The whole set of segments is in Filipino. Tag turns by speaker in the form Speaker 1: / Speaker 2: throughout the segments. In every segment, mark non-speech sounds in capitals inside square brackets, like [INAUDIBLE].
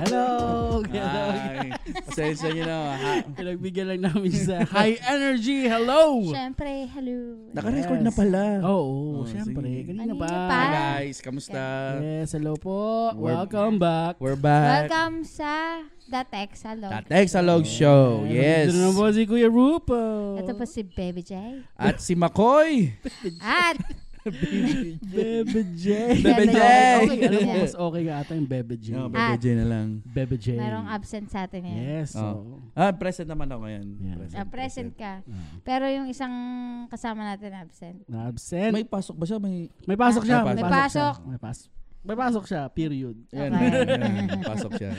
Speaker 1: Hello! Hello!
Speaker 2: Ay, pasensya nyo na. Ha?
Speaker 1: Pinagbigyan lang namin sa high energy. Hello!
Speaker 3: Siyempre, hello.
Speaker 2: Naka-record na pala.
Speaker 1: Oo,
Speaker 2: Oh,
Speaker 1: oh,
Speaker 2: sige.
Speaker 1: syempre.
Speaker 3: Kanina
Speaker 1: Kanina pa.
Speaker 3: pa.
Speaker 2: Hi guys, kamusta?
Speaker 1: Yes, hello po.
Speaker 2: We're-
Speaker 1: Welcome back.
Speaker 2: We're back.
Speaker 3: Welcome sa The Tech Salon.
Speaker 2: Tatex Alog Show. Yes.
Speaker 1: Ito na po si Kuya Rupo.
Speaker 3: Ito po si Baby J.
Speaker 2: At si Makoy.
Speaker 3: At
Speaker 1: Bebe J.
Speaker 2: Bebe J.
Speaker 1: Okay, alam mo, mas okay ka ata yung Bebe J.
Speaker 2: No,
Speaker 3: At-
Speaker 2: Bebe J na lang.
Speaker 1: Bebe J.
Speaker 3: merong absent sa atin ngayon.
Speaker 1: Yes.
Speaker 2: Oh.
Speaker 1: Oh.
Speaker 2: Ah, present naman ako ngayon.
Speaker 1: Yeah.
Speaker 3: Ah, present ka. Pero yung isang kasama natin absent.
Speaker 1: Na-absent.
Speaker 2: May
Speaker 1: May,
Speaker 2: pasok ba siya? May...
Speaker 1: pasok siya.
Speaker 2: May Eh.
Speaker 3: pasok.
Speaker 1: siya. May pasok. May pasok siya, period.
Speaker 2: Ayan,
Speaker 3: Okay.
Speaker 2: ayan, ayan.
Speaker 3: [LAUGHS]
Speaker 2: May pasok siya.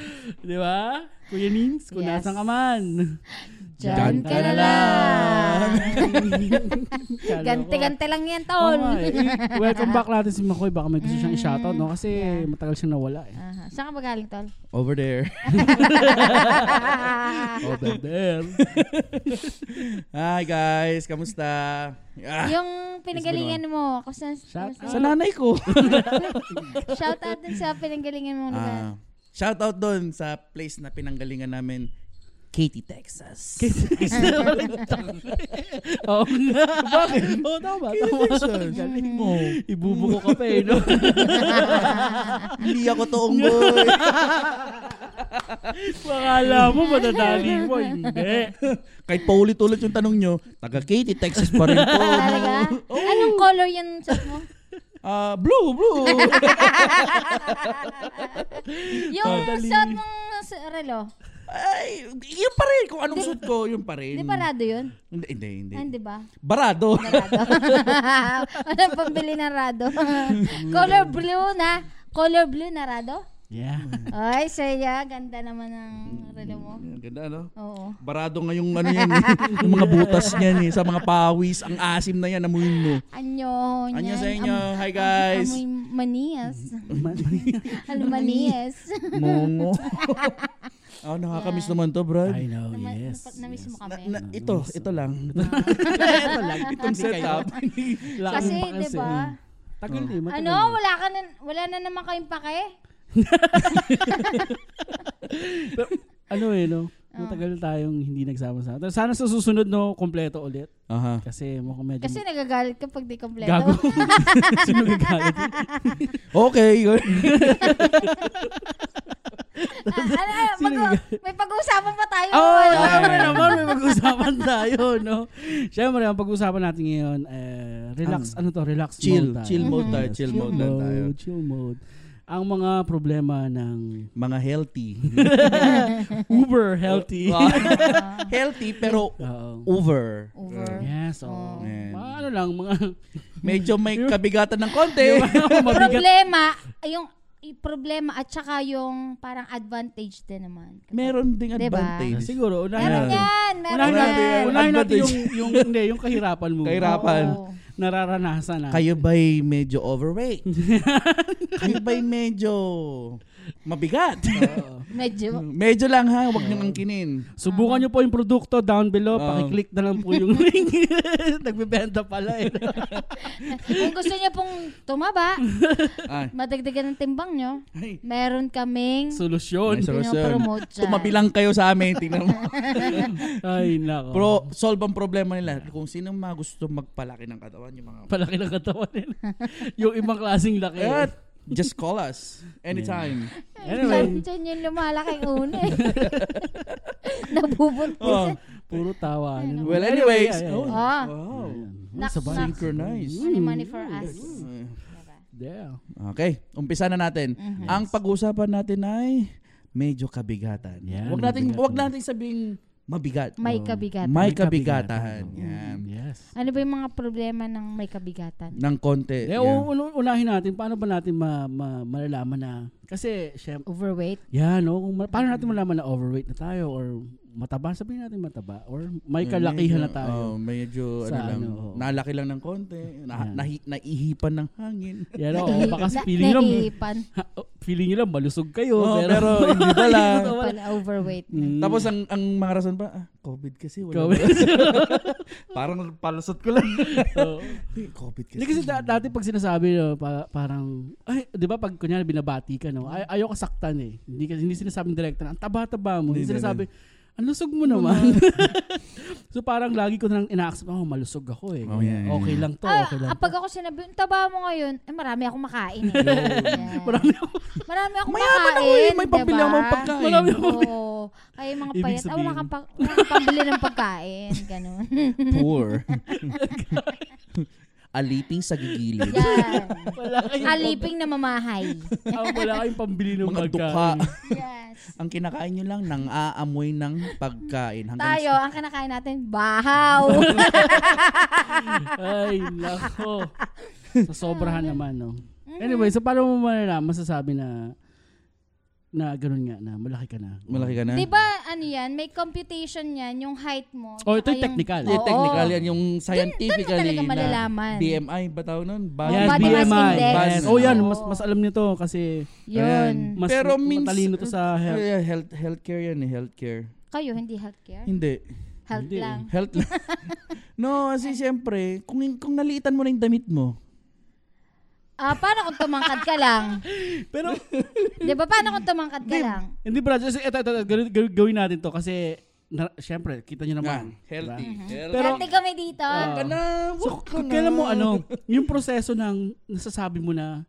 Speaker 1: Di ba? Kuya Nins, kung
Speaker 3: Yes.
Speaker 1: nasan ka man.
Speaker 3: Diyan
Speaker 2: Dyan
Speaker 3: ka na
Speaker 1: [LAUGHS]
Speaker 3: lang. [LAUGHS] Ganti-ganti lang yan,
Speaker 1: Oo
Speaker 3: tol.
Speaker 1: nga eh. [LAUGHS] Welcome back natin si Makoy. Baka may gusto siyang i-shoutout, no?
Speaker 3: Mm.
Speaker 1: Kasi
Speaker 3: Yeah. Ah.
Speaker 1: matagal siyang nawala eh.
Speaker 3: Aha. [LAUGHS] Saan ka ba galing, tol?
Speaker 2: Over there.
Speaker 1: Over there. [LAUGHS]
Speaker 2: Hi guys, kamusta? Ah,
Speaker 3: yung pinagalingan mo, kasi
Speaker 1: Shout
Speaker 2: sa nanay
Speaker 3: [LAUGHS]
Speaker 1: [LAUGHS]
Speaker 2: ko.
Speaker 3: shout out din sa pinanggalingan mong lugar.
Speaker 2: Ah, shout out doon sa place na pinanggalingan namin. Katy, Texas.
Speaker 1: Oo nga. Bakit? Oo, Oh, tama. Tama. Galing mo. Ibubuko ka pa eh, no? [LAUGHS]
Speaker 2: Hindi ako toong boy.
Speaker 1: Pakala mo, madadali mo. Hindi.
Speaker 2: [LAUGHS] Kahit paulit-ulit yung tanong nyo, taga Katy, Texas pa rin
Speaker 3: [LAUGHS]
Speaker 2: to.
Speaker 3: Talaga? Anong color yun suit mo?
Speaker 2: Ah, blue, blue.
Speaker 3: Yung
Speaker 1: Totally.
Speaker 3: suit mong s- relo,
Speaker 2: Ay, yun pa rin. Kung anong suit ko, yun pa rin.
Speaker 3: di parado yun?
Speaker 2: Hindi, hindi, hindi.
Speaker 3: Hindi ba?
Speaker 2: Barado.
Speaker 3: Rado. [LAUGHS] ano pambili ng rado? color blue na. Color blue na rado?
Speaker 1: Yeah.
Speaker 3: Ay, saya. Ganda naman ng relo mo.
Speaker 2: Ang Ganda, no?
Speaker 3: Oo.
Speaker 2: Barado nga yung ano yan, yung mga butas niyan eh, sa mga pawis, ang asim na yan, amuin mo.
Speaker 3: Anyo.
Speaker 2: Anyo
Speaker 3: niyan.
Speaker 2: sa inyo,
Speaker 3: Am-
Speaker 2: hi guys.
Speaker 3: Amoy manias. Ano
Speaker 2: Mani.
Speaker 3: manias? [LAUGHS]
Speaker 2: Mongo. Ah, nakakamiss naman to, Brad.
Speaker 1: [LAUGHS]
Speaker 3: [LAUGHS]
Speaker 1: I know,
Speaker 3: Nama-
Speaker 1: Oh, yes.
Speaker 3: napa- Namiss mo
Speaker 2: Na,
Speaker 3: kami.
Speaker 2: na, ito, ito lang.
Speaker 1: Ito lang.
Speaker 2: Itong
Speaker 1: [LAUGHS]
Speaker 2: setup.
Speaker 3: Kasi, di ba?
Speaker 1: Tagal eh, matagal
Speaker 3: Ano?
Speaker 1: eh.
Speaker 3: Wala ka na, wala na naman kayong pake?
Speaker 1: Ano eh, no?
Speaker 3: Ah.
Speaker 1: Matagal tayong hindi nagsama-sama. Pero Sana sa susunod, no, kompleto ulit.
Speaker 3: Ah.
Speaker 2: Aha.
Speaker 1: Kasi mukhang medyo
Speaker 3: Kasi nagagalit ka pag di kompleto.
Speaker 1: gago. [LAUGHS] Sino gagalit?
Speaker 2: Okay.
Speaker 3: [LAUGHS] Ah, ano, ano, mag- may pag-uusapan pa tayo.
Speaker 1: Oo, oh,
Speaker 3: ano?
Speaker 1: syempre naman, may pag-usapan tayo, no? Syempre, ang pag-usapan natin ngayon, eh, relax, ano to, relax
Speaker 2: chill,
Speaker 1: mode tayo.
Speaker 2: chill
Speaker 1: [LAUGHS]
Speaker 2: mode tayo,
Speaker 1: Yes,
Speaker 2: chill mode lang tayo.
Speaker 1: Chill mode. Ang mga problema ng
Speaker 2: Mga healthy.
Speaker 1: uber
Speaker 2: [LAUGHS]
Speaker 1: healthy.
Speaker 2: healthy pero
Speaker 1: Oo.
Speaker 2: over.
Speaker 3: Over.
Speaker 1: Yes, oh.
Speaker 2: Man.
Speaker 1: Mga ano lang, mga [LAUGHS]
Speaker 2: Medyo may kabigatan ng konti.
Speaker 1: mabigat.
Speaker 3: Problema, ay, yung yung problema at saka yung parang advantage din naman.
Speaker 2: Meron ding
Speaker 3: Diba?
Speaker 2: advantage.
Speaker 1: Siguro, unahin
Speaker 3: Meron
Speaker 1: natin.
Speaker 3: yan, meron
Speaker 1: Unahin natin,
Speaker 3: yan.
Speaker 1: unahin natin
Speaker 2: Advantage.
Speaker 1: yung, yung, hindi, yung kahirapan mo.
Speaker 2: Kahirapan.
Speaker 3: Oo.
Speaker 1: Nararanasan ah. natin.
Speaker 2: Kayo ba'y medyo
Speaker 1: [LAUGHS]
Speaker 2: overweight? Kayo ba'y medyo mabigat?
Speaker 3: Medyo.
Speaker 2: [LAUGHS] medyo lang ha, huwag niyong angkinin.
Speaker 1: Subukan nyo po yung produkto down below.
Speaker 2: Oo.
Speaker 1: Pakiclick na lang po
Speaker 2: [LAUGHS]
Speaker 1: yung link. [LAUGHS] Nagbebenta pala eh. [LAUGHS]
Speaker 3: Kung gusto niyo pong tumaba,
Speaker 2: Ay.
Speaker 3: madagdagan ng timbang nyo,
Speaker 2: Ay.
Speaker 3: meron kaming
Speaker 1: Solusyon.
Speaker 2: May solusyon.
Speaker 3: Pinopromote dyan.
Speaker 2: Tumabi lang kayo sa amin,
Speaker 3: [LAUGHS]
Speaker 2: tingnan mo.
Speaker 1: Ay, nako.
Speaker 2: Pro, solve ang problema nila. Kung sino mga gusto magpalaki ng katawan, yung mga...
Speaker 1: Palaki ng katawan nila. [LAUGHS] yung ibang klaseng laki. eh.
Speaker 2: At just call us anytime.
Speaker 1: Anyway,
Speaker 3: Diyan yung lumalaking una eh. [LAUGHS]
Speaker 1: Oh.
Speaker 3: Nabubuntis. eh.
Speaker 1: puro tawa. Ano?
Speaker 2: Well, anyways.
Speaker 1: Yeah, yeah, yeah.
Speaker 3: Ah.
Speaker 2: Wow.
Speaker 3: Knock, knock.
Speaker 2: Synchronize.
Speaker 3: Money, money for us.
Speaker 1: Mm. Yeah.
Speaker 2: Okay, umpisa na natin.
Speaker 1: Mhm.
Speaker 2: Ang pag-uusapan natin ay medyo kabigatan.
Speaker 1: Yan,
Speaker 2: Wag nating
Speaker 1: kabigatan.
Speaker 2: wag nating sabing mabigat.
Speaker 3: May kabigatan.
Speaker 2: May
Speaker 1: May
Speaker 2: kabigatan.
Speaker 1: kabigatan.
Speaker 2: Yan.
Speaker 1: Yes.
Speaker 3: Ano ba yung mga problema ng may kabigatan?
Speaker 2: Ng konti.
Speaker 1: Eh,
Speaker 2: Yan.
Speaker 1: un- un- unahin natin, paano ba natin ma- ma- malalaman na, kasi, syempre,
Speaker 3: Overweight?
Speaker 1: yan, no? Kung ma- paano natin malaman na overweight na tayo or mataba? Sabihin natin mataba or may
Speaker 2: Medyo,
Speaker 1: kalakihan na tayo.
Speaker 2: Mm, oh, medyo ano
Speaker 1: Sa
Speaker 2: lang,
Speaker 1: ano, oo.
Speaker 2: nalaki lang ng konti, na,
Speaker 1: Yan.
Speaker 2: nahi, naihipan ng hangin.
Speaker 1: [LAUGHS]
Speaker 3: [LAUGHS]
Speaker 1: Yan, oo. baka sa eh.
Speaker 3: Na-
Speaker 1: feeling lang.
Speaker 3: naiipan.
Speaker 1: [LAUGHS] Ha, oh, feeling nyo lang malusog kayo.
Speaker 2: Oo, Oh, pero hindi pala.
Speaker 3: Ah,
Speaker 1: Hindi pala.
Speaker 3: Pala overweight.
Speaker 1: [LAUGHS] Mm.
Speaker 2: [LAUGHS] Tapos ang ang mga rason pa, ah, COVID kasi.
Speaker 1: [LAUGHS]
Speaker 2: Wala
Speaker 1: Kami-
Speaker 2: [LAUGHS] Parang palusot ko
Speaker 1: [LAUGHS]
Speaker 2: lang. [LAUGHS]
Speaker 1: Oo.
Speaker 2: Hindi, COVID kasi.
Speaker 1: oh. Hindi kasi da- dati pag sinasabi, no, pa- parang, ay, di ba pag kunyari binabati ka, no, ay, ayaw ka saktan eh. Hindi, kasi, hindi sinasabing direkta na, ang taba-taba mo. Hindi,
Speaker 2: Hindi,
Speaker 1: sinasabi, ang lusog mo naman. [LAUGHS] so parang lagi ko nang ina-accept, oh, malusog ako eh.
Speaker 2: Oh, yeah, yeah,
Speaker 1: okay
Speaker 2: yeah.
Speaker 1: lang to,
Speaker 3: Ah,
Speaker 1: okay lang
Speaker 3: ah,
Speaker 1: to.
Speaker 3: pag ako sinabi, "Ang taba mo ngayon, eh, marami akong
Speaker 1: [LAUGHS]
Speaker 3: makain. Eh. Yan.
Speaker 1: Marami ako.
Speaker 3: marami akong
Speaker 2: Mayaman
Speaker 3: makain.
Speaker 2: ako eh. May pambili
Speaker 3: diba?
Speaker 2: ako ng pagkain.
Speaker 1: Marami ako.
Speaker 3: Oo. Kaya yung mga
Speaker 1: Ibig
Speaker 3: payat, ah, wala
Speaker 1: sabihin.
Speaker 3: kang, pa, wala kang pambili ng pagkain.
Speaker 1: [LAUGHS]
Speaker 3: Ganun.
Speaker 2: Poor. [LAUGHS] Aliping sa gigilid.
Speaker 3: Yan.
Speaker 1: Wala kayong,
Speaker 3: Aliping na mamahay.
Speaker 1: Ah, wala kayong pambili ng
Speaker 2: Mga dukha.
Speaker 1: pagkain.
Speaker 3: Yes.
Speaker 2: Ang kinakain nyo lang nang aamoy ng pagkain. Hanggang
Speaker 3: Tayo, ang kinakain natin,
Speaker 1: [LAUGHS]
Speaker 3: bahaw.
Speaker 1: Ay, nako. Sa sobrahan naman, no. Anyway, so paano mo malalaman, masasabi na na ganun nga na malaki ka na.
Speaker 2: Malaki ka na.
Speaker 3: Di ba, ano yan, may computation yan, yung height mo.
Speaker 1: Oh, ito
Speaker 3: tsaka
Speaker 1: yung technical.
Speaker 2: Hindi,
Speaker 3: Oo.
Speaker 2: Eh, technical yan. Yung
Speaker 3: Doon mo
Speaker 2: scientifically
Speaker 3: talaga malalaman.
Speaker 2: na BMI ba tawag nun? Body
Speaker 1: Yes,
Speaker 3: Body
Speaker 2: mass
Speaker 1: BMI.
Speaker 3: mass index.
Speaker 1: Yes. Oh, yan.
Speaker 2: Oo.
Speaker 1: Mas, mas alam nito kasi
Speaker 3: Yun.
Speaker 1: mas
Speaker 2: Pero Eh. mins-
Speaker 1: matalino to sa health.
Speaker 2: Yeah, health, healthcare yan eh, healthcare.
Speaker 3: Kayo, hindi healthcare?
Speaker 2: Hindi.
Speaker 3: Health
Speaker 1: Hindi.
Speaker 3: lang. [LAUGHS]
Speaker 2: Health [LAUGHS] lang. no, kasi siyempre, kung, kung naliitan mo na yung damit mo,
Speaker 3: Ah, paano kung tumangkad ka lang?
Speaker 1: Pero,
Speaker 3: Di ba, paano kung tumangkad ka lang?
Speaker 1: hindi brad, kasi ito, ito, ito, gawin- gawin- gawin natin to kasi, na, syempre, kita nyo naman.
Speaker 2: Ah, healthy.
Speaker 3: Mhm.
Speaker 1: diba?
Speaker 2: Healthy.
Speaker 1: Pero,
Speaker 3: Healthy kami dito.
Speaker 1: Ah.
Speaker 2: Ka na,
Speaker 1: so,
Speaker 2: wag ka na.
Speaker 1: kailan mo, ano, yung proseso ng nasasabi mo na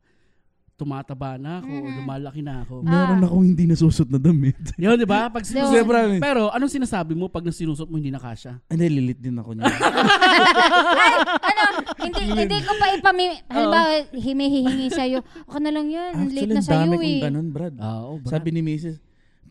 Speaker 1: tumataba na ako o lumalaki na ako.
Speaker 3: Ah.
Speaker 2: Meron akong hindi nasusot na damit.
Speaker 1: Yun, di ba? Pag sinusot,
Speaker 2: Siyempre, ano eh.
Speaker 1: pero anong sinasabi mo pag sinusot mo hindi na kasya?
Speaker 2: Hindi, lilit din ako
Speaker 3: [LAUGHS]
Speaker 2: niya.
Speaker 3: Ay, ano, hindi, hindi ko pa ipamimi... Halimbawa, himihihingi sa'yo. Ako na lang yun. ang late na
Speaker 2: Ah. Actually, ang dami
Speaker 3: sa'yo
Speaker 2: kong
Speaker 3: eh.
Speaker 2: ganun, Brad.
Speaker 1: Oo,
Speaker 2: Sabi ni Mrs.,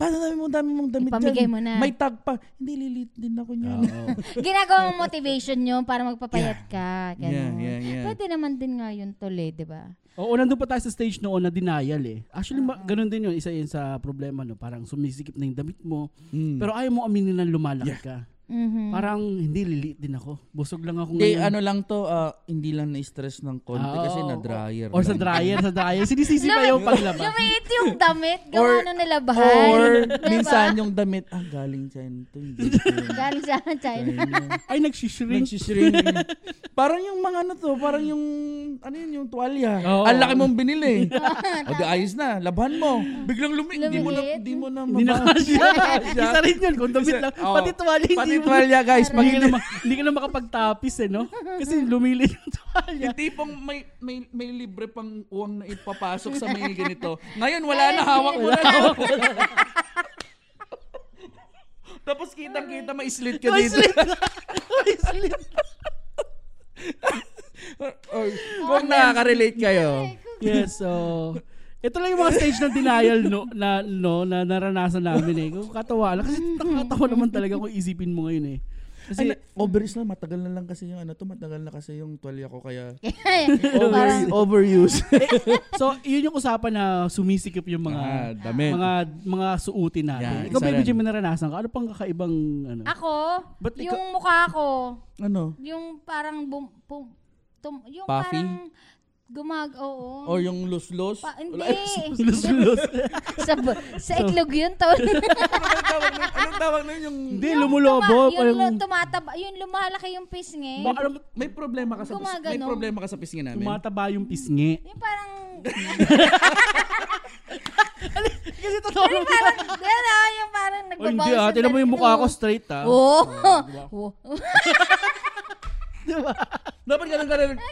Speaker 2: Paano dami mong dami mong damit
Speaker 3: Ipamigay
Speaker 2: dyan?
Speaker 3: mo na."
Speaker 2: May tag pa. Hindi, lilit din ako niyan.
Speaker 3: [LAUGHS]
Speaker 1: Ah,
Speaker 2: [LAUGHS]
Speaker 3: Ginagawa mo motivation yun para magpapayat ka. Ganun.
Speaker 2: Yeah, yeah, yeah.
Speaker 3: Pwede naman din nga yun tol eh, di ba?
Speaker 1: Oo, nandun pa tayo sa stage noon na denial eh. Actually, ma- ganun din yun. Isa yun sa problema, no? Parang sumisikip na yung damit mo.
Speaker 2: Mm.
Speaker 1: Pero ayaw mo aminin na lumalaki ka.
Speaker 3: Mhm.
Speaker 1: Parang hindi liliit din ako. Busog lang ako
Speaker 2: Hindi,
Speaker 1: ngayon.
Speaker 2: ano lang to, ah, hindi lang na-stress ng konti
Speaker 1: Ah,
Speaker 2: kasi
Speaker 1: oo.
Speaker 2: na-dryer.
Speaker 1: Or sa
Speaker 2: lang.
Speaker 1: dryer, sa dryer. Sinisisi pa yung [LAUGHS] paglaba.
Speaker 3: Lumiit yung damit,
Speaker 2: Or-
Speaker 3: gawa nung nilabhan.
Speaker 2: Or
Speaker 3: Diba?
Speaker 2: minsan yung damit, ah, galing China to.
Speaker 3: [LAUGHS]
Speaker 2: Hindi ko yun.
Speaker 3: Galing sa China.
Speaker 2: China.
Speaker 1: Ay, nagsishrink.
Speaker 2: Nagsishrink. parang yung mga ano to, parang yung, ano yun, yung tuwalya.
Speaker 1: Oo.
Speaker 2: Ang laki mong
Speaker 3: [LAUGHS]
Speaker 2: binili. o di ayos na, laban mo. Biglang lumi, hindi mo na,
Speaker 3: Lumiit.
Speaker 2: Ano hindi mo na
Speaker 1: [LAUGHS] Hindi na
Speaker 2: maba-
Speaker 1: kasya. Isa rin yun. Kung damit
Speaker 2: Isa-
Speaker 1: lang.
Speaker 2: oo.
Speaker 1: Pati tuwalya, [LAUGHS]
Speaker 2: Pati
Speaker 1: hindi mo.
Speaker 2: tuwalya guys, pag
Speaker 1: Hindi ka
Speaker 2: hindi
Speaker 1: na, ma- hindi ka na makapagtapis eh, no? Kasi lumilit yung tuwalya.
Speaker 2: yung tipong may, may, may libre pang uwang na ipapasok sa may ganito. Ngayon, wala na, hawak mo na lang. [LAUGHS] Tapos kitang-kita may slit ka
Speaker 1: May
Speaker 2: dito. [LAUGHS]
Speaker 1: slit. May slit.
Speaker 2: Or, kung nakaka-relate kayo.
Speaker 1: Yes, so ito lang yung mga stage ng denial no, na, no, na naranasan namin eh. Kung katawa lang. Kasi nakakatawa naman talaga kung isipin mo ngayon eh. Kasi,
Speaker 2: [LAUGHS] Kasi overuse na, matagal na lang kasi yung ano to, matagal na kasi yung tuwalya ko kaya
Speaker 3: [LAUGHS]
Speaker 2: Oh.
Speaker 3: Parang,
Speaker 2: [LAUGHS] overuse.
Speaker 1: so, yun yung usapan na sumisikip yung mga
Speaker 2: damit.
Speaker 1: mga mga suotin natin.
Speaker 2: Ah, Yeah,
Speaker 1: Ikaw,
Speaker 2: isa
Speaker 1: baby
Speaker 2: rin.
Speaker 1: Jim, may naranasan ka. Ano pang kakaibang, ano?
Speaker 3: ako,
Speaker 1: Ba't ikaw-
Speaker 3: yung mukha ko,
Speaker 2: ano?
Speaker 3: Yung parang bum, bum tum, yung
Speaker 2: Puffy?
Speaker 3: parang gumag, oo.
Speaker 2: Or yung luslos?
Speaker 3: Pa- hindi.
Speaker 1: [LAUGHS]
Speaker 2: Wala-
Speaker 1: Lusulos.
Speaker 3: sa, bu- sa itlog yun,
Speaker 1: [LAUGHS]
Speaker 3: tol.
Speaker 2: Anong tawag nun? Anong tawag nun yung...
Speaker 1: Hindi, lumulobo.
Speaker 3: Tuma- yung
Speaker 1: Parang,
Speaker 3: lu- tumataba, yun lumalaki yung eh. pisngi.
Speaker 1: Bak-
Speaker 2: Alam mo, may problema ka sa pis- may
Speaker 3: Gumagano.
Speaker 2: problema ka sa pisngi namin.
Speaker 1: tumataba yung pisngi.
Speaker 3: Yung parang,
Speaker 1: [LAUGHS] Kasi totoo
Speaker 3: yung parang, gano'n, yung Oh. parang
Speaker 1: Oh,
Speaker 3: nagbabawas.
Speaker 1: hindi ah. Tinan mo yung mukha ko straight ah.
Speaker 3: [LAUGHS] Oo. Oo.
Speaker 1: Di ba?
Speaker 2: Dapat ganun Eh, ganun.
Speaker 1: Di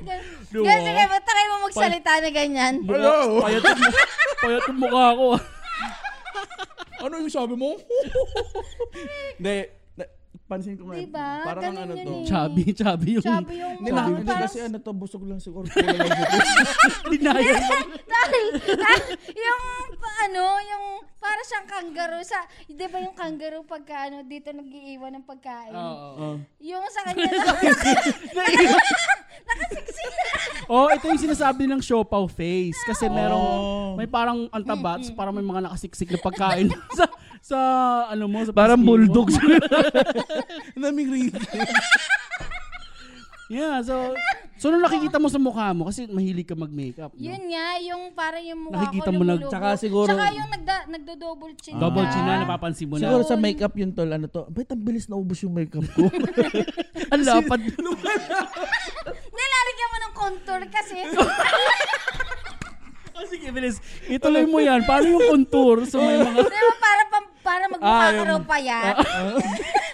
Speaker 3: Ganun,
Speaker 1: ba?
Speaker 3: sige, ba't try mo magsalita na ganyan?
Speaker 2: Hello.
Speaker 1: Payat yung, payat yung mukha ko. ah.
Speaker 2: ano yung sabi mo? [LAUGHS] Hindi. na- Pansin ko nga.
Speaker 3: Diba?
Speaker 2: Parang
Speaker 3: Ganun
Speaker 2: ano
Speaker 3: yun
Speaker 2: to.
Speaker 3: eh.
Speaker 1: Chubby, chubby yung...
Speaker 3: Sabi
Speaker 1: [LAUGHS]
Speaker 3: yung
Speaker 2: Hindi na,
Speaker 3: mukha ko,
Speaker 2: hindi
Speaker 3: parang,
Speaker 2: kasi ano to, busog lang [LAUGHS] siguro. Kulang lang siguro.
Speaker 1: Denial.
Speaker 3: [LAUGHS] Dahil, ah, yung, pa- ano, yung, para siyang kangaroo sa, di ba yung kangaroo pagka, ano, dito nag-iiwan ng pagkain?
Speaker 2: Ah.
Speaker 3: Yung sa
Speaker 1: [LAUGHS]
Speaker 3: kanya na, nakasiksik na.
Speaker 1: oh, ito yung sinasabi ng siopaw face. Kasi merong,
Speaker 2: Oh.
Speaker 1: may parang ang taba, tapos parang may mga nakasiksik na pagkain [LAUGHS] sa, sa ano mo, sa
Speaker 2: Parang
Speaker 1: pisngi mo.
Speaker 2: [LAUGHS] bulldog. Naming rin.
Speaker 1: yeah, so, So, nung nakikita mo sa mukha mo, kasi mahilig ka mag-makeup, no?
Speaker 3: Yun nga, yung parang yung mukha
Speaker 1: Nakikita
Speaker 3: ko
Speaker 1: mo nag-
Speaker 3: lumulubo.
Speaker 2: Tsaka siguro-
Speaker 3: Tsaka yung nagda, nagdo-double chin Ah.
Speaker 1: Double
Speaker 3: ka.
Speaker 1: chin na, napapansin mo
Speaker 2: Siguro
Speaker 1: na.
Speaker 2: sa makeup yun, tol. Ano to? Ba't ang bilis na ubus yung makeup
Speaker 3: [LAUGHS]
Speaker 2: ko? [LAUGHS]
Speaker 1: Ang lapad.
Speaker 3: [LAUGHS] Nilalagyan mo ng contour kasi.
Speaker 1: Oh, Sige, bilis. Ituloy mo yan. Paano yung contour sa
Speaker 2: [LAUGHS]
Speaker 1: may mga...
Speaker 3: Di ba para, pam, para magmukha
Speaker 2: Ah,
Speaker 3: ka
Speaker 2: yung-
Speaker 3: raw payat?
Speaker 1: Ah.
Speaker 3: [LAUGHS]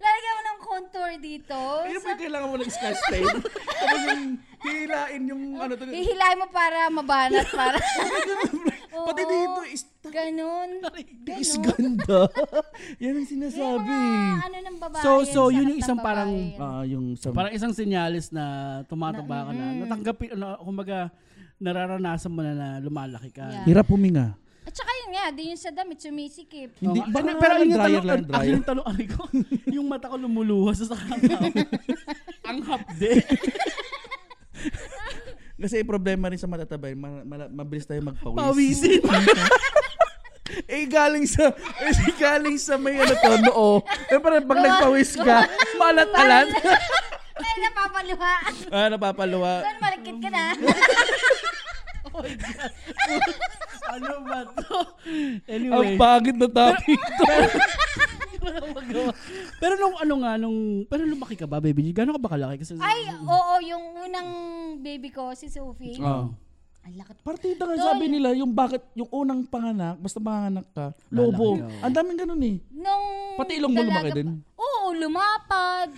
Speaker 3: Lalagyan mo ng contour dito.
Speaker 4: Ano pa
Speaker 3: Sa-
Speaker 4: kailangan mo ng scotch tape? Tapos yung hihilain yung ano to.
Speaker 2: [LAUGHS]
Speaker 3: Hihilain mo para mabanat para.
Speaker 4: Pati
Speaker 3: Oo.
Speaker 4: dito is...
Speaker 2: [LAUGHS]
Speaker 3: Ganun.
Speaker 2: Is ganda. [LAUGHS] Yan
Speaker 3: Yung
Speaker 2: ang sinasabi.
Speaker 3: mga ano ng babae.
Speaker 1: So-
Speaker 3: sakit
Speaker 1: so, yun yung
Speaker 3: ng
Speaker 1: isang parang,
Speaker 3: babae.
Speaker 2: Ah, yung sa...
Speaker 1: Parang isang senyalis na tumataba ka na. Natanggapin, ano, kumbaga, nararanasan mo na na lumalaki ka.
Speaker 3: Yeah.
Speaker 2: Hirap huminga.
Speaker 3: At saka yun nga, di yung sa damit, sumisikip.
Speaker 2: Hindi,
Speaker 1: Oo nga.
Speaker 2: baka
Speaker 1: Ano,
Speaker 2: pero
Speaker 1: yun yung
Speaker 2: dryer
Speaker 1: tanong-
Speaker 2: lang,
Speaker 1: Actually,
Speaker 2: dryer.
Speaker 1: yung tanong, ano ko, [LAUGHS] yung mata ko lumuluha sa sakang [LAUGHS] Ang hapde.
Speaker 2: Kasi problema rin sa matataba, ma- ma- mabilis tayo magpawis.
Speaker 1: Pawisin.
Speaker 2: Eh, galing sa, [LAUGHS] eh, galing sa may ano to, noo. Eh, parang pag nagpawis ka, [LAUGHS] malat-alat.
Speaker 3: [LAUGHS] Ay, napapaluha.
Speaker 2: [LAUGHS] ah, napapaluwa.
Speaker 3: Saan malagkit ka
Speaker 2: [LAUGHS]
Speaker 3: na?
Speaker 1: [LAUGHS] ano ba to?
Speaker 2: Ang
Speaker 1: Anyway.
Speaker 2: pangit na topic.
Speaker 1: wala akong magawa. pero nung ano nga, nung, pero lumaki ka ba, baby? G? Gano'n ka ba kalaki? Kasi,
Speaker 3: Ay, oo, yung unang baby ko, si Sophie.
Speaker 2: Oh.
Speaker 3: Ang laki.
Speaker 2: Partida nga sabi nila, yung bakit, yung unang panganak, basta panganak ka, lobo. Ang daming ganun eh.
Speaker 3: Nung
Speaker 2: Pati ilong mo lumaki
Speaker 3: dalaga
Speaker 2: din?
Speaker 3: pa- Oo, lumapad.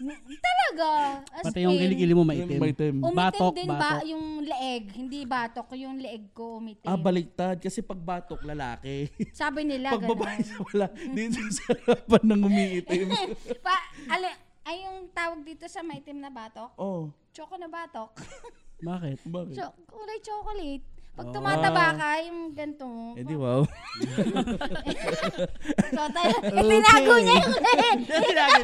Speaker 3: N- Talaga. As
Speaker 1: pati yung
Speaker 3: in,
Speaker 1: kilikili mo maitim.
Speaker 2: May time.
Speaker 3: Umitim
Speaker 1: Batok,
Speaker 3: din
Speaker 1: batok.
Speaker 3: ba yung leeg? Hindi batok, yung leeg ko umitim.
Speaker 2: Ah, baliktad. Kasi pag batok, lalaki.
Speaker 3: Sabi nila,
Speaker 2: pag
Speaker 3: ganun.
Speaker 2: babae, [LAUGHS] wala. Dito sa harapan ng umiitim.
Speaker 3: pa, ali, ay yung tawag dito sa maitim na batok?
Speaker 2: Oh,
Speaker 3: Choco na batok. [LAUGHS]
Speaker 1: Bakit?
Speaker 2: bakit?
Speaker 3: Cho- kulay chocolate. Pag
Speaker 1: Ah.
Speaker 3: tumataba ka, yung ganito mo.
Speaker 2: Eh di wow.
Speaker 3: So,
Speaker 1: [LAUGHS]
Speaker 3: tayo, itinago eh, niya yung [LAUGHS] leeg.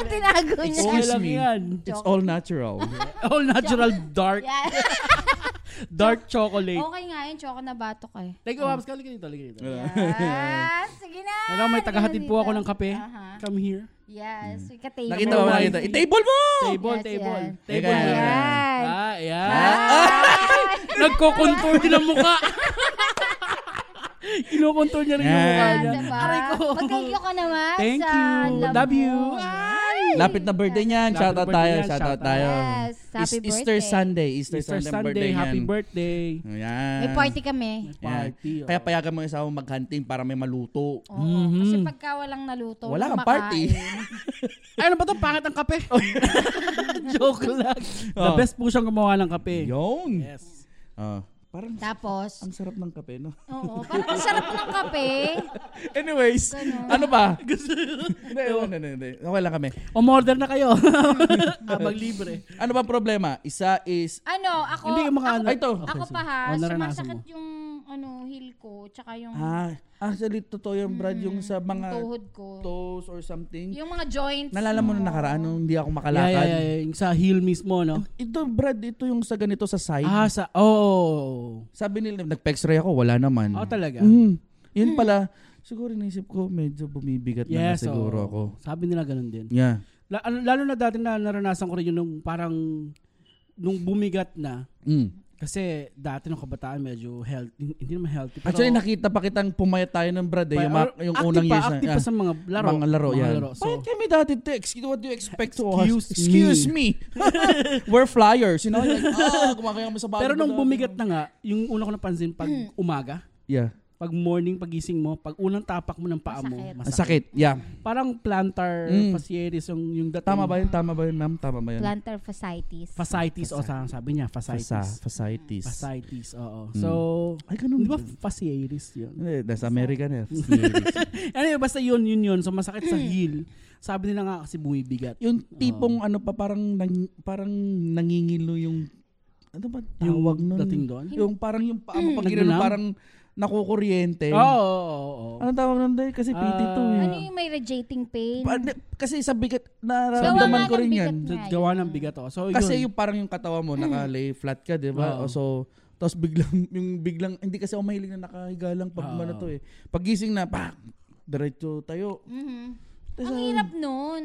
Speaker 3: Itinago niya.
Speaker 1: Okay
Speaker 2: Excuse
Speaker 1: lang
Speaker 2: me.
Speaker 1: yan.
Speaker 2: It's all natural.
Speaker 1: All
Speaker 3: [LAUGHS]
Speaker 1: natural dark.
Speaker 3: Yeah. Oh.
Speaker 1: Dark chocolate.
Speaker 3: Okay nga yun, choco na batok
Speaker 1: [LAUGHS]
Speaker 3: eh.
Speaker 1: Like, oh, Habs, halika dito, halika dito.
Speaker 3: Yes, sige na.
Speaker 1: Alam, Ano, may
Speaker 3: Halika
Speaker 1: tagahatid
Speaker 3: na dito.
Speaker 1: po ako ng kape. Hmm.
Speaker 3: Aha.
Speaker 1: Come here.
Speaker 3: Yes, we ka-table.
Speaker 2: Nakita mo, nakita. I-table mo!
Speaker 1: Table,
Speaker 3: Oh, Yes,
Speaker 1: table.
Speaker 3: yan.
Speaker 1: Table.
Speaker 2: Ayan.
Speaker 1: yan. Ah, ayan.
Speaker 3: Ah!
Speaker 1: Nagko-contour din ang [LAUGHS] mukha. Kinokontour niya rin yung mukha
Speaker 2: Yan.
Speaker 1: niya.
Speaker 3: diba?
Speaker 1: Aray ko.
Speaker 3: Mag-thank you ka naman
Speaker 1: Thank
Speaker 3: sa
Speaker 1: you.
Speaker 3: love
Speaker 1: Love
Speaker 3: mo.
Speaker 1: you.
Speaker 3: Ay!
Speaker 2: Lapit na birthday niyan.
Speaker 1: Lapit
Speaker 2: Shout out
Speaker 1: birthday
Speaker 2: tayo.
Speaker 1: niyan,
Speaker 2: Shout out
Speaker 1: shoutout.
Speaker 2: tayo.
Speaker 3: Yes, happy
Speaker 2: Is- Easter
Speaker 3: birthday.
Speaker 2: Sunday. Easter,
Speaker 1: Mr.
Speaker 2: Sunday,
Speaker 1: Sunday,
Speaker 2: birthday
Speaker 1: happy
Speaker 2: niyan.
Speaker 1: birthday.
Speaker 2: Ayan.
Speaker 3: May party kami.
Speaker 1: Party.
Speaker 2: Ayan. Kaya payagan mo yung asawa mo maghunting para may maluto.
Speaker 3: Oo, Kasi pagka walang naluto,
Speaker 2: Mm-hmm. Wala kang
Speaker 3: Oh, kumakain.
Speaker 2: party.
Speaker 1: Ay, ano ba ito? Pangit ang
Speaker 2: [LAUGHS]
Speaker 1: kape. Joke lang. The
Speaker 2: Oh.
Speaker 1: best po siyang gumawa ng kape.
Speaker 2: [LAUGHS] Yun.
Speaker 1: Yes.
Speaker 2: Ah, parang
Speaker 3: Tapos,
Speaker 2: ang sarap ng kape, no?
Speaker 3: oo, parang ang sarap ng kape.
Speaker 2: [LAUGHS] Anyways, ano ba? Hindi, ewan, hindi, hindi. Okay lang kami.
Speaker 1: Umorder na kayo. [LAUGHS] Habang libre.
Speaker 2: Ano ba ang problema? Isa is...
Speaker 3: Ano, ako,
Speaker 1: Hindi yung mga
Speaker 3: ako,
Speaker 1: ano.
Speaker 2: Ay, ito.
Speaker 3: ako pa ha,
Speaker 1: Oh, naranasan
Speaker 3: sumasakit
Speaker 1: mo.
Speaker 3: yung ano, heel ko, tsaka yung
Speaker 2: Ah, actually, totoo yung Brad, yung sa mga
Speaker 3: tuhod ko.
Speaker 2: toes or something.
Speaker 3: Yung mga joints.
Speaker 2: Nalala mo na nakaraan nung hindi
Speaker 1: Yeah,
Speaker 2: ako
Speaker 1: yeah,
Speaker 2: makalakad?
Speaker 1: yeah, yeah. Yung Sa heel mismo, no?
Speaker 2: Ito, Brad, ito yung sa ganito sa side.
Speaker 1: Ah, sa... Oh.
Speaker 2: Sabi nila, nag-x-ray ako, wala naman.
Speaker 1: Oh, talaga?
Speaker 2: Mm. Yun pala, siguro iniisip ko, medyo bumibigat na nga
Speaker 1: Yes,
Speaker 2: siguro
Speaker 1: oo.
Speaker 2: ako. Mm.
Speaker 1: Sabi nila ganun din.
Speaker 2: Yeah.
Speaker 1: La- ano- lalo na dati na naranasan ko rin yun nung parang nung bumigat na.
Speaker 2: Mm.
Speaker 1: Kasi dati nung kabataan medyo health, hindi naman healthy. Pero,
Speaker 2: Actually, nakita pa kitang pumayat tayo ng Brad eh, yung, ma-
Speaker 1: Or-
Speaker 2: yung
Speaker 1: active
Speaker 2: unang
Speaker 1: pa,
Speaker 2: years na.
Speaker 1: Active
Speaker 2: yeah.
Speaker 1: pa sa mga laro.
Speaker 2: Mga laro, yan.
Speaker 1: So,
Speaker 2: Bakit kami dati text? What do you expect to us?
Speaker 1: Excuse
Speaker 2: Excuse
Speaker 1: [LAUGHS]
Speaker 2: me. [LAUGHS] We're flyers. You know, like, ah, kumakaya kami sa bago.
Speaker 1: pero nung bumigat na nga, yung una ko napansin pag umaga,
Speaker 2: Yeah.
Speaker 1: pag morning pagising mo, pag unang tapak mo ng paa mo,
Speaker 3: Masakit.
Speaker 2: Ang
Speaker 1: masakit.
Speaker 2: sakit. Yeah.
Speaker 1: Parang plantar
Speaker 2: Mm.
Speaker 1: fasciitis yung yung dating
Speaker 2: Tama ba yun? Tama ba yun, ma'am? Tama ba yun?
Speaker 3: Plantar fasciitis.
Speaker 1: fasciitis o sa sabi niya, fasciitis.
Speaker 2: Fasa- Fasciitis. Hmm.
Speaker 1: Fasciitis, oo. So,
Speaker 2: Ay,
Speaker 1: di
Speaker 2: ganun.
Speaker 1: ba fasciitis yun?
Speaker 2: Eh, Nasa American eh.
Speaker 1: Anyway, basta yun, yun, yun. So, masakit sa heel. Sabi nila nga kasi bumibigat.
Speaker 2: [LAUGHS] yung tipong ano pa parang nang, parang nangingilo yung ano ba tawag nun?
Speaker 1: dating doon?
Speaker 2: Yung parang yung paa mo pag ginano,
Speaker 1: Nagnunam?
Speaker 2: parang nakukuryente.
Speaker 1: Oo, Ah. oo, oo, oo.
Speaker 2: Ano tawag nun dahil? Kasi PT to eh.
Speaker 3: Ano yung may rejecting pain?
Speaker 2: Pa- di- kasi sa bigat,
Speaker 3: Gawa
Speaker 2: nararamdaman
Speaker 3: nga
Speaker 2: ko
Speaker 3: ng
Speaker 2: rin
Speaker 3: bigat
Speaker 2: yan.
Speaker 1: So,
Speaker 3: nga
Speaker 1: gawa ng bigat oh. So,
Speaker 2: Kasi
Speaker 1: yun. Hmm.
Speaker 2: yung parang yung katawa mo, naka-lay flat ka, di ba?
Speaker 1: Oo.
Speaker 2: O So, tapos biglang, [LAUGHS] yung biglang, hindi kasi ako mahilig na nakahiga lang pag
Speaker 1: Oo.
Speaker 2: ano to eh. Pag gising na, pak! Diretso tayo.
Speaker 3: Mhm.
Speaker 2: Tas
Speaker 3: Ang
Speaker 2: sabi-
Speaker 3: hirap nun.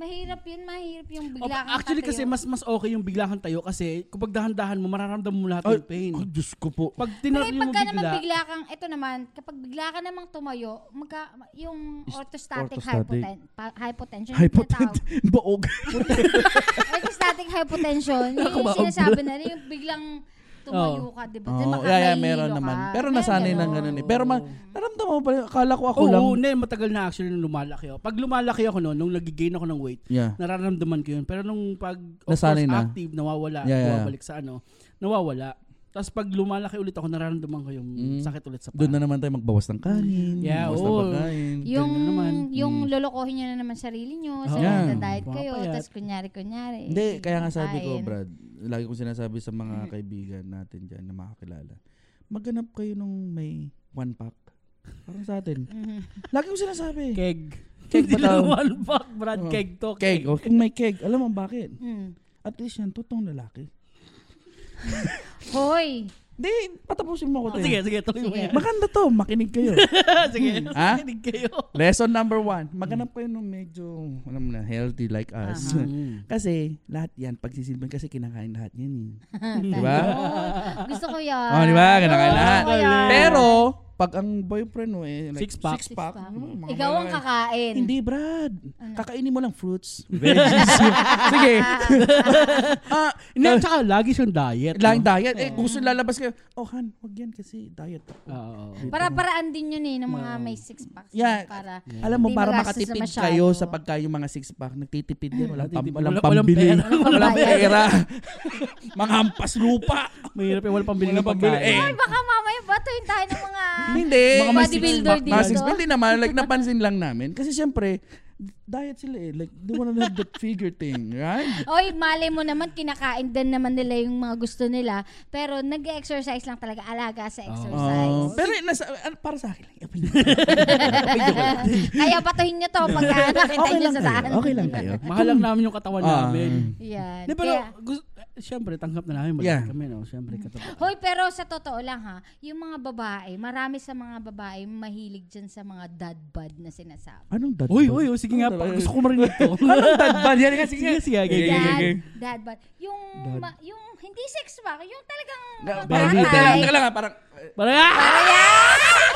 Speaker 3: Mahirap yun, mahirap yung
Speaker 2: Oh,
Speaker 3: bigla
Speaker 1: Opa,
Speaker 3: kang
Speaker 1: actually
Speaker 3: tatayo.
Speaker 1: kasi mas mas okay yung bigla kang tayo kasi kapag dahan-dahan mo mararamdaman mo lahat
Speaker 2: Ay,
Speaker 1: ng pain.
Speaker 2: ay, Diyos ko po.
Speaker 1: Pag
Speaker 3: Pero
Speaker 1: tinarap
Speaker 3: eh,
Speaker 1: mo
Speaker 3: pagka naman
Speaker 1: bigla,
Speaker 3: bigla kang, ito naman, kapag bigla ka namang tumayo, magka, yung
Speaker 2: Is-
Speaker 3: orthostatic,
Speaker 2: orthostatic.
Speaker 3: hypoten- pa- hypotension. yung
Speaker 2: Hypotent.
Speaker 3: tinatawag.
Speaker 2: Baog.
Speaker 3: orthostatic
Speaker 2: [LAUGHS]
Speaker 3: hypotension. Yung,
Speaker 2: Nakabaog
Speaker 3: sinasabi na rin, yung biglang tumayo ka, di ba? Di
Speaker 2: Oo,
Speaker 3: makakahilo
Speaker 2: Oh. yeah, yeah, meron
Speaker 3: ka.
Speaker 2: naman. Pero
Speaker 3: Meron
Speaker 2: nasanay lang
Speaker 3: ganun.
Speaker 2: ganun eh. Pero ma- naramdaman mo pa rin, akala ko ako
Speaker 1: Oo,
Speaker 2: lang.
Speaker 1: hindi, matagal na actually nung lumalaki ako. Pag lumalaki ako noon, nung nagigain ako ng weight,
Speaker 2: Yeah.
Speaker 1: nararamdaman ko yun. Pero nung pag of
Speaker 2: Nasanay
Speaker 1: course,
Speaker 2: na.
Speaker 1: active, nawawala,
Speaker 2: Yeah, yeah, yeah.
Speaker 1: bumabalik sa ano, nawawala. Tapos pag lumalaki ulit ako, nararamdaman ko yung
Speaker 2: Mm.
Speaker 1: sakit ulit sa
Speaker 2: Doon
Speaker 1: paa.
Speaker 2: na naman tayo magbawas ng kanin,
Speaker 1: Yeah,
Speaker 2: magbawas ng
Speaker 1: oo.
Speaker 2: pagkain.
Speaker 3: Yung,
Speaker 1: Ganun naman.
Speaker 3: yung
Speaker 2: Hmm.
Speaker 3: lolokohin nyo na naman sarili nyo, sa
Speaker 2: Yeah.
Speaker 3: diet kayo,
Speaker 1: Papayat.
Speaker 3: tapos kunyari-kunyari.
Speaker 2: Hindi, kaya nga sabi ko,
Speaker 3: [LAUGHS] kain.
Speaker 2: Brad, lagi kong sinasabi sa
Speaker 1: [LAUGHS]
Speaker 2: mga kaibigan natin dyan na makakilala, maghanap kayo nung may one pack. Parang sa atin.
Speaker 1: [LAUGHS]
Speaker 2: Lagi kong sinasabi.
Speaker 1: Keg.
Speaker 2: Keg
Speaker 1: Hindi
Speaker 2: ba tawag?
Speaker 1: lang one pack, Brad.
Speaker 2: Oo.
Speaker 1: Keg to.
Speaker 2: Keg. O, kung may keg, alam mo bakit?
Speaker 3: Mm.
Speaker 2: At least yan, totoong lalaki.
Speaker 3: Hoy!
Speaker 2: Hindi, patapusin mo
Speaker 1: Oh,
Speaker 2: ko. to. eh.
Speaker 1: sige, sige. Tuloy mo
Speaker 3: Sige.
Speaker 1: yan. [LAUGHS]
Speaker 2: Maganda to, makinig kayo.
Speaker 1: sige,
Speaker 2: Ah?
Speaker 1: makinig kayo.
Speaker 2: Lesson number one, maghanap kayo ng medyo, alam mo na, healthy like [LAUGHS] us.
Speaker 1: Mm.
Speaker 2: Kasi, lahat yan, pagsisilban kasi kinakain lahat yan. eh. Di ba?
Speaker 3: [LAUGHS] Gusto ko yan.
Speaker 2: Oh, di ba? Kinakain
Speaker 3: Oo,
Speaker 2: lahat.
Speaker 3: gusto ko yan.
Speaker 2: Pero, pag ang boyfriend mo eh, like,
Speaker 1: Six-pack.
Speaker 2: six-pack,
Speaker 3: Six-pack.
Speaker 2: ano mo, mga
Speaker 3: Ikaw ang
Speaker 2: malaki.
Speaker 3: kakain. Ano?
Speaker 2: Hindi, Brad. Kakainin mo lang [LAUGHS] fruits. Veggies.
Speaker 3: [LAUGHS]
Speaker 2: Sige. ah,
Speaker 1: Hindi,
Speaker 2: na-
Speaker 1: tsaka lagi siyang diet.
Speaker 2: lang diet. Eh, gusto lalabas kayo. Oh, Han, wag yan kasi diet.
Speaker 1: no? Oo.
Speaker 3: Para paraan din yun eh, ng mga may six packs.
Speaker 2: Yeah.
Speaker 3: Para,
Speaker 2: Alam mo,
Speaker 3: Hindi
Speaker 2: para
Speaker 3: magastos na
Speaker 2: makatipid
Speaker 3: masyado.
Speaker 2: kayo sa pagka yung mga six-pack, nagtitipid yan. Walang, pam,
Speaker 1: Nagtitipid.
Speaker 2: walang
Speaker 1: Wala- walang
Speaker 2: pambili.
Speaker 1: pera.
Speaker 3: Walang
Speaker 2: [LAUGHS] Walang
Speaker 3: bayad.
Speaker 2: pera. mga hampas lupa.
Speaker 1: Mahirap yung wala pang bilhin ng
Speaker 2: Wala pang bilhin.
Speaker 1: pagkain.
Speaker 2: Eh,
Speaker 3: Ay, baka mamaya batuhin tayo ng
Speaker 2: [LAUGHS]
Speaker 3: Ah, mga...
Speaker 2: Hindi.
Speaker 1: Mga may
Speaker 3: Bodybuilder
Speaker 1: six-pack
Speaker 3: dito.
Speaker 1: na
Speaker 2: Mga six pack din naman. Like, napansin lang namin. Kasi syempre, diet sila eh. Like, they wanna have that figure thing, right?
Speaker 3: Oy, malay mo naman, kinakain din naman nila yung mga gusto nila. Pero nag-exercise lang talaga, alaga sa
Speaker 2: [LAUGHS] Oh,
Speaker 3: exercise.
Speaker 2: pero nasa, ano, para sa akin lang.
Speaker 3: [LAUGHS] Kaya batuhin
Speaker 2: [LAUGHS]
Speaker 3: nyo to pagka nakita
Speaker 2: Okay
Speaker 3: nyo
Speaker 2: lang
Speaker 3: sa
Speaker 2: kayo.
Speaker 3: saan.
Speaker 2: Okay lang kayo.
Speaker 1: Mahal lang namin yung katawan
Speaker 2: Ah.
Speaker 1: namin.
Speaker 3: Yan.
Speaker 1: Di, pero,
Speaker 3: Kaya-
Speaker 1: gusto, siyempre, tanggap na namin. Malaki
Speaker 2: Yeah.
Speaker 1: kami, no? Siyempre, katawan.
Speaker 3: Hoy, pero sa totoo lang ha, yung mga babae, marami sa mga babae mahilig dyan sa mga dad bod na sinasabi.
Speaker 2: Anong dad
Speaker 1: Uy, uy, uy, sige nga pa. Gusto ko marinig to. [LAUGHS]
Speaker 2: Anong dad bod? Yan nga, sige.
Speaker 1: Sige, sige,
Speaker 2: Okay,
Speaker 1: sige.
Speaker 2: okay,
Speaker 3: Dad,
Speaker 2: okay.
Speaker 3: dad bod. Yung, ma- yung hindi sex ba? Yung talagang
Speaker 2: Na-
Speaker 3: mga
Speaker 2: Parang,
Speaker 1: Barbie.
Speaker 2: teka lang,
Speaker 3: tatay.
Speaker 2: teka lang, ah, parang,
Speaker 1: Parang, ah!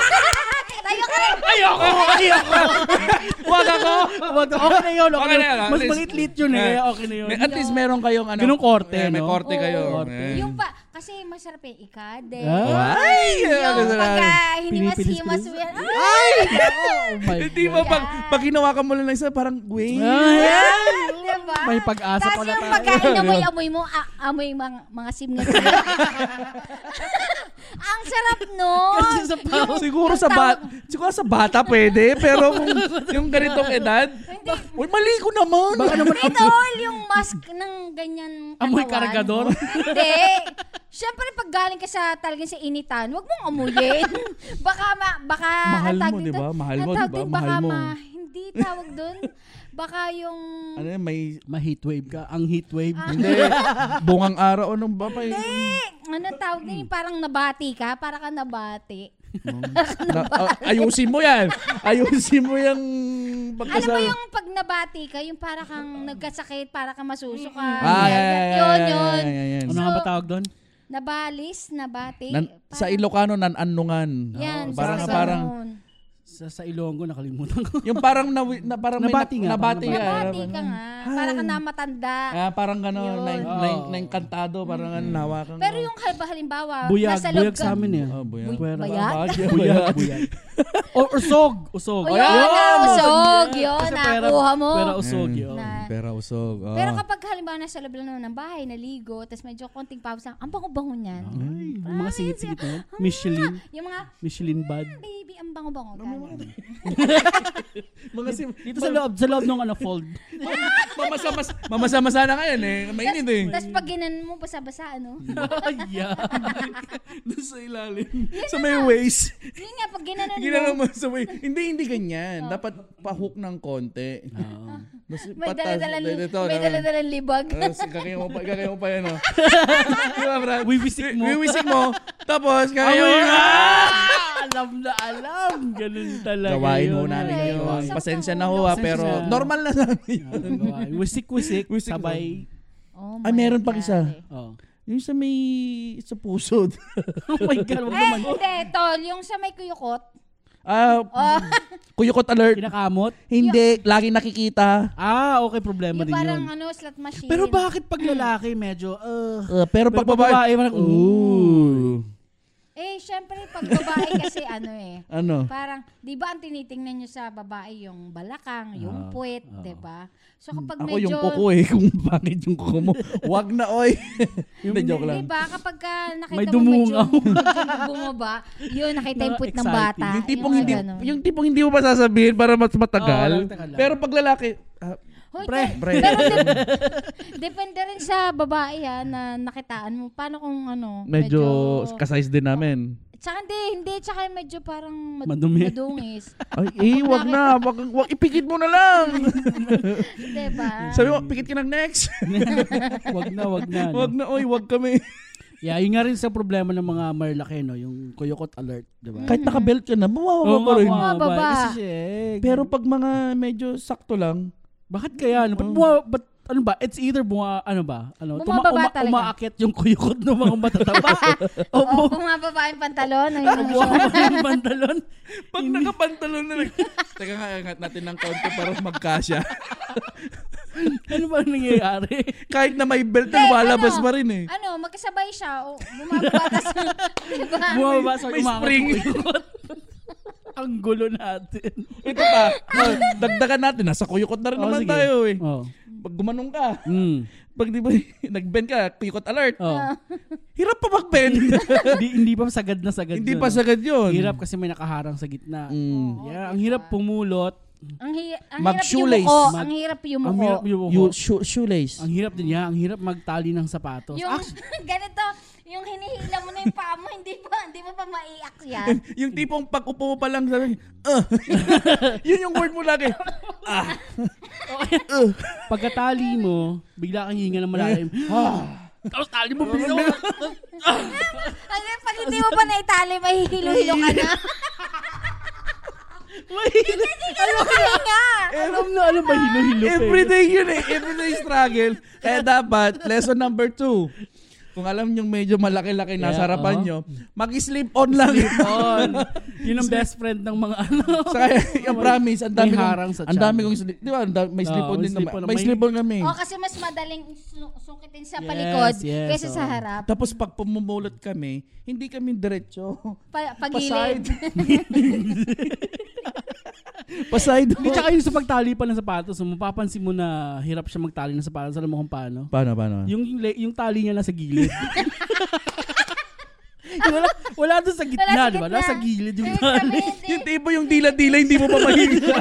Speaker 3: [LAUGHS] Tayo ka lang.
Speaker 2: ayoko, ayoko. Huwag ako.
Speaker 1: Wag, okay na yun, okay,
Speaker 2: Okay na
Speaker 1: na
Speaker 2: yun,
Speaker 1: yun.
Speaker 2: at
Speaker 1: Mas
Speaker 2: least-
Speaker 1: maliit-liit yun eh,
Speaker 2: Yeah.
Speaker 1: kaya okay na yun.
Speaker 2: At least meron kayong ano.
Speaker 1: Ganung korte,
Speaker 2: eh, May
Speaker 1: no?
Speaker 2: korte
Speaker 3: Oo,
Speaker 2: kayo.
Speaker 1: korte.
Speaker 2: Eh.
Speaker 3: Yung pa, kasi masarap yung ikade.
Speaker 1: Ah?
Speaker 2: Ay! ano
Speaker 3: Yung
Speaker 2: na-
Speaker 3: pagka hinimas-himas
Speaker 1: Pinipilis-pilis.
Speaker 3: mo yan. Ay!
Speaker 1: Oh my
Speaker 2: Hindi ba
Speaker 3: God.
Speaker 2: pag, pag ginawa ka mo lang ng isa, parang, wait.
Speaker 1: Ah. Ay! [LAUGHS]
Speaker 3: Diba?
Speaker 1: May pag-asa
Speaker 3: Tapos
Speaker 1: pala
Speaker 3: yung
Speaker 1: tayo.
Speaker 3: pagka
Speaker 1: [LAUGHS]
Speaker 3: inamoy-amoy mo, a- amoy mga, mga simngat. [LAUGHS] Ang sarap nun.
Speaker 1: Kasi sa pao.
Speaker 2: [LAUGHS] Siguro sa bat, siguro sa bata pwede, pero kung yung ganitong edad,
Speaker 3: Hindi.
Speaker 2: uy, mali ko naman.
Speaker 1: Baka naman,
Speaker 3: With all yung mask ng ganyan katawan.
Speaker 1: Amoy kargador?
Speaker 3: Hindi. Siyempre, pag galing ka sa talagang sa initan, wag mong amuyin.
Speaker 2: [LAUGHS]
Speaker 3: baka, ma, baka,
Speaker 2: Mahal
Speaker 3: ang tawag
Speaker 2: mo,
Speaker 3: dito-
Speaker 2: di ba? Mahal
Speaker 3: ang
Speaker 2: mo,
Speaker 3: tawag
Speaker 2: di ba?
Speaker 3: dun, baka
Speaker 2: Mahal mo.
Speaker 3: ma, hindi tawag doon. Baka yung... ah,
Speaker 2: ano yan, may
Speaker 1: Ma-heat wave ka. Ang heat wave.
Speaker 2: hindi, bungang araw nung ba pa eh.
Speaker 3: Eh, ano tawag din? Parang nabati ka? Para ka nabati. [LAUGHS]
Speaker 2: Na, ah, ayusin mo yan. Ayusin mo yung
Speaker 3: Alam mo Ano
Speaker 2: pagkasal.
Speaker 3: yung pag nabati ka, yung para kang nagkasakit, para ka masusuka. yan,
Speaker 2: Ah, yeah, yeah, yeah,
Speaker 3: yun,
Speaker 2: yeah,
Speaker 3: yun.
Speaker 2: yeah, yeah, yeah.
Speaker 1: Ano nga ba tawag doon?
Speaker 3: Nabalis, nabati.
Speaker 2: Nan- sa
Speaker 3: parang-
Speaker 2: Ilocano, nananungan.
Speaker 3: Yan,
Speaker 2: Oo, parang,
Speaker 3: sa
Speaker 2: parang,
Speaker 3: ganun.
Speaker 1: Sa, sa Ilonggo, nakalimutan ko.
Speaker 2: yung parang, nawi- na, parang may
Speaker 1: Nabati
Speaker 2: na-
Speaker 1: nga,
Speaker 2: Nabati
Speaker 1: parang
Speaker 2: ka.
Speaker 3: Nabati ka nga. Para ka namatanda.
Speaker 2: Ah, parang gano'n,
Speaker 3: Yun.
Speaker 2: na, na,
Speaker 1: Oo.
Speaker 2: na, kantado, parang mm nawakan.
Speaker 3: Pero yung hal- halimbawa,
Speaker 1: Buyag.
Speaker 3: nasa loob
Speaker 1: Buyag
Speaker 3: ka.
Speaker 1: sa amin eh.
Speaker 2: Oh, buyan.
Speaker 1: Pwera ka.
Speaker 3: Bayag?
Speaker 2: Bagyo,
Speaker 1: Buyag.
Speaker 2: buyan.
Speaker 1: [LAUGHS] Buyag. O- Usog. Usog.
Speaker 3: O yun, ah, usog. Yun,
Speaker 1: Kasi pera-
Speaker 3: nakuha mo.
Speaker 1: Pera usog
Speaker 2: Mm.
Speaker 1: yun.
Speaker 3: Na-
Speaker 2: Pera usog.
Speaker 1: Ah.
Speaker 2: Oh.
Speaker 3: Pero kapag halimbawa nasa loob lang naman ng bahay, naligo, tapos medyo konting pawis lang, ang bango-bango niyan.
Speaker 2: Ah.
Speaker 1: Ay, yung mga singit-singit na yun.
Speaker 3: Ah.
Speaker 1: Michelin.
Speaker 3: Yung mga, "Hmm,
Speaker 1: Michelin bad.
Speaker 3: baby, ang bango-bango. ganun.
Speaker 2: mga sim...
Speaker 1: Dito sa loob, sa loob nung ano,
Speaker 2: [LAUGHS]
Speaker 1: fold.
Speaker 2: mamasamas, mamasama na ngayon eh. Mainit eh.
Speaker 3: Tapos pag ginan mo, basa-basa, ano?
Speaker 1: yeah.
Speaker 2: [LAUGHS] Doon sa
Speaker 1: [LAUGHS]
Speaker 2: ilalim. Sa may
Speaker 3: [LAUGHS]
Speaker 2: waist.
Speaker 3: Yun nga, pag ginanon
Speaker 2: Ginagawa
Speaker 3: mo,
Speaker 2: mo sa waist. Hindi, hindi ganyan. Dapat pahook ng konti.
Speaker 1: Ah.
Speaker 2: [LAUGHS] Mas
Speaker 3: Oh. may
Speaker 2: patas-
Speaker 3: daladalan,
Speaker 2: Dito, Ah.
Speaker 3: may
Speaker 2: naman.
Speaker 3: daladalan libag.
Speaker 2: Tapos kakayaw mo pa, kakayaw mo pa yan,
Speaker 3: [LAUGHS]
Speaker 2: oh. Diba, Brad?
Speaker 1: Wiwisik mo.
Speaker 2: Wiwisik mo. Tapos,
Speaker 1: Ay,
Speaker 2: kakayaw mo.
Speaker 1: ah! Ala, [LAUGHS] alam na alam. Ganun talaga
Speaker 2: Gawain
Speaker 1: yun.
Speaker 2: mo namin
Speaker 3: Gawain mo.
Speaker 2: yun.
Speaker 3: Sakto.
Speaker 2: Pasensya na ho ah,
Speaker 1: Pasensya
Speaker 2: pero
Speaker 1: na.
Speaker 2: normal na namin [LAUGHS] yun.
Speaker 1: Oo, gawain. Wisik-wisik.
Speaker 2: Wisik-wisik.
Speaker 1: sabay.
Speaker 3: [LAUGHS] Oh
Speaker 2: Ay,
Speaker 3: my
Speaker 2: meron pang
Speaker 3: God,
Speaker 2: isa.
Speaker 3: eh.
Speaker 1: Oh. [LAUGHS]
Speaker 2: Yung sa may sa puso. [LAUGHS]
Speaker 1: oh my God,
Speaker 3: Eh,
Speaker 1: wag naman.
Speaker 3: hindi, tol. Yung sa may kuyukot.
Speaker 2: Ah,
Speaker 3: Oh,
Speaker 2: kuyukot
Speaker 3: Eh!
Speaker 2: alert.
Speaker 1: Kinakamot?
Speaker 2: Hindi, laging nakikita.
Speaker 1: Ah, okay. Problema
Speaker 3: yung
Speaker 1: din yun.
Speaker 3: parang ano, slot machine.
Speaker 1: Pero bakit pag lalaki medyo, uh,
Speaker 2: Uh, pero pag
Speaker 1: Pero pag babae,
Speaker 2: babae,
Speaker 1: parang,
Speaker 2: ooh.
Speaker 3: Eh, syempre, pag babae kasi ano eh.
Speaker 2: Ano?
Speaker 3: Parang, di ba ang tinitingnan nyo sa babae yung balakang, yung puwet, di ba? So kapag
Speaker 2: Ah, Ako
Speaker 3: medyo...
Speaker 2: yung kuko eh, [LAUGHS] kung bakit yung kuko mo. Wag na, [LAUGHS] oy. Hindi,
Speaker 3: Di
Speaker 2: joke lang.
Speaker 3: ba? Kapag ka nakita
Speaker 1: May
Speaker 3: mo medyo,
Speaker 1: dumungaw.
Speaker 3: [LAUGHS] medyo bumaba, yun, nakita yung puwet ng
Speaker 1: Na-exciting.
Speaker 3: bata.
Speaker 2: Yung tipong hindi,
Speaker 3: ganun.
Speaker 2: yung tipong hindi mo pa sasabihin para mas
Speaker 1: Oo,
Speaker 2: matagal.
Speaker 1: lang, tagal lang.
Speaker 2: pero pag lalaki, ah,
Speaker 3: Hoy,
Speaker 1: Pre,
Speaker 3: te-
Speaker 2: pre.
Speaker 3: Pero [LAUGHS] dep- depende rin sa babae ha, na nakitaan mo. Paano kung ano,
Speaker 2: medyo kasize din namin.
Speaker 3: Tsaka hindi, hindi. Tsaka medyo parang mad-
Speaker 1: Madumi.
Speaker 3: madungis.
Speaker 2: Ay, eh, wag na. Wag, wag, ipikit mo na lang.
Speaker 3: di ba?
Speaker 2: [LAUGHS] Sabi mo, pikit ka ng next.
Speaker 1: [LAUGHS] wag na, wag na.
Speaker 2: wag
Speaker 1: No?
Speaker 2: na, oy, wag kami.
Speaker 1: Yeah, yun nga rin sa problema ng mga marlaki, no? Yung kuyukot alert, di ba?
Speaker 2: [LAUGHS] Kahit nakabelt ka na, mawawa ka rin.
Speaker 1: mababa.
Speaker 3: Mababa.
Speaker 1: Kasi siya, eh.
Speaker 2: Pero pag mga medyo sakto lang,
Speaker 1: Bakit kaya? Ano?
Speaker 2: Mm.
Speaker 1: Ba't buwa, ba't, ano ba? It's either buwa, ano ba? Ano,
Speaker 3: Bumababa talaga.
Speaker 1: umaakit yung kuyukot ng mga [LAUGHS] matataba. o
Speaker 3: Oo,
Speaker 1: bu-
Speaker 3: bumababa yung pantalon.
Speaker 2: Ano
Speaker 3: Ay,
Speaker 1: o bumababa yung pantalon.
Speaker 2: Pag nakapantalon na [LAUGHS] lang. Teka nga, angat natin ng kaunti para magkasya.
Speaker 1: Ano ba ang nangyayari?
Speaker 2: [LAUGHS] Kahit na may belt,
Speaker 3: Hindi,
Speaker 2: lumalabas
Speaker 3: ano?
Speaker 2: pa rin eh.
Speaker 3: ano, magkasabay siya. O, bumababa kasi. [LAUGHS] di ba?
Speaker 1: Bumababa sa
Speaker 2: May
Speaker 1: umaakit
Speaker 2: spring.
Speaker 1: yung kuyukot. ang gulo natin.
Speaker 2: Ito [LAUGHS] pa, oh, dagdagan natin. Nasa kuyukot na rin
Speaker 1: Oh,
Speaker 2: naman
Speaker 1: sige.
Speaker 2: tayo eh.
Speaker 1: Oh.
Speaker 2: Pag gumanong ka,
Speaker 1: Mm.
Speaker 2: pag di ba, [LAUGHS] nag-bend ka, kuyukot alert.
Speaker 1: Oh.
Speaker 2: Hirap pa mag-bend.
Speaker 1: hindi, hindi pa sagad na sagad
Speaker 2: [LAUGHS]
Speaker 1: yun,
Speaker 2: Hindi
Speaker 1: no?
Speaker 2: pa sagad yun.
Speaker 1: Hirap kasi may nakaharang sa gitna.
Speaker 2: Mm.
Speaker 1: Yeah, ang hirap pumulot.
Speaker 3: Ang, hi- ang hirap yung
Speaker 2: Mag-shoelace.
Speaker 3: muko.
Speaker 1: Mag-
Speaker 3: ang hirap yung
Speaker 1: Ang
Speaker 3: muko.
Speaker 1: hirap yung
Speaker 2: You, shoe- shoelace.
Speaker 1: Ang hirap din niya. Ang hirap magtali ng sapatos.
Speaker 3: Yung
Speaker 1: Actually,
Speaker 3: [LAUGHS] ganito, yung hinihila mo na yung paa mo, hindi pa, hindi mo pa maiyak yan.
Speaker 2: [LAUGHS]
Speaker 1: [LAUGHS]
Speaker 2: Yung tipong pag upo mo pa lang, sabi, [LAUGHS] ah. yun yung word mo lagi.
Speaker 1: pagkatali mo, bigla kang hinga ng
Speaker 2: [LAUGHS]
Speaker 1: malalim. Tapos tali mo, bilis ako.
Speaker 3: Ano yun, pag hindi mo pa naitali, mahihilo-hilo ka
Speaker 1: [LAUGHS]
Speaker 3: na. Ano ka nga?
Speaker 1: alam na, alam ba, hilo-hilo pa eh.
Speaker 2: Everyday yun eh. Everyday struggle. Kaya dapat, lesson number two. Kung alam yung medyo malaki-laki nasa
Speaker 1: Yeah, uh-huh.
Speaker 2: harapan
Speaker 1: oo.
Speaker 2: nyo, mag-sleep on lang. [LAUGHS]
Speaker 1: Yun. Yun ang best friend ng mga ano. [LAUGHS]
Speaker 2: Saka yung promise, ang dami
Speaker 1: May harang sa
Speaker 2: kong, ang dami
Speaker 1: tiyan.
Speaker 2: kong sleep. Di ba, ang dami- may
Speaker 1: Oo,
Speaker 2: sleep on
Speaker 1: may
Speaker 2: din
Speaker 1: sleep
Speaker 2: naman.
Speaker 1: on.
Speaker 2: May
Speaker 1: May-
Speaker 2: sleep on kami.
Speaker 3: O, Oh, kasi mas madaling su- sukitin sa
Speaker 1: Yes,
Speaker 3: palikod
Speaker 1: yes, oh.
Speaker 3: kaysa sa
Speaker 1: oo.
Speaker 3: harap.
Speaker 2: Tapos pag pumumulot kami, hindi kami diretso.
Speaker 3: Pa-
Speaker 2: Paside. [LAUGHS]
Speaker 3: pagilid.
Speaker 2: Paside.
Speaker 1: Hindi, tsaka yun sa pagtali pa ng sapatos, mo, mapapansin mo na hirap siya magtali ng sapatos. Alam mo kung paano?
Speaker 2: Paano, paano?
Speaker 1: Yung, le- yung tali niya nasa gilid. [LAUGHS] Yung wala, wala doon sa
Speaker 3: Wala
Speaker 1: gitna,
Speaker 3: sa
Speaker 1: di ba?
Speaker 3: gitna.
Speaker 1: Nasa gilid yung
Speaker 3: Ibig
Speaker 1: tali.
Speaker 3: sabihin,
Speaker 2: Yung tipo yung dila-dila, hindi mo pa mahiga.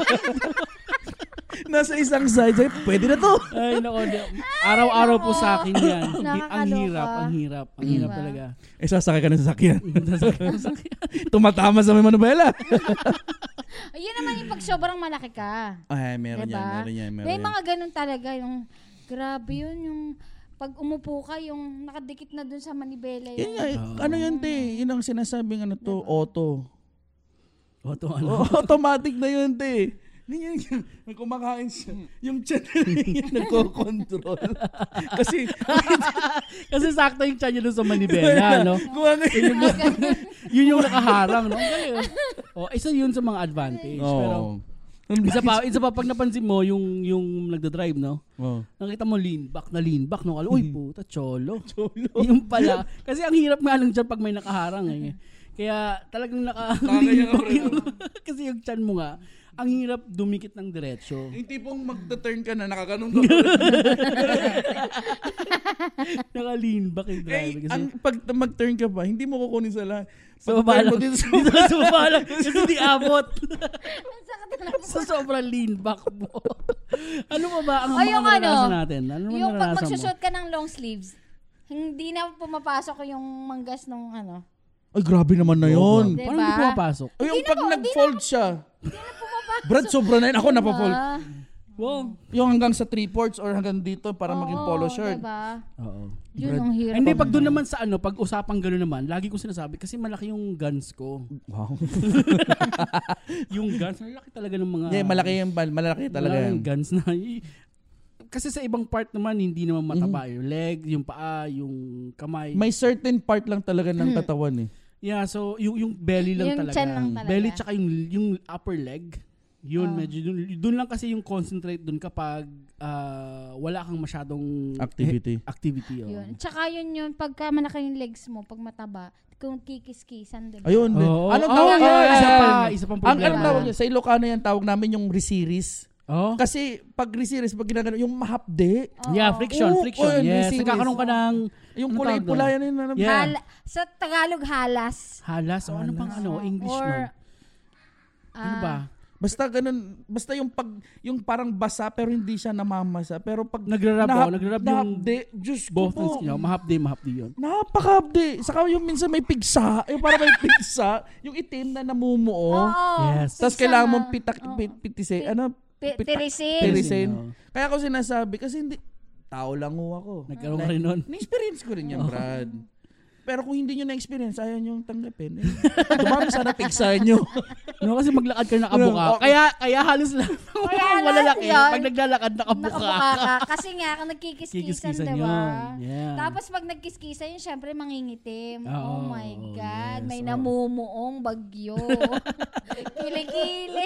Speaker 2: [LAUGHS] Nasa isang side, sabi, pwede na to.
Speaker 1: Ay, nako. di- Araw-araw po
Speaker 3: nako.
Speaker 1: sa akin yan. Hindi, ang
Speaker 3: Nakakaloka. Diba?
Speaker 1: hirap, ang hirap, ang hirap
Speaker 3: [LAUGHS]
Speaker 1: talaga.
Speaker 2: Eh, sasakay ka na sa sakyan. [LAUGHS] Tumatama sa may manubela.
Speaker 3: Yun naman yung pag sobrang malaki ka.
Speaker 2: Ay, meron
Speaker 3: diba?
Speaker 2: yan, meron yan, meron
Speaker 3: May
Speaker 2: yan.
Speaker 3: mga ganun talaga yung grabe yun yung pag umupo ka yung nakadikit na dun sa manibela
Speaker 2: Yan
Speaker 3: yun.
Speaker 2: nga, eh, ano yan, te? Yun ang sinasabing ano
Speaker 1: Diba?
Speaker 2: to, auto. [LAUGHS]
Speaker 1: O, to ano. [LAUGHS]
Speaker 2: Oh, automatic na yun, te. Ganyan, may kumakain siya. Yung chat niya
Speaker 1: [LAUGHS]
Speaker 2: nagko-control. Kasi,
Speaker 1: Kasi sakto yung tiyan niya doon sa manibela, no?
Speaker 2: gawa nga yun.
Speaker 3: Mga ganun. [LAUGHS]
Speaker 1: Yun yung nakaharang, no? Ang galing. Oh, isa yun sa mga advantage. Pero,
Speaker 2: Oo.
Speaker 1: isa pa, isa pa pag napansin mo yung yung nagda-drive, no?
Speaker 2: Oo.
Speaker 1: Nakita mo lean back na lean back, no? Kala, uy, puta, cholo. Cholo. [LAUGHS] Yung pala. Kasi ang hirap nga lang dyan pag may nakaharang, eh. Kaya talagang naka lean back yun. Kasi yung [LAUGHS] tiyan mo nga, ang hirap dumikit ng diretso.
Speaker 2: Yung tipong magta-turn ka na, nakaganong ka.
Speaker 1: [LAUGHS]
Speaker 2: Eh,
Speaker 1: Naka-lean back yung driver.
Speaker 2: Eh,
Speaker 1: [LAUGHS] Kasi,
Speaker 2: ang, pag mag-turn ka pa, hindi mo kukunin sa lahat.
Speaker 1: sa baba
Speaker 2: Pag-turn
Speaker 1: lang.
Speaker 2: mo dito sa
Speaker 1: [LAUGHS] Dito sa baba lang. Kasi di abot. [LAUGHS]
Speaker 3: Ang sakit na
Speaker 1: sa sobrang lean back mo. [LAUGHS] ano ba ba ang
Speaker 3: O,
Speaker 1: mga
Speaker 3: yung ano,
Speaker 1: naranasan natin? Ano mga
Speaker 3: Yung pag
Speaker 1: naranasan mo?
Speaker 3: magsusot ka ng long sleeves, hindi na pumapasok yung manggas nung ano.
Speaker 2: Ay, grabe naman na yun.
Speaker 3: Diba?
Speaker 1: Parang hindi pumapasok.
Speaker 2: Ay, yung pag nag-fold siya.
Speaker 3: Hindi na pumapasok. Diba?
Speaker 2: Brad, sobra na yun. Ako napafold.
Speaker 3: Ah,
Speaker 1: Wow.
Speaker 2: Yung hanggang sa three ports or hanggang dito para maging
Speaker 3: Oo,
Speaker 2: polo shirt.
Speaker 3: Diba?
Speaker 1: Oo.
Speaker 3: Yun
Speaker 2: Brad-
Speaker 3: ang hirap.
Speaker 1: Hindi, pag doon naman sa ano, pag usapang gano'n naman, lagi ko sinasabi, kasi malaki yung guns
Speaker 3: [LAUGHS]
Speaker 1: ko.
Speaker 2: Wow.
Speaker 1: Yung guns, malaki talaga ng mga...
Speaker 2: yeah, malaki yung bal, malaki talaga
Speaker 1: Wala
Speaker 2: yan.
Speaker 1: yung guns na. [LAUGHS] i- Kasi sa ibang part naman, hindi naman
Speaker 2: Mm-hmm.
Speaker 1: mataba. Yung leg, yung paa, yung kamay.
Speaker 2: May certain part lang talaga ng
Speaker 3: Hmm.
Speaker 2: katawan eh.
Speaker 1: yeah, so yung, yung belly lang
Speaker 3: Yung
Speaker 1: talaga.
Speaker 3: chan lang talaga. Ah.
Speaker 1: Belly tsaka yung, yung upper leg. Yun, medyo dun, dun lang kasi yung concentrate dun kapag ah, wala kang masyadong
Speaker 2: Activity.
Speaker 1: eh, activity. Oh.
Speaker 3: Yun. Tsaka yun yun, pagka malaki yung legs mo, pag mataba, kung kikis-kisan, diba?
Speaker 2: Ayun. din.
Speaker 1: Oo. Ah,
Speaker 2: Anong
Speaker 1: Oo,
Speaker 2: tawag
Speaker 1: yun,
Speaker 2: yan?
Speaker 1: Isa pa, isa pang
Speaker 2: Ang
Speaker 1: problema.
Speaker 2: anong tawag yan? Sa Ilocano yan, tawag namin ano yung re-series.
Speaker 1: Oh.
Speaker 2: Kasi pag re-series, pag ginagano, yung mahapde,
Speaker 3: Ah. Oh,
Speaker 1: Yeah, friction,
Speaker 2: Oo,
Speaker 1: friction.
Speaker 2: oo, yun,
Speaker 1: yes,
Speaker 2: series.
Speaker 1: nagkakaroon ka ng
Speaker 2: yung
Speaker 1: Ano
Speaker 2: kulay
Speaker 1: tawag
Speaker 2: pula
Speaker 1: doon?
Speaker 2: yan yun. ano?
Speaker 1: Yeah.
Speaker 3: Hala- sa Tagalog, halas.
Speaker 1: halas. O ano pang ano, English
Speaker 3: Or,
Speaker 1: nun? Ano ba?
Speaker 2: Basta ganun, basta yung pag yung parang basa pero hindi siya namamasa. Pero pag
Speaker 1: Nagrarab,
Speaker 2: nahap-
Speaker 1: oh, nagrarab yung
Speaker 2: nahapde, Diyos ko
Speaker 1: Both ng
Speaker 2: po.
Speaker 1: skin. oh, Mahapdi, mahapdi yun.
Speaker 2: Napakapde. Saka yung minsan may pigsa, yung parang may pigsa, yung itim na namumuo.
Speaker 3: Oo.
Speaker 1: Yes.
Speaker 3: Sa-
Speaker 2: Tapos Oh, kailangan mong pitak,
Speaker 3: Oo.
Speaker 2: pit- pitise, ano?
Speaker 3: Pi-
Speaker 2: Pitak-
Speaker 3: tirisin.
Speaker 2: tirisin.
Speaker 1: Oo.
Speaker 2: Kaya ako sinasabi, kasi hindi, tao lang ho ako.
Speaker 1: Nagkaroon ka rin nun.
Speaker 2: Na-experience ko rin yan, Brad. Pero kung hindi nyo na-experience, ayaw nyo tanggapin. Eh, [LAUGHS] dumami sana pigsa nyo.
Speaker 1: [LAUGHS]
Speaker 2: Oh.
Speaker 1: No, kasi maglakad ka
Speaker 2: [LAUGHS]
Speaker 1: nakabuka.
Speaker 2: Oo.
Speaker 1: Kaya, kaya halos lang.
Speaker 3: Kaya
Speaker 1: Kaya wala
Speaker 3: lahat
Speaker 1: laki.
Speaker 3: yun.
Speaker 1: Pag naglalakad, nakabuka.
Speaker 3: Nakabuka ka. Kasi nga, kung nagkikiskisan,
Speaker 1: Kikiskisan
Speaker 3: diba?
Speaker 1: yun. Yeah. Ah,
Speaker 3: Tapos pag nagkiskisan yun, syempre mangingitim.
Speaker 1: Oo,
Speaker 3: oh my God.
Speaker 1: yes, oh.
Speaker 3: may
Speaker 1: oo.
Speaker 3: namumuong
Speaker 1: [LAUGHS]
Speaker 3: bagyo. kilikili.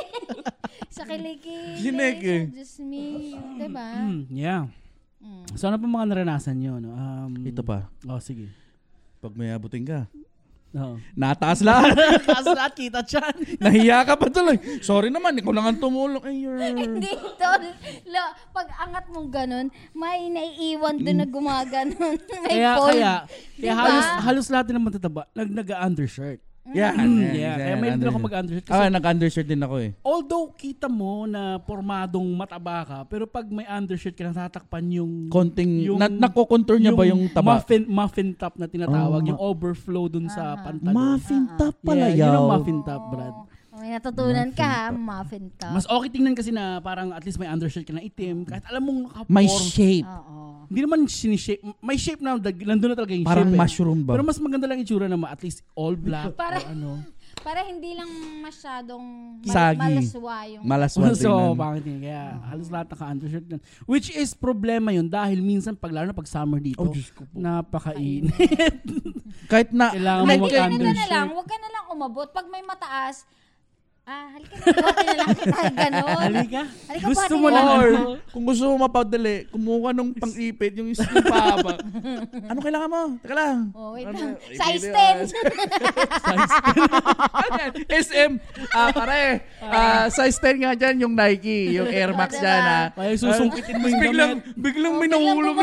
Speaker 3: [LAUGHS] sa kilikili.
Speaker 2: Ginig eh.
Speaker 3: Sa Diyos me. Diba?
Speaker 1: Mm, yeah.
Speaker 3: Mm.
Speaker 1: So, ano pa mga naranasan nyo? No? Um,
Speaker 2: [LAUGHS] Ito pa,
Speaker 1: Oh, sige.
Speaker 2: pag may abutin ka,
Speaker 1: [LAUGHS] Oo.
Speaker 2: nataas lahat. [LAUGHS]
Speaker 1: Taas lahat kita dyan.
Speaker 2: Nahiya ka pa tuloy. Sorry naman, ikaw lang ang tumulong. Ay, you're...
Speaker 3: [LAUGHS] [LAUGHS] Hindi tol. Lo, pag angat mong ganun, may naiiwan doon na gumaganon. [LAUGHS] may
Speaker 1: Mm. Kaya,
Speaker 3: fold.
Speaker 1: kaya, kaya
Speaker 3: Diba?
Speaker 1: halos, halos lahat din naman tataba. Nag, nag-undershirt.
Speaker 2: Yeah,
Speaker 1: Mm, yeah. Kaya may din ako mag-undershirt. Kasi
Speaker 2: Ah, nag-undershirt din ako eh.
Speaker 1: although kita mo na formadong mataba ka, pero pag may undershirt ka, natatakpan yung...
Speaker 2: Konting,
Speaker 1: Yung-
Speaker 2: na, nakokontour niya ba yung taba?
Speaker 1: Muffin, muffin top na tinatawag,
Speaker 2: Oh,
Speaker 1: yung overflow dun sa pantalon.
Speaker 2: Muffin top pala
Speaker 1: yeah, yun ang
Speaker 2: yaw.
Speaker 1: muffin top, Brad.
Speaker 3: Ah. Oh, may natutunan ka ha, muffin top.
Speaker 1: Mas okay tingnan kasi na parang at least may undershirt ka na itim. Kahit alam mong nakaporm.
Speaker 2: May shape.
Speaker 1: Ah,
Speaker 3: Oo.
Speaker 1: Hindi naman sinishape. May shape na, dag- nandun na talaga yung
Speaker 2: Parang
Speaker 1: shape. eh.
Speaker 2: mushroom ba?
Speaker 1: Pero mas maganda lang yung itsura na ma- at least all black.
Speaker 3: Para-
Speaker 1: or ano.
Speaker 3: Para hindi lang masyadong mal-
Speaker 2: Sagi.
Speaker 3: malaswa yung...
Speaker 2: Malas one thing
Speaker 1: so,
Speaker 2: nun.
Speaker 1: pangit yun. Kaya halos lahat naka-undershirt na. Which is problema yun dahil minsan pag lalo na pag summer dito,
Speaker 2: Oh, Diyos ko po.
Speaker 1: napakainit.
Speaker 2: Kahit na,
Speaker 1: Kailangan
Speaker 2: kahit
Speaker 1: mo mag-under.
Speaker 2: kay-
Speaker 3: Ganun Ano na lang, huwag ka na lang umabot. Pag may mataas, ah, halika na, buhatin na lang
Speaker 2: [LAUGHS]
Speaker 3: kita, ganun.
Speaker 1: Halika.
Speaker 3: Halika,
Speaker 1: Gusto
Speaker 3: buhatin
Speaker 1: mo
Speaker 3: na
Speaker 1: lang.
Speaker 3: lang.
Speaker 2: Or,
Speaker 1: ano?
Speaker 2: kung gusto mo mapadali, kumuha nung pang-ipit, yung isang
Speaker 3: [LAUGHS]
Speaker 2: paba. ano kailangan mo? Teka lang. [LAUGHS]
Speaker 3: Oh, wait
Speaker 2: Ano,
Speaker 3: lang.
Speaker 2: ibigay
Speaker 3: Size
Speaker 2: na. [LAUGHS]
Speaker 3: 10.
Speaker 2: Ano yan? SM. Ah, pare. Ah, size 10 nga dyan, yung Nike, yung Air Max
Speaker 3: Diba? Oh,
Speaker 2: dyan, ah.
Speaker 1: Kaya susungkitin mo yung
Speaker 2: Biglang,
Speaker 1: damit.
Speaker 2: biglang may nahulog.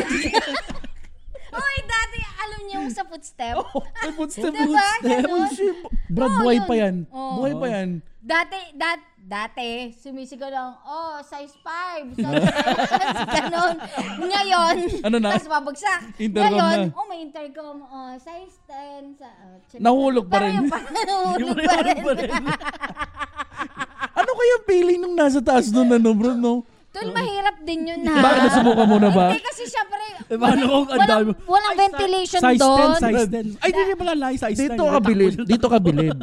Speaker 2: [LAUGHS]
Speaker 3: [LAUGHS] Uy, dati, alam niyo yung sa footstep.
Speaker 2: Ay, footstep,
Speaker 3: Diba? Ganun.
Speaker 2: Shit. Brad,
Speaker 3: Oo,
Speaker 2: buhay
Speaker 3: yun. Oh.
Speaker 2: pa yan.
Speaker 3: Oo.
Speaker 2: Buhay pa yan.
Speaker 3: Dati, dat, dati, sumisigaw lang, oh, size 5,
Speaker 2: [LAUGHS]
Speaker 3: size [LAUGHS] 5, ganun. Ngayon,
Speaker 2: Ano na?
Speaker 3: tapos babagsak.
Speaker 2: Intercom
Speaker 3: Ngayon,
Speaker 2: na.
Speaker 3: oh, may intercom, oh, size 10, sa, oh, check.
Speaker 2: Nahulog pa rin.
Speaker 3: [LAUGHS] Parang parang nahulog
Speaker 1: Yung
Speaker 3: pa rin.
Speaker 1: pa rin.
Speaker 2: Ano kaya ang feeling nung nasa taas nun, ano, bro, no?
Speaker 3: Tol, mahirap din yun, ha?
Speaker 2: Bakit nasubukan mo na ba?
Speaker 3: Hindi kasi syempre,
Speaker 1: Eh, paano kung ang
Speaker 3: walang,
Speaker 1: dami?
Speaker 3: walang
Speaker 1: Ay,
Speaker 3: ventilation
Speaker 1: size
Speaker 3: doon.
Speaker 1: 10, size 10. Ay, hindi pala lie, size 10.
Speaker 2: Dito ka bilib. Dito ka bilib.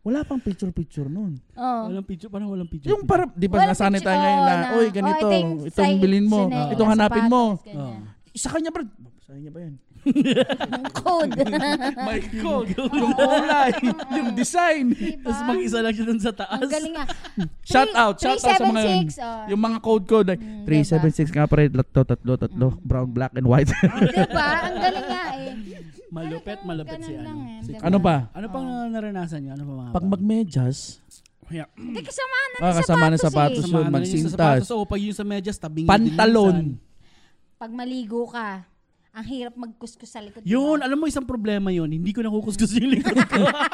Speaker 2: Wala pang picture-picture nun.
Speaker 3: Oo.
Speaker 1: Walang picture, parang walang picture.
Speaker 2: Yung para, di
Speaker 3: Oh.
Speaker 2: ba
Speaker 3: Walang
Speaker 2: nasanay
Speaker 3: picture,
Speaker 2: tayo ngayon na,
Speaker 3: oo,
Speaker 2: oy, ganito,
Speaker 3: Oh, ito yung
Speaker 2: itong
Speaker 3: size,
Speaker 2: bilhin mo, ah,
Speaker 3: sinelas,
Speaker 2: itong hanapin mo. Ah.
Speaker 3: sapatos, ganyan.
Speaker 2: Sa kanya, bro. Sa kanya ba yan? [LAUGHS]
Speaker 3: Code.
Speaker 2: My God! [LAUGHS] yung kulay, yung design.
Speaker 3: Ah.
Speaker 1: Tapos mag-isa lang siya dun sa taas.
Speaker 3: Ang galing nga.
Speaker 2: [LAUGHS] Shout out,
Speaker 3: Three-
Speaker 2: shout out sa mga yun.
Speaker 3: 376, oh.
Speaker 2: Yung mga code-code. Like,
Speaker 3: Mm,
Speaker 2: 376 nga pare, tatlo, tatlo, tatlo, brown, black, and
Speaker 3: [LAUGHS]
Speaker 2: white.
Speaker 3: diba? Ang galing nga eh.
Speaker 1: Malupet,
Speaker 3: Talagang
Speaker 1: malupet
Speaker 3: ganun
Speaker 1: si ano.
Speaker 3: lang eh,
Speaker 1: si-
Speaker 3: diba?
Speaker 2: ano pa?
Speaker 1: Ano pang naranasan niyo? Ano pa mga
Speaker 2: Pag magmedyas,
Speaker 1: Yeah.
Speaker 3: Hindi kasama na
Speaker 2: ah,
Speaker 3: ng
Speaker 2: kasama ng
Speaker 3: sapatos, eh.
Speaker 2: sapatos
Speaker 1: Sa
Speaker 2: yun,
Speaker 1: mga ano yun, sa
Speaker 2: magsintas,
Speaker 1: sapatos, o pag yun sa medyas, tabingin din
Speaker 2: pantalon.
Speaker 1: minsan.
Speaker 3: eh. Pag maligo ka, ang hirap magkuskus sa likod. diba?
Speaker 1: Yun, alam mo isang problema yun. Hindi ko nakukuskus yung likod ko.
Speaker 2: [LAUGHS]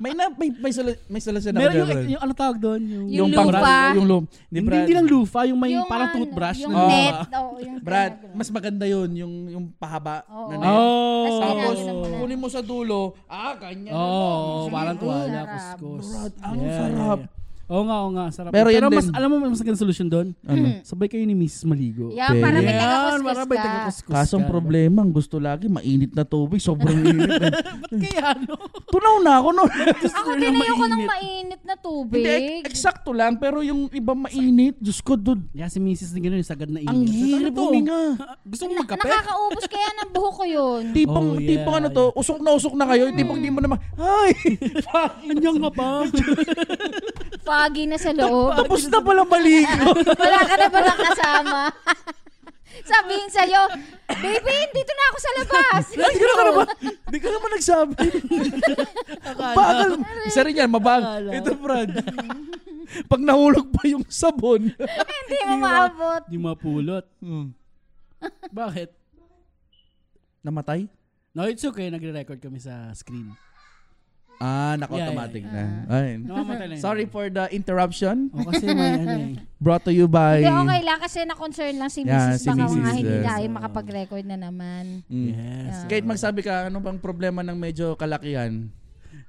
Speaker 2: May na may may sala, may salasyan ako
Speaker 1: Meron yung,
Speaker 2: dyan, bro.
Speaker 1: yung ano tawag doon? Yung,
Speaker 3: Yung lupa.
Speaker 2: pang- yung lupa. Di,
Speaker 1: Hindi,
Speaker 2: Brad.
Speaker 1: hindi lang lufa, yung may
Speaker 3: Yung
Speaker 1: parang
Speaker 3: ano,
Speaker 1: toothbrush.
Speaker 3: Yung
Speaker 1: na lupa.
Speaker 3: net. oo, yung
Speaker 2: Brad,
Speaker 3: ganun.
Speaker 2: mas maganda yun, yung yung pahaba
Speaker 3: Oo.
Speaker 2: na net.
Speaker 1: Oh.
Speaker 3: Tapos
Speaker 2: Tapos,
Speaker 3: Ginagano mo na.
Speaker 2: kunin mo sa dulo, ah, ganyan.
Speaker 1: Oo, oh, parang tuwala,
Speaker 3: Sarap.
Speaker 1: kuskus.
Speaker 2: Brad, ang
Speaker 1: Yeah, yeah,
Speaker 2: sarap.
Speaker 1: yeah. Oo nga, oo nga. Sarap.
Speaker 2: Pero
Speaker 1: Pero,
Speaker 2: yan
Speaker 1: mas,
Speaker 2: din.
Speaker 1: alam mo, may mas magandang solusyon doon.
Speaker 2: Ano?
Speaker 3: Mm.
Speaker 1: Sabay kayo ni Mrs. Maligo.
Speaker 3: Yan, para may
Speaker 1: Yan,
Speaker 3: tagakuskus
Speaker 1: para may
Speaker 3: ka.
Speaker 1: tagakuskus
Speaker 2: Kasong
Speaker 1: ka.
Speaker 2: problema, ang gusto lagi, mainit na tubig, sobrang init.
Speaker 1: Ba't kaya, ano? no?
Speaker 2: [LAUGHS] Tunaw na ako noon.
Speaker 3: Ako
Speaker 1: Gusto nyo
Speaker 3: tinayo ko ng
Speaker 1: mainit.
Speaker 3: mainit na tubig.
Speaker 2: [LAUGHS] Hindi, ek- eksakto lang, pero yung iba mainit, Diyos ko, dude,
Speaker 1: Kaya si Mrs. na gano'n, sagad na Ano ingin.
Speaker 2: ang hirap huminga.
Speaker 1: Gusto mo [LAUGHS] magkape?
Speaker 3: Nakakaubos kaya ng buho ko yun.
Speaker 2: Tipong,
Speaker 1: Oh, yeah,
Speaker 2: tipong ano to, usok na usok na
Speaker 3: Hmm.
Speaker 2: kayo, tipong di mo naman, ay,
Speaker 1: Anyang nga pa.
Speaker 3: Foggy na
Speaker 2: [LAUGHS]
Speaker 3: sa loob.
Speaker 2: tapos na pala
Speaker 1: [LAUGHS]
Speaker 2: maligo.
Speaker 3: Wala ka na pala kasama. [LAUGHS] Sabihin sa'yo, baby, dito na ako sa labas. [LAUGHS]
Speaker 2: Hindi ka naman, hindi ka naman nagsabi.
Speaker 1: [LAUGHS]
Speaker 2: Bagal. Isa rin yan, mabag.
Speaker 1: Akala.
Speaker 2: Ito, Brad. Pag nahulog pa yung sabon.
Speaker 3: Hindi mo maabot.
Speaker 1: Di mapulot.
Speaker 2: Hmm.
Speaker 1: [LAUGHS] Bakit?
Speaker 2: Namatay?
Speaker 1: No, it's okay. Nagre-record kami sa screen.
Speaker 2: Ah,
Speaker 1: naka-automatic
Speaker 2: na. Ay.
Speaker 1: Namamatay lang. yun.
Speaker 2: Sorry for the interruption.
Speaker 1: O, kasi
Speaker 2: [LAUGHS]
Speaker 1: may ano eh.
Speaker 2: Brought to you by...
Speaker 3: Hindi, okay lang kasi na-concern lang si
Speaker 2: Yeah,
Speaker 3: Mrs.
Speaker 2: si
Speaker 3: Baka
Speaker 2: Mrs.
Speaker 3: nga hindi
Speaker 2: Yes.
Speaker 3: tayo makapag-record na naman.
Speaker 2: Mm.
Speaker 1: Yes.
Speaker 2: Kahit magsabi ka, ano bang problema ng medyo kalakihan?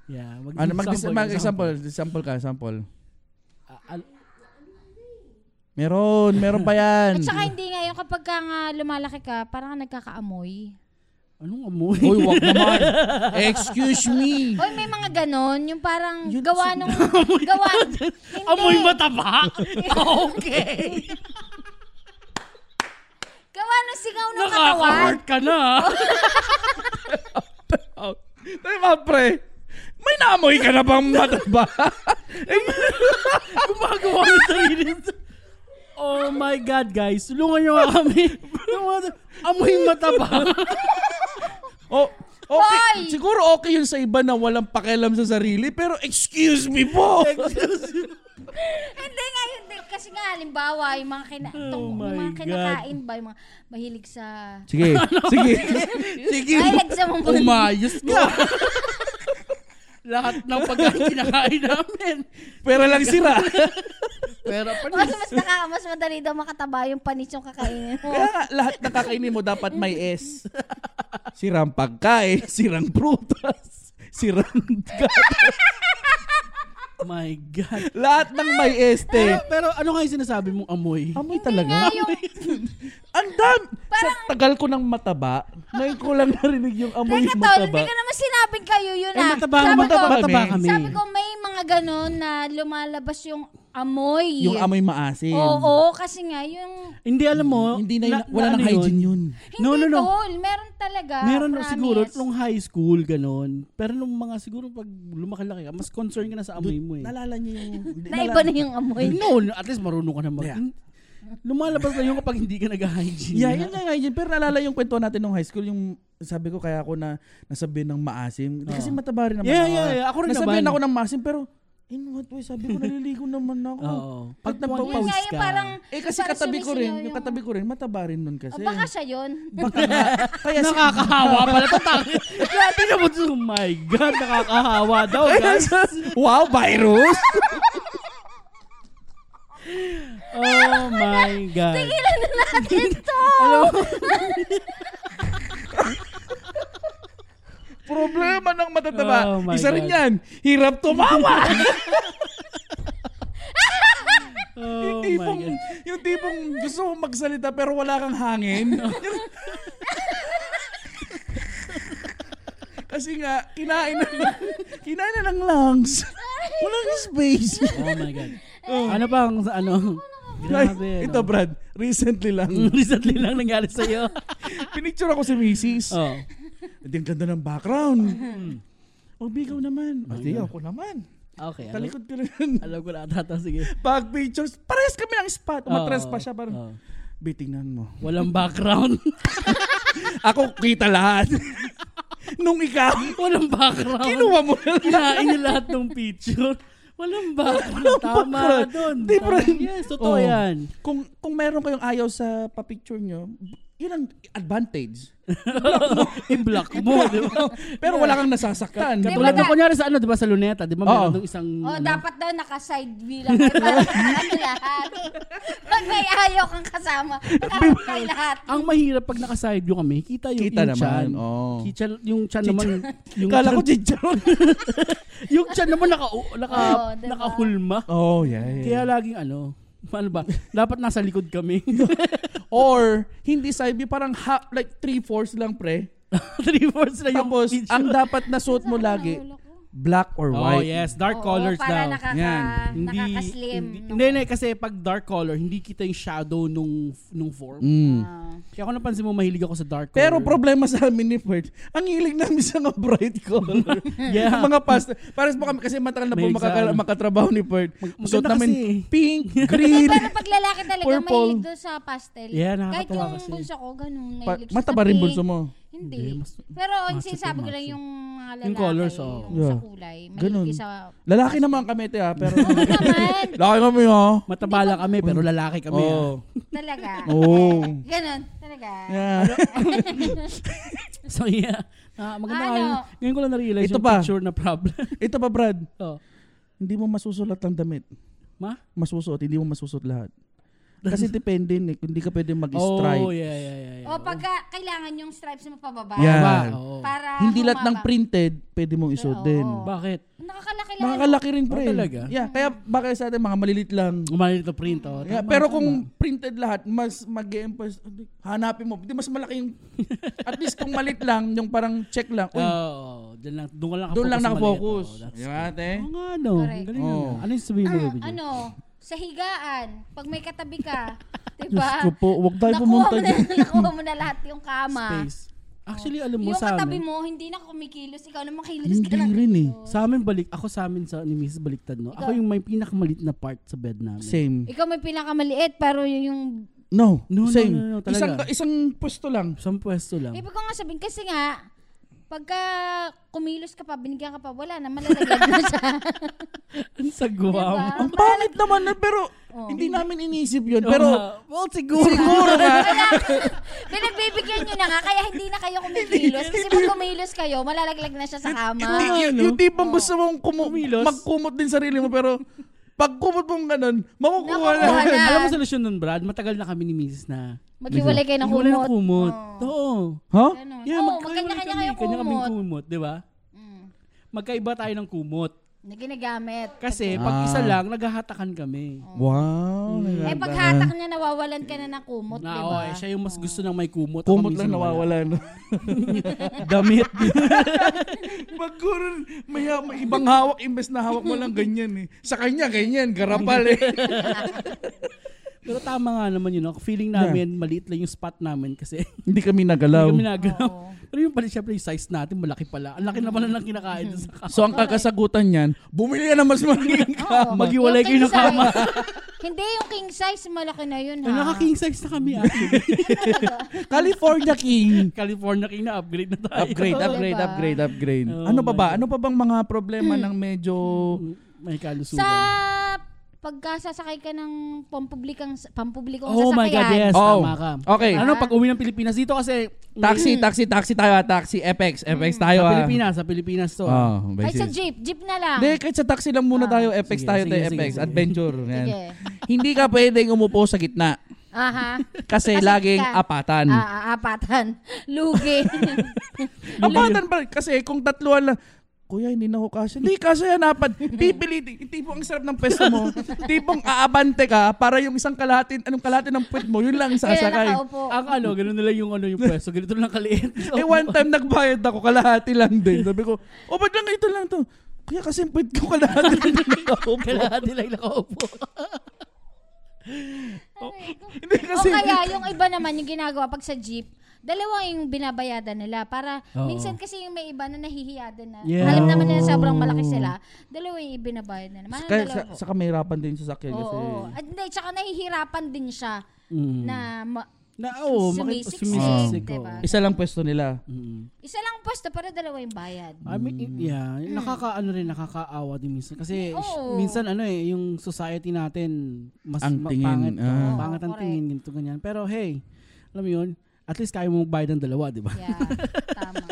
Speaker 1: Yeah. Mag-
Speaker 2: Ano, mag- mag-example, example ka, sample. Meron, meron pa yan.
Speaker 3: At saka hindi ngayon kapag ka nga lumalaki ka, parang nagkakaamoy.
Speaker 1: Anong amoy?
Speaker 2: Uy, wag naman. Excuse me.
Speaker 3: Oy, may mga ganon. Yung parang
Speaker 2: Yun,
Speaker 3: gawa nung... [LAUGHS] gawa...
Speaker 1: [LAUGHS] Amoy
Speaker 3: Hindi.
Speaker 2: [LAUGHS]
Speaker 1: mataba? okay.
Speaker 3: Gawa nung singaw ng katawan.
Speaker 1: Nakaka-heart ka na. [LAUGHS]
Speaker 2: Oh. Diba, pre? May naamoy ka na [LAUGHS] bang mataba?
Speaker 1: Gumagawa ng sarili. niya. Oh my God, guys. Tulungan nyo nga
Speaker 2: [LAUGHS]
Speaker 1: kami. Amoy mataba.
Speaker 2: oh,
Speaker 3: Hoy!
Speaker 2: okay. Siguro okay yun sa iba na walang pakialam sa sarili, pero excuse me po.
Speaker 3: Hindi nga, hindi. Kasi nga, halimbawa, yung mga, kina- tong-
Speaker 1: my
Speaker 3: yung mga
Speaker 1: God.
Speaker 3: kinakain ba, yung mga mahilig sa...
Speaker 2: [LAUGHS] sige, sige. sige.
Speaker 3: Mahilig sa
Speaker 2: Oh
Speaker 3: mga...
Speaker 2: Ano? [LAUGHS] Umayos [LAUGHS] ka.
Speaker 1: Lahat ng pagkain kinakain namin.
Speaker 2: Pero lang sira.
Speaker 1: Pero
Speaker 3: Mas,
Speaker 1: panis.
Speaker 3: mas, naka, mas madali daw makataba yung panis yung kakainin
Speaker 2: [LAUGHS]
Speaker 3: mo.
Speaker 2: [LAUGHS] Kaya nga, lahat ng kakainin mo dapat may S. [LAUGHS] Sirang pagkain, sirang prutas, [LAUGHS] sirang
Speaker 1: My God.
Speaker 2: Lahat ng may este.
Speaker 3: Eh.
Speaker 1: Pero, pero ano nga yung sinasabi mong amoy?
Speaker 2: Amoy
Speaker 3: Kaya
Speaker 2: talaga.
Speaker 3: yung...
Speaker 2: Ang dam! Sa tagal ko ng mataba, ngayon ko lang narinig yung amoy
Speaker 3: Teka, tol,
Speaker 2: ng
Speaker 3: hindi
Speaker 2: mataba.
Speaker 3: ka naman sinabing kayo yun
Speaker 1: Eh,
Speaker 3: ah.
Speaker 1: [LAUGHS] mataba,
Speaker 3: Sabi
Speaker 1: mataba,
Speaker 2: ko-
Speaker 1: mataba kami.
Speaker 3: Sabi ko may mga ganon na lumalabas yung amoy.
Speaker 2: Yung amoy maasim.
Speaker 3: Oo, kasi nga yung...
Speaker 1: Hindi, alam mo.
Speaker 2: Hindi na,
Speaker 1: na-
Speaker 2: wala
Speaker 1: na
Speaker 2: nang
Speaker 1: ano
Speaker 2: hygiene yun.
Speaker 3: Hindi,
Speaker 1: No, no, no.
Speaker 3: tol. Meron talaga.
Speaker 1: Meron
Speaker 3: promise.
Speaker 1: siguro nung high school, ganon. Pero nung mga siguro pag lumaki-laki ka, mas concern ka na sa amoy mo eh.
Speaker 2: Nalala
Speaker 1: [LAUGHS]
Speaker 2: niyo yung...
Speaker 3: Na iba na yung amoy.
Speaker 1: No, at least marunong ka na mag...
Speaker 2: Yeah.
Speaker 1: Lumalabas na yun kapag hindi ka nag-hygiene.
Speaker 2: Yeah, yun lang hygiene. Pero nalala yung kwento natin nung high school, yung sabi ko kaya ako na nasabihin ng maasim. Kasi mataba rin naman
Speaker 1: Yeah,
Speaker 2: ako.
Speaker 1: yeah, yeah. Ako rin
Speaker 2: nasabihin
Speaker 1: naman.
Speaker 2: ako ng maasim, pero in what way? Sabi
Speaker 1: [LAUGHS]
Speaker 2: ko, naliligo naman ako.
Speaker 1: Oo.
Speaker 2: Pag
Speaker 3: Yun nga
Speaker 2: nagpapawis
Speaker 3: yung
Speaker 1: ka.
Speaker 3: parang...
Speaker 2: Eh kasi
Speaker 3: parang
Speaker 2: katabi ko
Speaker 3: sumisigaw
Speaker 2: rin, yung katabi ko rin, mataba rin nun kasi.
Speaker 3: Ah, baka siya yun.
Speaker 2: Baka nga. Kaya si- [LAUGHS]
Speaker 1: Nakakahawa pala to. Dati na mo Oh my God, nakakahawa
Speaker 3: [LAUGHS]
Speaker 1: daw, guys. [LAUGHS]
Speaker 2: wow, virus!
Speaker 1: Oh my God.
Speaker 3: Tigilan na
Speaker 1: [LAUGHS]
Speaker 3: natin to!
Speaker 2: Problema ng matataba.
Speaker 1: Oh my
Speaker 2: Isa rin
Speaker 1: God.
Speaker 2: yan. Hirap tumawa.
Speaker 1: Oh my
Speaker 2: yung, tipong,
Speaker 1: God.
Speaker 2: yung tipong gusto mo magsalita pero wala kang
Speaker 1: [LAUGHS]
Speaker 2: hangin. Yung- Kasi nga, kinain na lang. Kinain na ng lungs. Walang space.
Speaker 1: Oh my
Speaker 3: [LAUGHS]
Speaker 1: God.
Speaker 3: Eh,
Speaker 1: Ano pa ang sa ano? Grabe. no?
Speaker 2: Ito, Brad. Recently lang.
Speaker 1: [LAUGHS] Recently lang nangyari
Speaker 2: [LAUGHS]
Speaker 1: sa'yo.
Speaker 2: Pinicture ako si Mrs.
Speaker 1: Oh. Mm-hmm.
Speaker 2: Hindi, ang ganda ng background. Huwag bigaw naman. Hindi, ako naman.
Speaker 1: Okay. Alam,
Speaker 2: Talikod ko rin.
Speaker 1: alam ko na tata. Sige.
Speaker 2: Back pictures. Pares kami ng spot. Umatres pa siya. Parang,
Speaker 1: Oh.
Speaker 2: "Be, tingnan mo.
Speaker 1: Walang background.
Speaker 2: Ako [LAUGHS] kita lahat. [LAUGHS] Nung ikaw,
Speaker 1: [LAUGHS] Walang background.
Speaker 2: kinuha mo na lahat.
Speaker 1: Kinain niya lahat ng picture. Walang background. Tama ka
Speaker 2: background.
Speaker 1: doon.
Speaker 2: Di, Brad. [LAUGHS]
Speaker 1: Tama. Yes, totoo
Speaker 2: Oh.
Speaker 1: yan. [LAUGHS]
Speaker 2: Kung, kung meron kayong ayaw sa papicture nyo, yun ang advantage.
Speaker 1: I-block mo, di
Speaker 2: [LAUGHS]
Speaker 1: ba?
Speaker 2: Pero wala kang nasasaktan.
Speaker 3: Di ba
Speaker 1: Tulad ng
Speaker 3: da-
Speaker 1: kunyari sa ano, di ba, sa luneta, di ba, meron
Speaker 2: Oo.
Speaker 1: dong isang,
Speaker 3: Oh,
Speaker 1: ano,
Speaker 3: dapat daw naka-side view lang.
Speaker 1: [LAUGHS]
Speaker 3: kayo para sa ano lahat. Pag may ayaw kang kasama, kasama kayo lahat.
Speaker 1: ang mahirap pag naka-side view kami, kita yung,
Speaker 2: Kita
Speaker 1: yung chan.
Speaker 2: naman. Oh.
Speaker 1: Kichan, yung chan naman, yung
Speaker 2: Kala ko
Speaker 1: chan,
Speaker 2: chicharon.
Speaker 1: yung chan naman
Speaker 3: [LAUGHS]
Speaker 1: naka, naka,
Speaker 3: Oo, diba? di ba?
Speaker 1: nakahulma.
Speaker 2: oh, yeah, yeah.
Speaker 1: Kaya laging ano, ano ba, dapat nasa likod
Speaker 2: [LAUGHS]
Speaker 1: kami.
Speaker 2: Or, hindi side view, parang half, like three-fourths lang, pre.
Speaker 1: Three-fourths na yung
Speaker 2: Tapos,
Speaker 1: picture.
Speaker 2: ang dapat na suit mo lagi, black or
Speaker 1: Oh,
Speaker 2: white.
Speaker 1: yes.
Speaker 3: Oo,
Speaker 1: Dark colors
Speaker 3: para
Speaker 1: daw.
Speaker 3: Nakaka,
Speaker 2: Yan.
Speaker 1: hindi,
Speaker 3: nakakaslim.
Speaker 1: hindi,
Speaker 3: no?
Speaker 1: hindi, hindi, kasi pag dark color, hindi kita yung shadow nung nung form.
Speaker 2: Mm.
Speaker 3: Ah.
Speaker 1: Kaya kung napansin mo, mahilig ako sa dark color.
Speaker 2: Pero problema sa amin ni Ferd, ang hilig namin sa mga bright
Speaker 3: [LAUGHS]
Speaker 2: color.
Speaker 1: [LAUGHS] Yeah.
Speaker 2: Yung mga past, parang po kami, kasi matagal na po
Speaker 1: Mahilig sa
Speaker 2: makaka-
Speaker 1: ano.
Speaker 2: makatrabaho ni Ferd.
Speaker 1: maganda
Speaker 2: Gusto namin
Speaker 1: kasi eh.
Speaker 2: [LAUGHS] pink,
Speaker 3: Eh,
Speaker 2: green.
Speaker 3: pero pag lalaki talaga,
Speaker 2: Purple.
Speaker 3: mahilig doon sa pastel.
Speaker 1: Yeah,
Speaker 3: Kahit
Speaker 1: nakakatawa
Speaker 3: yung
Speaker 1: kasi.
Speaker 3: bunso ko, ganun.
Speaker 2: Pa-
Speaker 3: mahilig siya sa
Speaker 2: mataba rin
Speaker 3: pink.
Speaker 2: bulso mo.
Speaker 3: Hindi.
Speaker 1: Hindi, mas-
Speaker 3: Pero ang
Speaker 1: macho
Speaker 3: sinasabi
Speaker 1: to,
Speaker 3: ko lang
Speaker 1: macho.
Speaker 3: yung mga lalaki,
Speaker 1: Yung colors, oo.
Speaker 3: yung sa
Speaker 2: Yeah.
Speaker 3: kulay.
Speaker 2: Ganun.
Speaker 3: Mahilig sa...
Speaker 2: Lalaki naman kami, te, ha?
Speaker 1: [LAUGHS]
Speaker 2: Pero,
Speaker 3: Oo naman,
Speaker 2: lalaki kami, ha?
Speaker 1: matabala kami, pero lalaki kami.
Speaker 2: Mm. Oo.
Speaker 1: ah.
Speaker 3: talaga.
Speaker 2: Oo.
Speaker 3: Ganun, talaga.
Speaker 2: Yeah.
Speaker 1: [LAUGHS] Ano? So, yeah. Ah, maganda
Speaker 3: Ano?
Speaker 1: nga yun. Ngayon ko lang na-realize
Speaker 2: Ito
Speaker 1: yung
Speaker 2: pa.
Speaker 1: picture na problem. [LAUGHS]
Speaker 2: Ito pa, Brad.
Speaker 1: oh.
Speaker 2: Hindi mo masusulat ang damit.
Speaker 1: Ma?
Speaker 2: Masusuot, hindi mo masusuot lahat. Kasi depende, Nick. Hindi ka pwede mag-stripe.
Speaker 1: Oh, yeah, yeah, yeah. yeah.
Speaker 3: O pagka kailangan yung stripes mo pababa.
Speaker 2: Yeah.
Speaker 1: Tama,
Speaker 2: Yan.
Speaker 1: oo.
Speaker 3: Para
Speaker 2: Hindi lahat ng
Speaker 3: humaba.
Speaker 2: printed, pwede mong isuot
Speaker 3: Oo.
Speaker 2: din.
Speaker 1: Bakit?
Speaker 3: Nakakalaki lang.
Speaker 2: Nakakalaki rin, pre.
Speaker 1: ano? talaga?
Speaker 2: Yeah, kaya baka sa atin, mga malilit lang.
Speaker 1: Umalit na print. Oh.
Speaker 2: Yeah,
Speaker 1: Tama,
Speaker 2: pero
Speaker 1: tama.
Speaker 2: kung printed lahat, mas mag emphasize hanapin mo. Hindi, mas malaki
Speaker 1: [LAUGHS]
Speaker 2: yung, at least kung malit lang, yung parang check lang.
Speaker 1: Oo,
Speaker 2: Uy,
Speaker 1: oo. doon lang, doon ka lang
Speaker 2: doon lang
Speaker 1: Ah, sa maliit.
Speaker 2: nakafocus. Oh.
Speaker 1: Oo, that's-
Speaker 2: Di ba, ate?
Speaker 1: Oo nga, no.
Speaker 3: Correct.
Speaker 1: Galing na,
Speaker 2: Oo.
Speaker 1: no. Ano yung sabihin mo,
Speaker 3: Ang
Speaker 1: baby?
Speaker 3: ano, sa higaan, pag may katabi
Speaker 2: [LAUGHS]
Speaker 3: ka,
Speaker 2: Diyos
Speaker 3: diba?
Speaker 2: ko po, huwag tayo
Speaker 3: nakuha
Speaker 2: pumunta
Speaker 3: mo, na,
Speaker 2: dyan.
Speaker 3: [LAUGHS] nakuha mo na lahat yung kama.
Speaker 1: Space. Actually, alam
Speaker 3: ah? Oh.
Speaker 1: mo
Speaker 3: Yung
Speaker 1: sa
Speaker 3: katabi
Speaker 1: amin.
Speaker 3: mo, hindi na kumikilos. Ikaw na makilos ka
Speaker 2: Hindi
Speaker 3: lang.
Speaker 2: rin eh.
Speaker 1: Sa amin balik, ako sa amin sa ni Mrs. Baliktad no. Ako yung may pinakamalit na part sa bed namin.
Speaker 2: Same.
Speaker 3: Ikaw may pinakamaliit, pero yun yung...
Speaker 2: No,
Speaker 1: No, no,
Speaker 2: same.
Speaker 1: no, no, no,
Speaker 2: isang,
Speaker 1: talaga.
Speaker 2: isang pwesto lang.
Speaker 1: Isang pwesto lang.
Speaker 3: Ibig ko nga sabihin, kasi nga, pagka kumilos ka pa, binigyan ka pa, wala na, malalaglag na
Speaker 2: [LAUGHS]
Speaker 3: siya.
Speaker 1: Ang sagwa mo.
Speaker 3: diba?
Speaker 2: Ang pangit naman na, pero
Speaker 3: Oh.
Speaker 2: hindi namin inisip yun. [LAUGHS] Pero,
Speaker 1: Oo, well, siguro.
Speaker 2: siguro nga,
Speaker 3: [LAUGHS] Pinagbibigyan nyo na nga, kaya hindi na kayo kumikilos. Kasi pag kumilos kayo, malalaglag na siya sa
Speaker 2: Y-
Speaker 3: kama.
Speaker 2: y- yung tipong gusto mong kumu-
Speaker 1: Kumilos.
Speaker 2: magkumot din sarili mo, pero pag kumot mong ganun, makukuha na.
Speaker 3: Nakukuha
Speaker 2: [LAUGHS]
Speaker 3: na.
Speaker 1: Alam mo solusyon nun, Brad? Matagal na kami ni Mrs. na
Speaker 3: Maghiwalay kayo ng
Speaker 1: Wala na
Speaker 3: kumot.
Speaker 1: kumot.
Speaker 3: Oh.
Speaker 1: Oo.
Speaker 2: Ha?
Speaker 3: Ganun.
Speaker 1: Yeah,
Speaker 3: Oo,
Speaker 1: magkaiwalay
Speaker 3: magkanya-kanya
Speaker 1: kami.
Speaker 3: Oh, kayong
Speaker 1: Kanya kami
Speaker 3: kumot.
Speaker 1: kumot, di ba?
Speaker 3: Mm,
Speaker 1: Magkaiba tayo ng kumot.
Speaker 3: na ginagamit.
Speaker 1: Kasi pag
Speaker 2: Ah.
Speaker 1: isa lang, naghahatakan kami. Mm.
Speaker 2: Wow.
Speaker 3: eh, pag hatak niya, nawawalan ka na ng kumot, diba?
Speaker 1: Na,
Speaker 3: di
Speaker 1: oh,
Speaker 3: ba?
Speaker 1: eh, siya yung mas gusto ng may kumot. Ako
Speaker 2: Kumot
Speaker 1: minsan
Speaker 2: lang
Speaker 1: wala.
Speaker 2: nawawala. No?
Speaker 1: [LAUGHS] Damit.
Speaker 2: [LAUGHS] Pag ganun, may, ha- may ibang hawak, imbes na hawak mo lang ganyan eh. Sa kanya, ganyan, garapal
Speaker 1: [LAUGHS]
Speaker 2: eh.
Speaker 1: Pero tama nga naman yun. No? Feeling namin, maliit lang yung spot namin kasi [LAUGHS]
Speaker 2: Hindi kami nagalaw.
Speaker 1: Hindi kami nagalaw.
Speaker 3: Oo.
Speaker 1: Pero yung pala, syempre yung size natin, malaki pala. Ang laki na pala ng kinakain doon
Speaker 3: Mm.
Speaker 1: sa kama.
Speaker 2: So ang kakasagutan niyan, bumili ka na mas
Speaker 1: [LAUGHS]
Speaker 2: malaking
Speaker 3: Oo.
Speaker 2: kama.
Speaker 1: Maghiwalay
Speaker 3: Yung
Speaker 1: kayo
Speaker 3: king
Speaker 1: ng
Speaker 3: size.
Speaker 1: kama. [LAUGHS] Eh,
Speaker 3: Hindi, yung king size, malaki na yun, ha?
Speaker 1: Naka-king size na kami
Speaker 3: [LAUGHS]
Speaker 1: ah. actually.
Speaker 2: California King.
Speaker 1: California king na upgrade na tayo.
Speaker 2: Upgrade, ah.
Speaker 3: Oo,
Speaker 2: upgrade,
Speaker 3: diba?
Speaker 2: upgrade, upgrade.
Speaker 1: Oh
Speaker 2: ano pa
Speaker 1: my
Speaker 2: ba?
Speaker 1: God.
Speaker 2: Ano pa bang mga problema ng medyo...
Speaker 1: Mm, May
Speaker 3: Sa
Speaker 1: kalusugan.
Speaker 3: pagkasasakay ka ng pampublikang, pampublikong
Speaker 1: Oh
Speaker 3: sasakyan.
Speaker 1: my God, yes.
Speaker 2: Oh,
Speaker 1: Tama ka.
Speaker 2: okay.
Speaker 1: Ano, pag uwi ng Pilipinas dito kasi may-
Speaker 2: Taxi, taxi, taxi tayo ah. Taxi, FX, FX
Speaker 1: sa
Speaker 2: tayo ah.
Speaker 1: Pilipinas, sa Pilipinas to. ah.
Speaker 2: Oh,
Speaker 3: Ay, sa jeep. Jeep na lang.
Speaker 2: Hindi, kahit sa taxi lang muna tayo. FX
Speaker 1: Sige,
Speaker 2: tayo
Speaker 1: sige,
Speaker 2: tayo,
Speaker 1: sige,
Speaker 2: FX.
Speaker 1: sige.
Speaker 2: Adventure. Yan.
Speaker 3: Sige.
Speaker 2: Hindi ka pwedeng umupo sa gitna.
Speaker 1: [LAUGHS]
Speaker 3: Aha.
Speaker 2: Kasi laging
Speaker 3: ka-
Speaker 2: apatan.
Speaker 3: Ah, ah, apatan. [LAUGHS]
Speaker 1: [LAUGHS]
Speaker 3: Lugi.
Speaker 2: Apatan pa rin. Kasi kung tatluhan lang, Kuya, hindi na ako kasya. Hindi, kasya yan, apat. Pipilitin. Yung tipong ang sarap ng pwesto mo. tipong aabante ka para yung isang kalahatin, anong kalahatin ng puwet mo, yun lang ang
Speaker 3: Kaya
Speaker 2: sasakay.
Speaker 3: nakaupo.
Speaker 1: Ang ano, ganun nila yung ano yung pwesto. Ganito lang kaliit.
Speaker 2: Eh,
Speaker 1: [LAUGHS]
Speaker 2: one time nagbayad ako, kalahati lang din. Sabi ko, oh, ba't lang ito lang to? Kuya, kasi yung puwet ko kalahati lang din nakaupo.
Speaker 1: Kailangan nila yung nakaupo.
Speaker 2: Hindi kasi,
Speaker 3: o kaya yung iba naman yung ginagawa pag sa jeep, dalawa yung binabayadan nila para
Speaker 1: Oo.
Speaker 3: minsan kasi yung may iba na nahihiya din na.
Speaker 1: Yeah.
Speaker 3: Alam naman nila
Speaker 2: Oh.
Speaker 3: sobrang malaki sila. Dalawa yung ibinabayad nila. Manang
Speaker 2: kaya sa,
Speaker 3: dalawa.
Speaker 2: sa kamahirapan din sa
Speaker 3: Oo.
Speaker 2: sakyan kasi.
Speaker 3: oo. At hindi, tsaka nahihirapan din siya
Speaker 1: Mm.
Speaker 3: na ma-
Speaker 1: Na, oh, maki-
Speaker 3: sumisiksik.
Speaker 1: sumisiksik.
Speaker 3: diba?
Speaker 1: oo.
Speaker 2: Isa lang pwesto nila.
Speaker 1: Mm.
Speaker 3: Isa lang pwesto pero dalawa yung bayad.
Speaker 1: I mean,
Speaker 2: Mm.
Speaker 1: it- yeah, nakakaano rin nakakaawa din minsan kasi sh-
Speaker 3: Oo.
Speaker 1: minsan ano eh yung society natin mas
Speaker 2: Ang
Speaker 1: ma-
Speaker 2: tingin,
Speaker 1: pangit,
Speaker 2: ah.
Speaker 1: pangit ang
Speaker 3: Correct.
Speaker 1: tingin ganito ganyan. Pero hey, alam mo yun, at least kaya mo magbayad ng dalawa, diba? di ba?
Speaker 3: Yeah, tama.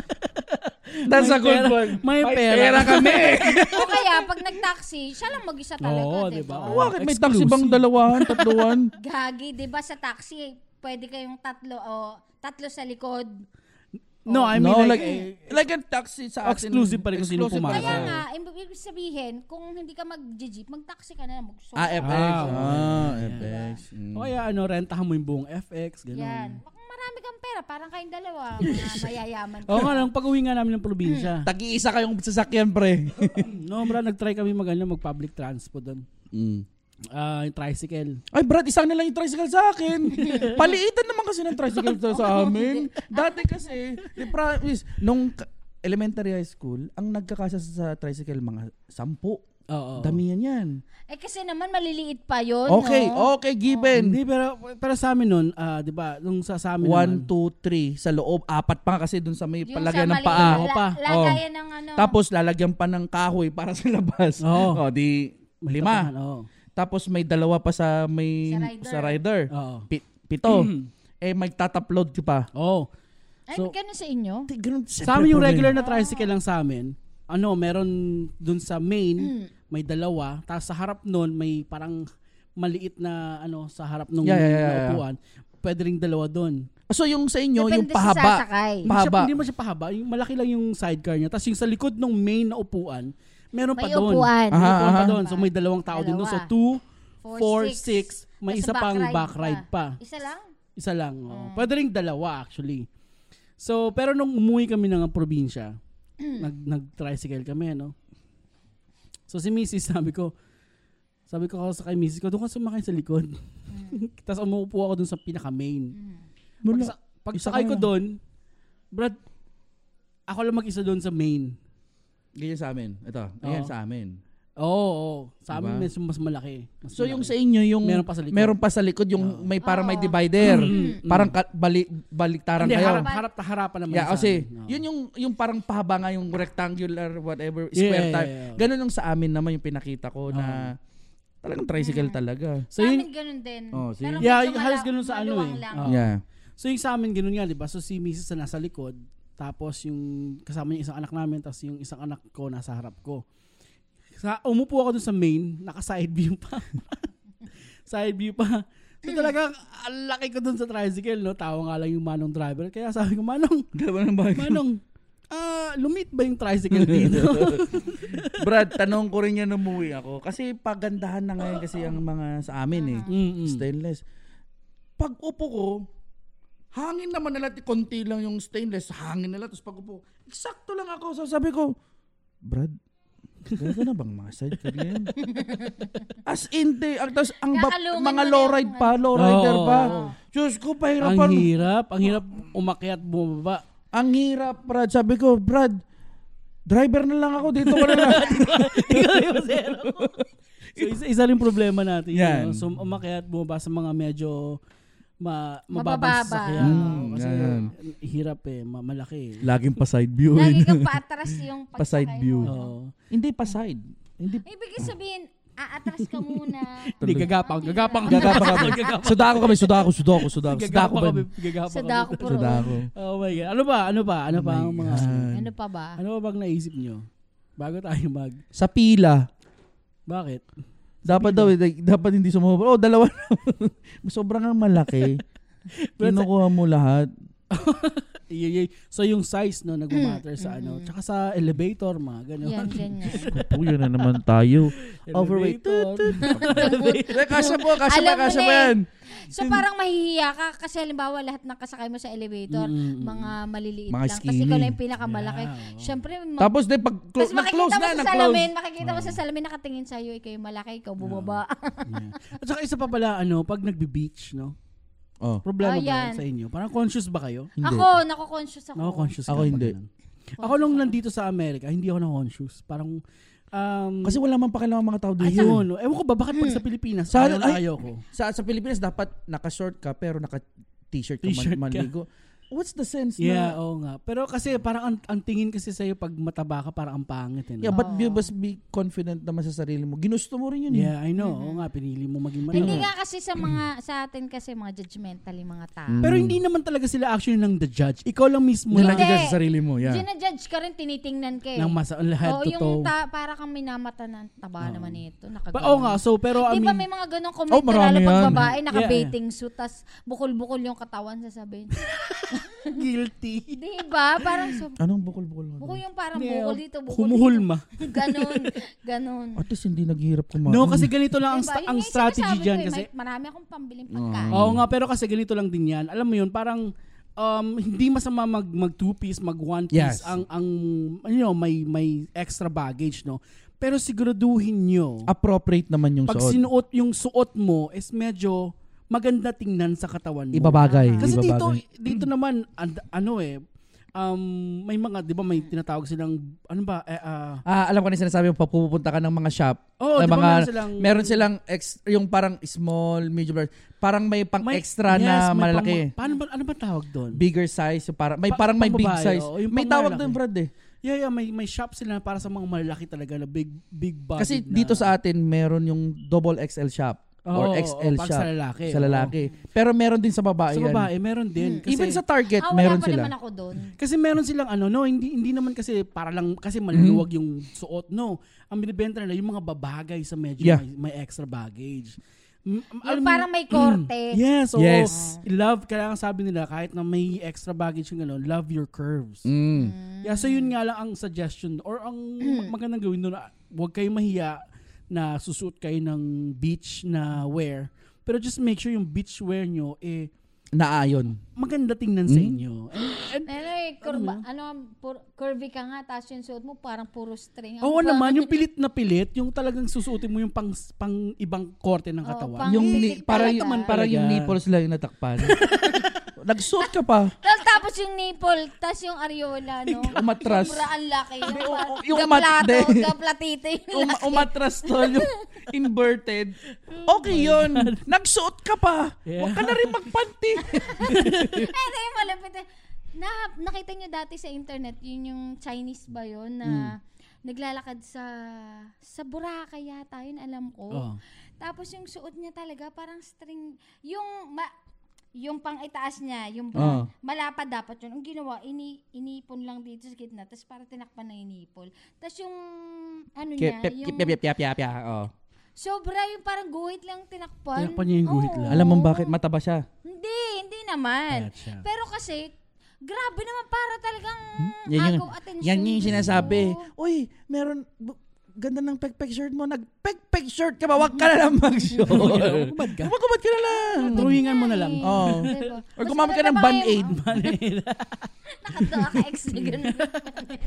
Speaker 2: That's
Speaker 1: May
Speaker 2: a good
Speaker 1: pera-
Speaker 2: one.
Speaker 1: may pera.
Speaker 2: kami. [LAUGHS]
Speaker 3: o kaya, pag nag-taxi, siya lang mag-isa talaga,
Speaker 1: Oo,
Speaker 3: di ba?
Speaker 1: diba?
Speaker 2: Bakit may
Speaker 1: Exclusive.
Speaker 2: taxi bang dalawahan, tatluhan?
Speaker 3: Gagi, di ba sa taxi, pwede kayong tatlo, o tatlo sa likod.
Speaker 1: [LAUGHS] No, I mean
Speaker 2: no,
Speaker 1: like,
Speaker 2: like,
Speaker 1: eh,
Speaker 2: like, a taxi sa atin.
Speaker 1: Exclusive pa rin kung sino
Speaker 2: Exclusive
Speaker 1: pumasok.
Speaker 3: Kaya
Speaker 1: Oo.
Speaker 3: nga, im- ibig sabihin, kung hindi ka mag-jeep, mag-taxi ka na lang. Mag-solo.
Speaker 2: Ah, FX.
Speaker 1: Ah, okay.
Speaker 2: Ah, FX. Mm.
Speaker 1: o kaya ano, rentahan mo yung buong FX, ganun.
Speaker 3: Yan. Baka marami kang pera, parang kayong dalawa, mga mayayaman.
Speaker 1: Oo nga lang, pag-uwi nga namin ng
Speaker 3: [LAUGHS]
Speaker 1: probinsya.
Speaker 2: Tag-iisa kayong sasakyan,
Speaker 1: [LAUGHS]
Speaker 2: pre.
Speaker 1: no, bro, nag-try kami mag, ano, mag-public transport doon.
Speaker 2: Mm.
Speaker 1: Ah, yung tricycle.
Speaker 2: Ay, Brad, isang na lang yung tricycle sa
Speaker 1: [LAUGHS]
Speaker 2: akin. Paliitan naman kasi ng tricycle to sa amin. Dati kasi, di promise, nung ka- elementary high school, ang nagkakasa sa tricycle, mga sampu.
Speaker 1: Oo.
Speaker 2: Damihan yan.
Speaker 3: Eh kasi naman maliliit pa yun,
Speaker 2: Okay,
Speaker 3: Oh, no?
Speaker 2: okay, given.
Speaker 1: Oh, Hindi, pero, pero sa amin nun, ah, di ba, nung sa, sa amin
Speaker 2: One,
Speaker 1: naman,
Speaker 2: two, three. Sa loob, apat pa kasi dun sa may
Speaker 3: Yung sa
Speaker 2: palagyan ng
Speaker 3: maliit
Speaker 2: paa.
Speaker 3: na la-
Speaker 1: Opa.
Speaker 3: lagayan ng ano.
Speaker 2: Tapos lalagyan pa ng kahoy para [LAUGHS] sa labas.
Speaker 1: Oo.
Speaker 2: O, di lima.
Speaker 1: tapakan, Oo.
Speaker 2: Tapos may dalawa pa sa may
Speaker 3: Sa rider.
Speaker 2: sa rider.
Speaker 1: Oo. Mm-hmm.
Speaker 2: Pi- pito. eh magtataplod ka pa.
Speaker 1: Oo.
Speaker 3: Ay,
Speaker 1: So-
Speaker 3: ganun sa inyo?
Speaker 2: Di, ganun,
Speaker 1: Sa amin yung regular na tricycle lang sa amin, ano, meron dun sa
Speaker 3: Hmm.
Speaker 1: main, may dalawa, tapos sa harap nun, may parang maliit na, ano, sa harap nung
Speaker 2: Yeah, yeah, yeah,
Speaker 1: nung
Speaker 2: yeah.
Speaker 1: upuan, pwede rin dalawa dun.
Speaker 2: So yung sa inyo,
Speaker 3: Depende
Speaker 2: yung
Speaker 3: sa
Speaker 2: pahaba.
Speaker 3: sasakay.
Speaker 1: Hindi siya-
Speaker 2: Pahaba.
Speaker 1: hindi mo siya pahaba, yung malaki lang yung sidecar niya. Tapos yung sa likod nung main na upuan, meron pa
Speaker 3: May
Speaker 1: doon.
Speaker 3: upuan.
Speaker 1: May
Speaker 2: Aha,
Speaker 1: upuan pa
Speaker 2: aha.
Speaker 1: doon. So may dalawang tao din doon. So
Speaker 3: Dalawa.
Speaker 1: two,
Speaker 3: Four,
Speaker 1: four,
Speaker 3: six.
Speaker 1: six. May
Speaker 3: Tapos
Speaker 1: isa pang
Speaker 3: backride
Speaker 1: back ride pa.
Speaker 3: Isa lang?
Speaker 1: Isa lang.
Speaker 2: Mm.
Speaker 1: Oh. Pwede rin dalawa actually. So, pero nung umuwi kami ng probinsya,
Speaker 2: Mm.
Speaker 1: nag, nag-tricycle kami, ano? So, si Mrs. [LAUGHS] sabi ko, sabi ko ako sa kay Mrs. ko, doon ka sumakay sa likod.
Speaker 2: Mm.
Speaker 1: [LAUGHS] Tapos umuupo ako doon sa pinaka-main. Pag, sa, pag
Speaker 2: Isa
Speaker 1: sakay
Speaker 2: ka
Speaker 1: ko
Speaker 2: lang.
Speaker 1: doon, Brad, ako lang mag-isa doon sa main.
Speaker 2: Ganyan sa amin. Ito, ganyan
Speaker 1: Oo.
Speaker 2: sa amin.
Speaker 1: Oo, oo. Sa amin,
Speaker 2: Diba?
Speaker 1: medyo mas malaki. Mas
Speaker 2: So yung
Speaker 1: malaki.
Speaker 2: sa inyo, yung
Speaker 1: Meron pa sa likod.
Speaker 2: meron pa sa likod, yung may parang may divider.
Speaker 3: Mm-hmm.
Speaker 2: Parang ka, bali, baliktaran
Speaker 1: Hindi,
Speaker 2: kayo.
Speaker 1: harap, harap na harapan naman
Speaker 2: Yeah,
Speaker 1: sa
Speaker 2: oh, kasi
Speaker 1: amin. Oo.
Speaker 2: yun yung yung parang pahaba nga yung rectangular whatever square
Speaker 1: Yeah, yeah,
Speaker 2: type.
Speaker 1: yeah. Uh-huh.
Speaker 2: Ganun yung sa amin naman yung pinakita ko na talagang tricycle talaga.
Speaker 1: So, yun,
Speaker 3: Namin ganun din.
Speaker 2: Oh, sige.
Speaker 3: Pero
Speaker 1: Yeah,
Speaker 3: medyo
Speaker 1: yung halos
Speaker 3: mala-
Speaker 1: ganun sa ano
Speaker 3: maluwang
Speaker 1: eh.
Speaker 3: lang.
Speaker 1: Oo.
Speaker 2: Yeah.
Speaker 1: So yung sa amin, ganun nga, di ba? So si Mrs. na nasa likod, tapos yung kasama yung isang anak namin, tapos yung isang anak ko nasa harap ko. Sa, umupo ako dun sa main, naka-side view pa. [LAUGHS] side view pa. So talagang ang laki ko dun sa tricycle, no? Tawa nga lang yung manong driver. Kaya sabi ko, manong,
Speaker 2: Dalawa ng bahay.
Speaker 1: manong, ah, lumit ba yung tricycle [LAUGHS] dito?
Speaker 2: Brad, tanong ko rin yan umuwi ako. Kasi pagandahan na ngayon kasi ang mga sa amin eh.
Speaker 1: Mm-mm.
Speaker 2: Stainless. Pag upo ko, hangin naman nila, ti- konti lang yung stainless, hangin nila, tapos pag upo, eksakto lang ako. So sabi ko, Brad, Ganda na bang mga side ka [LAUGHS] rin? As in, te, ang, tas, ang bap-
Speaker 3: Kakalungan mo na
Speaker 2: mga
Speaker 3: ano? yung
Speaker 2: lowride pa, lowrider
Speaker 1: Oo.
Speaker 2: pa. Diyos ko,
Speaker 1: ang
Speaker 2: pahirapan.
Speaker 1: hirap, ang hirap umakyat bumaba.
Speaker 2: Ang hirap, Brad. Sabi ko, Brad, driver na lang ako dito. Wala na.
Speaker 1: Ikaw yung zero ko. [LAUGHS] so, isa, isa rin problema natin. yun,
Speaker 2: Yan.
Speaker 1: no? So, umakyat bumaba sa mga medyo ma,
Speaker 3: Mabababa.
Speaker 1: mababang sasakyan. no?
Speaker 2: Mm,
Speaker 1: Kasi
Speaker 2: yan.
Speaker 1: hirap eh, ma- malaki. eh.
Speaker 2: [LAUGHS] Laging pa side
Speaker 3: [LAUGHS]
Speaker 2: view.
Speaker 3: Lagi kang paatras yung
Speaker 2: Pa side
Speaker 3: pagsakay
Speaker 2: view.
Speaker 3: mo, no?
Speaker 1: Oo.
Speaker 2: Hindi pa side. Hindi
Speaker 3: Ibig sabihin, aatras ka muna.
Speaker 1: Hindi, gagapang.
Speaker 3: [LAUGHS]
Speaker 1: Gagapang.
Speaker 2: Gagapa kami. Sudako kami, sudako, sudako, sudako. Sudako
Speaker 1: Gagapang
Speaker 2: ba?
Speaker 1: kami. Gagapang
Speaker 3: Sa
Speaker 1: kami.
Speaker 3: dako po.
Speaker 2: Sudako.
Speaker 1: Oh my God. Ano ba? Ano ba? Ano pa ang mga...
Speaker 3: Ano pa ba?
Speaker 1: Ano ba bang naisip nyo? Bago tayo mag...
Speaker 2: Sa pila.
Speaker 1: Bakit? [LAUGHS]
Speaker 2: Dapat daw, eh, like, dapat hindi sumobra. Oh, dalawa na. [LAUGHS] Sobrang ang
Speaker 1: [LAUGHS]
Speaker 2: malaki. Kinukuha mo lahat.
Speaker 1: Y- y- So yung size no nagmamatter sa ano. Tsaka sa elevator mga
Speaker 3: Mm,
Speaker 1: ganyan.
Speaker 3: Yan, ganyan.
Speaker 2: Kupuyo na naman tayo.
Speaker 1: [LAUGHS]
Speaker 2: Overweight.
Speaker 1: Elevator.
Speaker 2: Kasya po, kasya
Speaker 3: Alam
Speaker 2: pa,
Speaker 3: mo
Speaker 2: kasya
Speaker 3: na
Speaker 2: pa
Speaker 3: eh.
Speaker 2: yan.
Speaker 3: So parang mahihiya ka kasi halimbawa lahat ng kasakay mo sa elevator, mga maliliit
Speaker 2: Mga
Speaker 3: lang. Kasi
Speaker 2: skinny.
Speaker 3: ikaw lang yung pinakamalaki. Siyempre, mag-
Speaker 2: Tapos de, pag
Speaker 3: Tapos
Speaker 2: close na,
Speaker 3: makikita
Speaker 2: close
Speaker 3: mo
Speaker 2: na,
Speaker 3: sa
Speaker 2: na, close.
Speaker 3: salamin, makikita mo sa salamin nakatingin sa'yo, ikaw yung malaki, ikaw bumaba.
Speaker 1: Yeah. At saka isa pa pala ano, pag nagbe-beach no.
Speaker 2: Oh,
Speaker 3: Ah,
Speaker 1: Problema ba
Speaker 3: yan.
Speaker 1: yan sa inyo? Parang conscious ba kayo?
Speaker 2: hindi.
Speaker 3: ako, nako-conscious ako.
Speaker 1: Nako-conscious
Speaker 2: Ako
Speaker 1: ka ba
Speaker 2: hindi.
Speaker 1: ganun? Ako nung nandito sa Amerika, hindi ako na-conscious. Parang, um,
Speaker 2: Kasi wala man pakialam ang mga tao
Speaker 1: ay,
Speaker 2: dito.
Speaker 1: yun. no? Ewan ko ba, bakit pag sa Pilipinas,
Speaker 2: Sa-
Speaker 1: ayaw na
Speaker 2: ay-
Speaker 1: ayaw ko.
Speaker 2: Sa sa Pilipinas dapat naka-short ka pero naka t-shirt ka
Speaker 1: T-shirt
Speaker 2: man,
Speaker 1: ka.
Speaker 2: manligo. what's the sense
Speaker 1: Yeah,
Speaker 2: na?
Speaker 1: oo nga. Pero kasi parang ang, ang tingin kasi sa'yo pag mataba ka, parang ang pangit. Eh, no?
Speaker 2: Yeah,
Speaker 3: Oh.
Speaker 2: but you must be confident naman sa sarili mo. Ginusto mo rin yun. eh.
Speaker 1: Yeah, I know. Oo nga, pinili mo maging mataba.
Speaker 3: Mm-hmm. Hindi nga kasi sa mga, sa atin kasi mga judgmental yung mga tao.
Speaker 2: Mm,
Speaker 1: Pero hindi naman talaga sila actually ng the judge. Ikaw lang mismo na
Speaker 2: Wala
Speaker 3: Hindi.
Speaker 2: ka sa sarili mo. Yeah.
Speaker 3: Ginajudge ka rin, tinitingnan ka eh.
Speaker 1: ng masa lahat
Speaker 3: Oo, yung
Speaker 1: totoo.
Speaker 3: ta- para kang minamata ng taba naman ito.
Speaker 1: Pa,
Speaker 3: Nakaganon.
Speaker 1: oo nga, so pero I
Speaker 3: Di ba may
Speaker 1: mean,
Speaker 3: mga ganong comment
Speaker 2: Oh,
Speaker 3: na
Speaker 2: marami
Speaker 3: lalo
Speaker 2: yan.
Speaker 3: pag babae,
Speaker 1: Yeah.
Speaker 3: naka-bathing suit, tas bukol-bukol yung katawan sasabihin.
Speaker 1: [LAUGHS] guilty.
Speaker 3: Di ba? Parang so,
Speaker 2: Anong bukol-bukol? mo?
Speaker 3: bukol yung parang
Speaker 1: Yeah.
Speaker 3: bukol
Speaker 1: oh.
Speaker 3: Ah, dito, bukol [LAUGHS]
Speaker 1: Humuhulma.
Speaker 3: dito. Ganon, ganon.
Speaker 2: At least hindi naghihirap kumain.
Speaker 1: No, kasi ganito lang ang,
Speaker 3: Diba?
Speaker 1: sta-
Speaker 3: Yun
Speaker 1: ang
Speaker 3: nga yung
Speaker 1: strategy
Speaker 3: sinasabi
Speaker 1: dyan
Speaker 3: ko eh,
Speaker 1: kasi. Oh.
Speaker 3: Mike, marami akong pambiling pagkain.
Speaker 1: Oo nga, pero kasi ganito lang din yan. Alam mo yun, parang um, hindi masama mag, mag two-piece, mag one-piece
Speaker 2: Yes.
Speaker 1: ang, ang you know, may, may extra baggage, no? Pero siguraduhin nyo,
Speaker 2: appropriate naman yung
Speaker 1: pag
Speaker 2: suot.
Speaker 1: sinuot yung suot mo is medyo maganda tingnan sa katawan mo.
Speaker 2: Ibabagay.
Speaker 1: Kasi dito,
Speaker 2: ibabagay.
Speaker 1: dito naman, and- ano eh, um, may mga, di ba may tinatawag silang, ano ba, eh, ah,
Speaker 2: Ah, alam ko na yung sinasabi mo, papupunta ka ng mga shop.
Speaker 1: Oo, di
Speaker 2: na
Speaker 1: ba
Speaker 2: mga,
Speaker 1: meron silang-
Speaker 2: meron silang ex, yung parang small, medium, large. Parang may pang
Speaker 1: may-
Speaker 2: extra
Speaker 1: yes,
Speaker 2: na
Speaker 1: may
Speaker 2: malalaki.
Speaker 1: pang- paano ba, ano ba tawag doon?
Speaker 2: bigger size, yung parang, may
Speaker 1: Pa-
Speaker 2: parang may big
Speaker 1: pambabae,
Speaker 2: size.
Speaker 1: oo, yung
Speaker 2: may
Speaker 1: pang malaki.
Speaker 2: tawag doon, Brad eh.
Speaker 1: Yeah, yeah, may, may shop sila para sa mga malalaki talaga na big, big body.
Speaker 2: Kasi dito sa atin, meron yung double XL shop
Speaker 1: Oo,
Speaker 2: or
Speaker 1: oo,
Speaker 2: XL
Speaker 1: pag
Speaker 2: shop.
Speaker 1: sa lalaki,
Speaker 2: Sa lalaki. Pero meron din sa babae
Speaker 1: Sa
Speaker 2: yan.
Speaker 1: babae, meron din. Kasi,
Speaker 2: Hmm. Even sa Target,
Speaker 3: Ah, wala
Speaker 2: meron
Speaker 3: pa
Speaker 2: sila.
Speaker 3: naman ako doon.
Speaker 1: kasi meron silang ano, no, hindi hindi naman kasi para lang kasi maluluwag
Speaker 2: Mm-hmm.
Speaker 1: yung suot, no. Ang binibenta nila yung mga babagay sa medyo
Speaker 2: Yeah.
Speaker 1: may, may extra baggage. Mm,
Speaker 3: Yung
Speaker 1: alam mo
Speaker 3: parang may korte.
Speaker 1: Yes, oo.
Speaker 2: Yes.
Speaker 1: Love, kaya ang sabi nila, kahit na may extra baggage yung gano'n, love your curves.
Speaker 2: Mm.
Speaker 1: Yeah, so yun nga lang ang suggestion or ang mag- magandang gawin doon, ah, huwag kayong mahiya na susuot kayo ng beach na wear. Pero just make sure yung beach wear nyo, eh,
Speaker 2: Naayon.
Speaker 1: maganda tingnan sa inyo. And, and,
Speaker 3: Ano eh, kurba, ano, pur- curvy ka nga, tapos yung suot mo parang puro string.
Speaker 1: oo
Speaker 3: Ano ba?
Speaker 1: naman, yung pilit na pilit, yung talagang susuotin mo yung pang, pang ibang korte ng
Speaker 3: Oo,
Speaker 1: katawan.
Speaker 3: pang- Ang
Speaker 2: Yung
Speaker 3: pilit
Speaker 2: ni, para,
Speaker 3: talaga.
Speaker 2: yung, para yung
Speaker 1: Talaga.
Speaker 2: nipples lang
Speaker 3: [LAUGHS]
Speaker 2: yung natakpan. Nagsuot ka pa.
Speaker 3: Tapos, tapos yung nipple, tapos yung areola, no?
Speaker 2: Umatras.
Speaker 3: Sobra ang laki. Yung,
Speaker 2: u-
Speaker 3: yung
Speaker 2: yung umat-
Speaker 3: gaplato,
Speaker 2: de.
Speaker 3: gaplatito yung
Speaker 2: Um,
Speaker 3: laki.
Speaker 2: umatras to yung
Speaker 3: [LAUGHS]
Speaker 2: inverted.
Speaker 3: Oh
Speaker 2: Okay yun. Nagsuot ka pa. Huwag ka na rin
Speaker 3: [LAUGHS]
Speaker 2: magpanti.
Speaker 3: Eh, na yung malapit. eh. Na, nakita nyo dati sa internet, yun yung Chinese ba yun na
Speaker 2: Hmm.
Speaker 3: naglalakad sa sa Boracay yata, yun alam ko.
Speaker 2: Oh.
Speaker 1: Oo.
Speaker 3: Tapos yung suot niya talaga parang string, yung ma, yung pang itaas niya, yung bra,
Speaker 2: Oo.
Speaker 3: malapad dapat yun. Ang ginawa, ini, inipon lang dito sa gitna, tapos para tinakpan na inipol. Tapos yung, ano niya, yung,
Speaker 1: Oh.
Speaker 3: sobra yung parang guhit lang tinakpan.
Speaker 1: Tinakpan niya yung guhit
Speaker 3: Oo.
Speaker 1: lang.
Speaker 2: Alam mo bakit mataba siya?
Speaker 3: Hindi, hindi naman.
Speaker 1: Gotcha. Hmm?
Speaker 3: Pero kasi, grabe naman para talagang
Speaker 2: Yan yung,
Speaker 3: agaw attention.
Speaker 2: yan yung
Speaker 3: Diyos
Speaker 2: sinasabi.
Speaker 3: ko.
Speaker 2: Uy, meron, bu- ganda ng pekpek shirt mo. Nagpekpek shirt ka ba? Huwag ka na lang
Speaker 1: [LAUGHS]
Speaker 2: mag-short.
Speaker 1: Kumad ka.
Speaker 2: Magkumad ka na lang.
Speaker 1: Truhingan mo na lang.
Speaker 3: Eh,
Speaker 2: Oo.
Speaker 3: diba?
Speaker 2: Or
Speaker 3: Mas
Speaker 2: gumamit ka ng
Speaker 3: maganda pa kayo,
Speaker 2: band-aid.
Speaker 3: Nakatawa ka, ex. na
Speaker 1: [LAUGHS]
Speaker 3: ganun.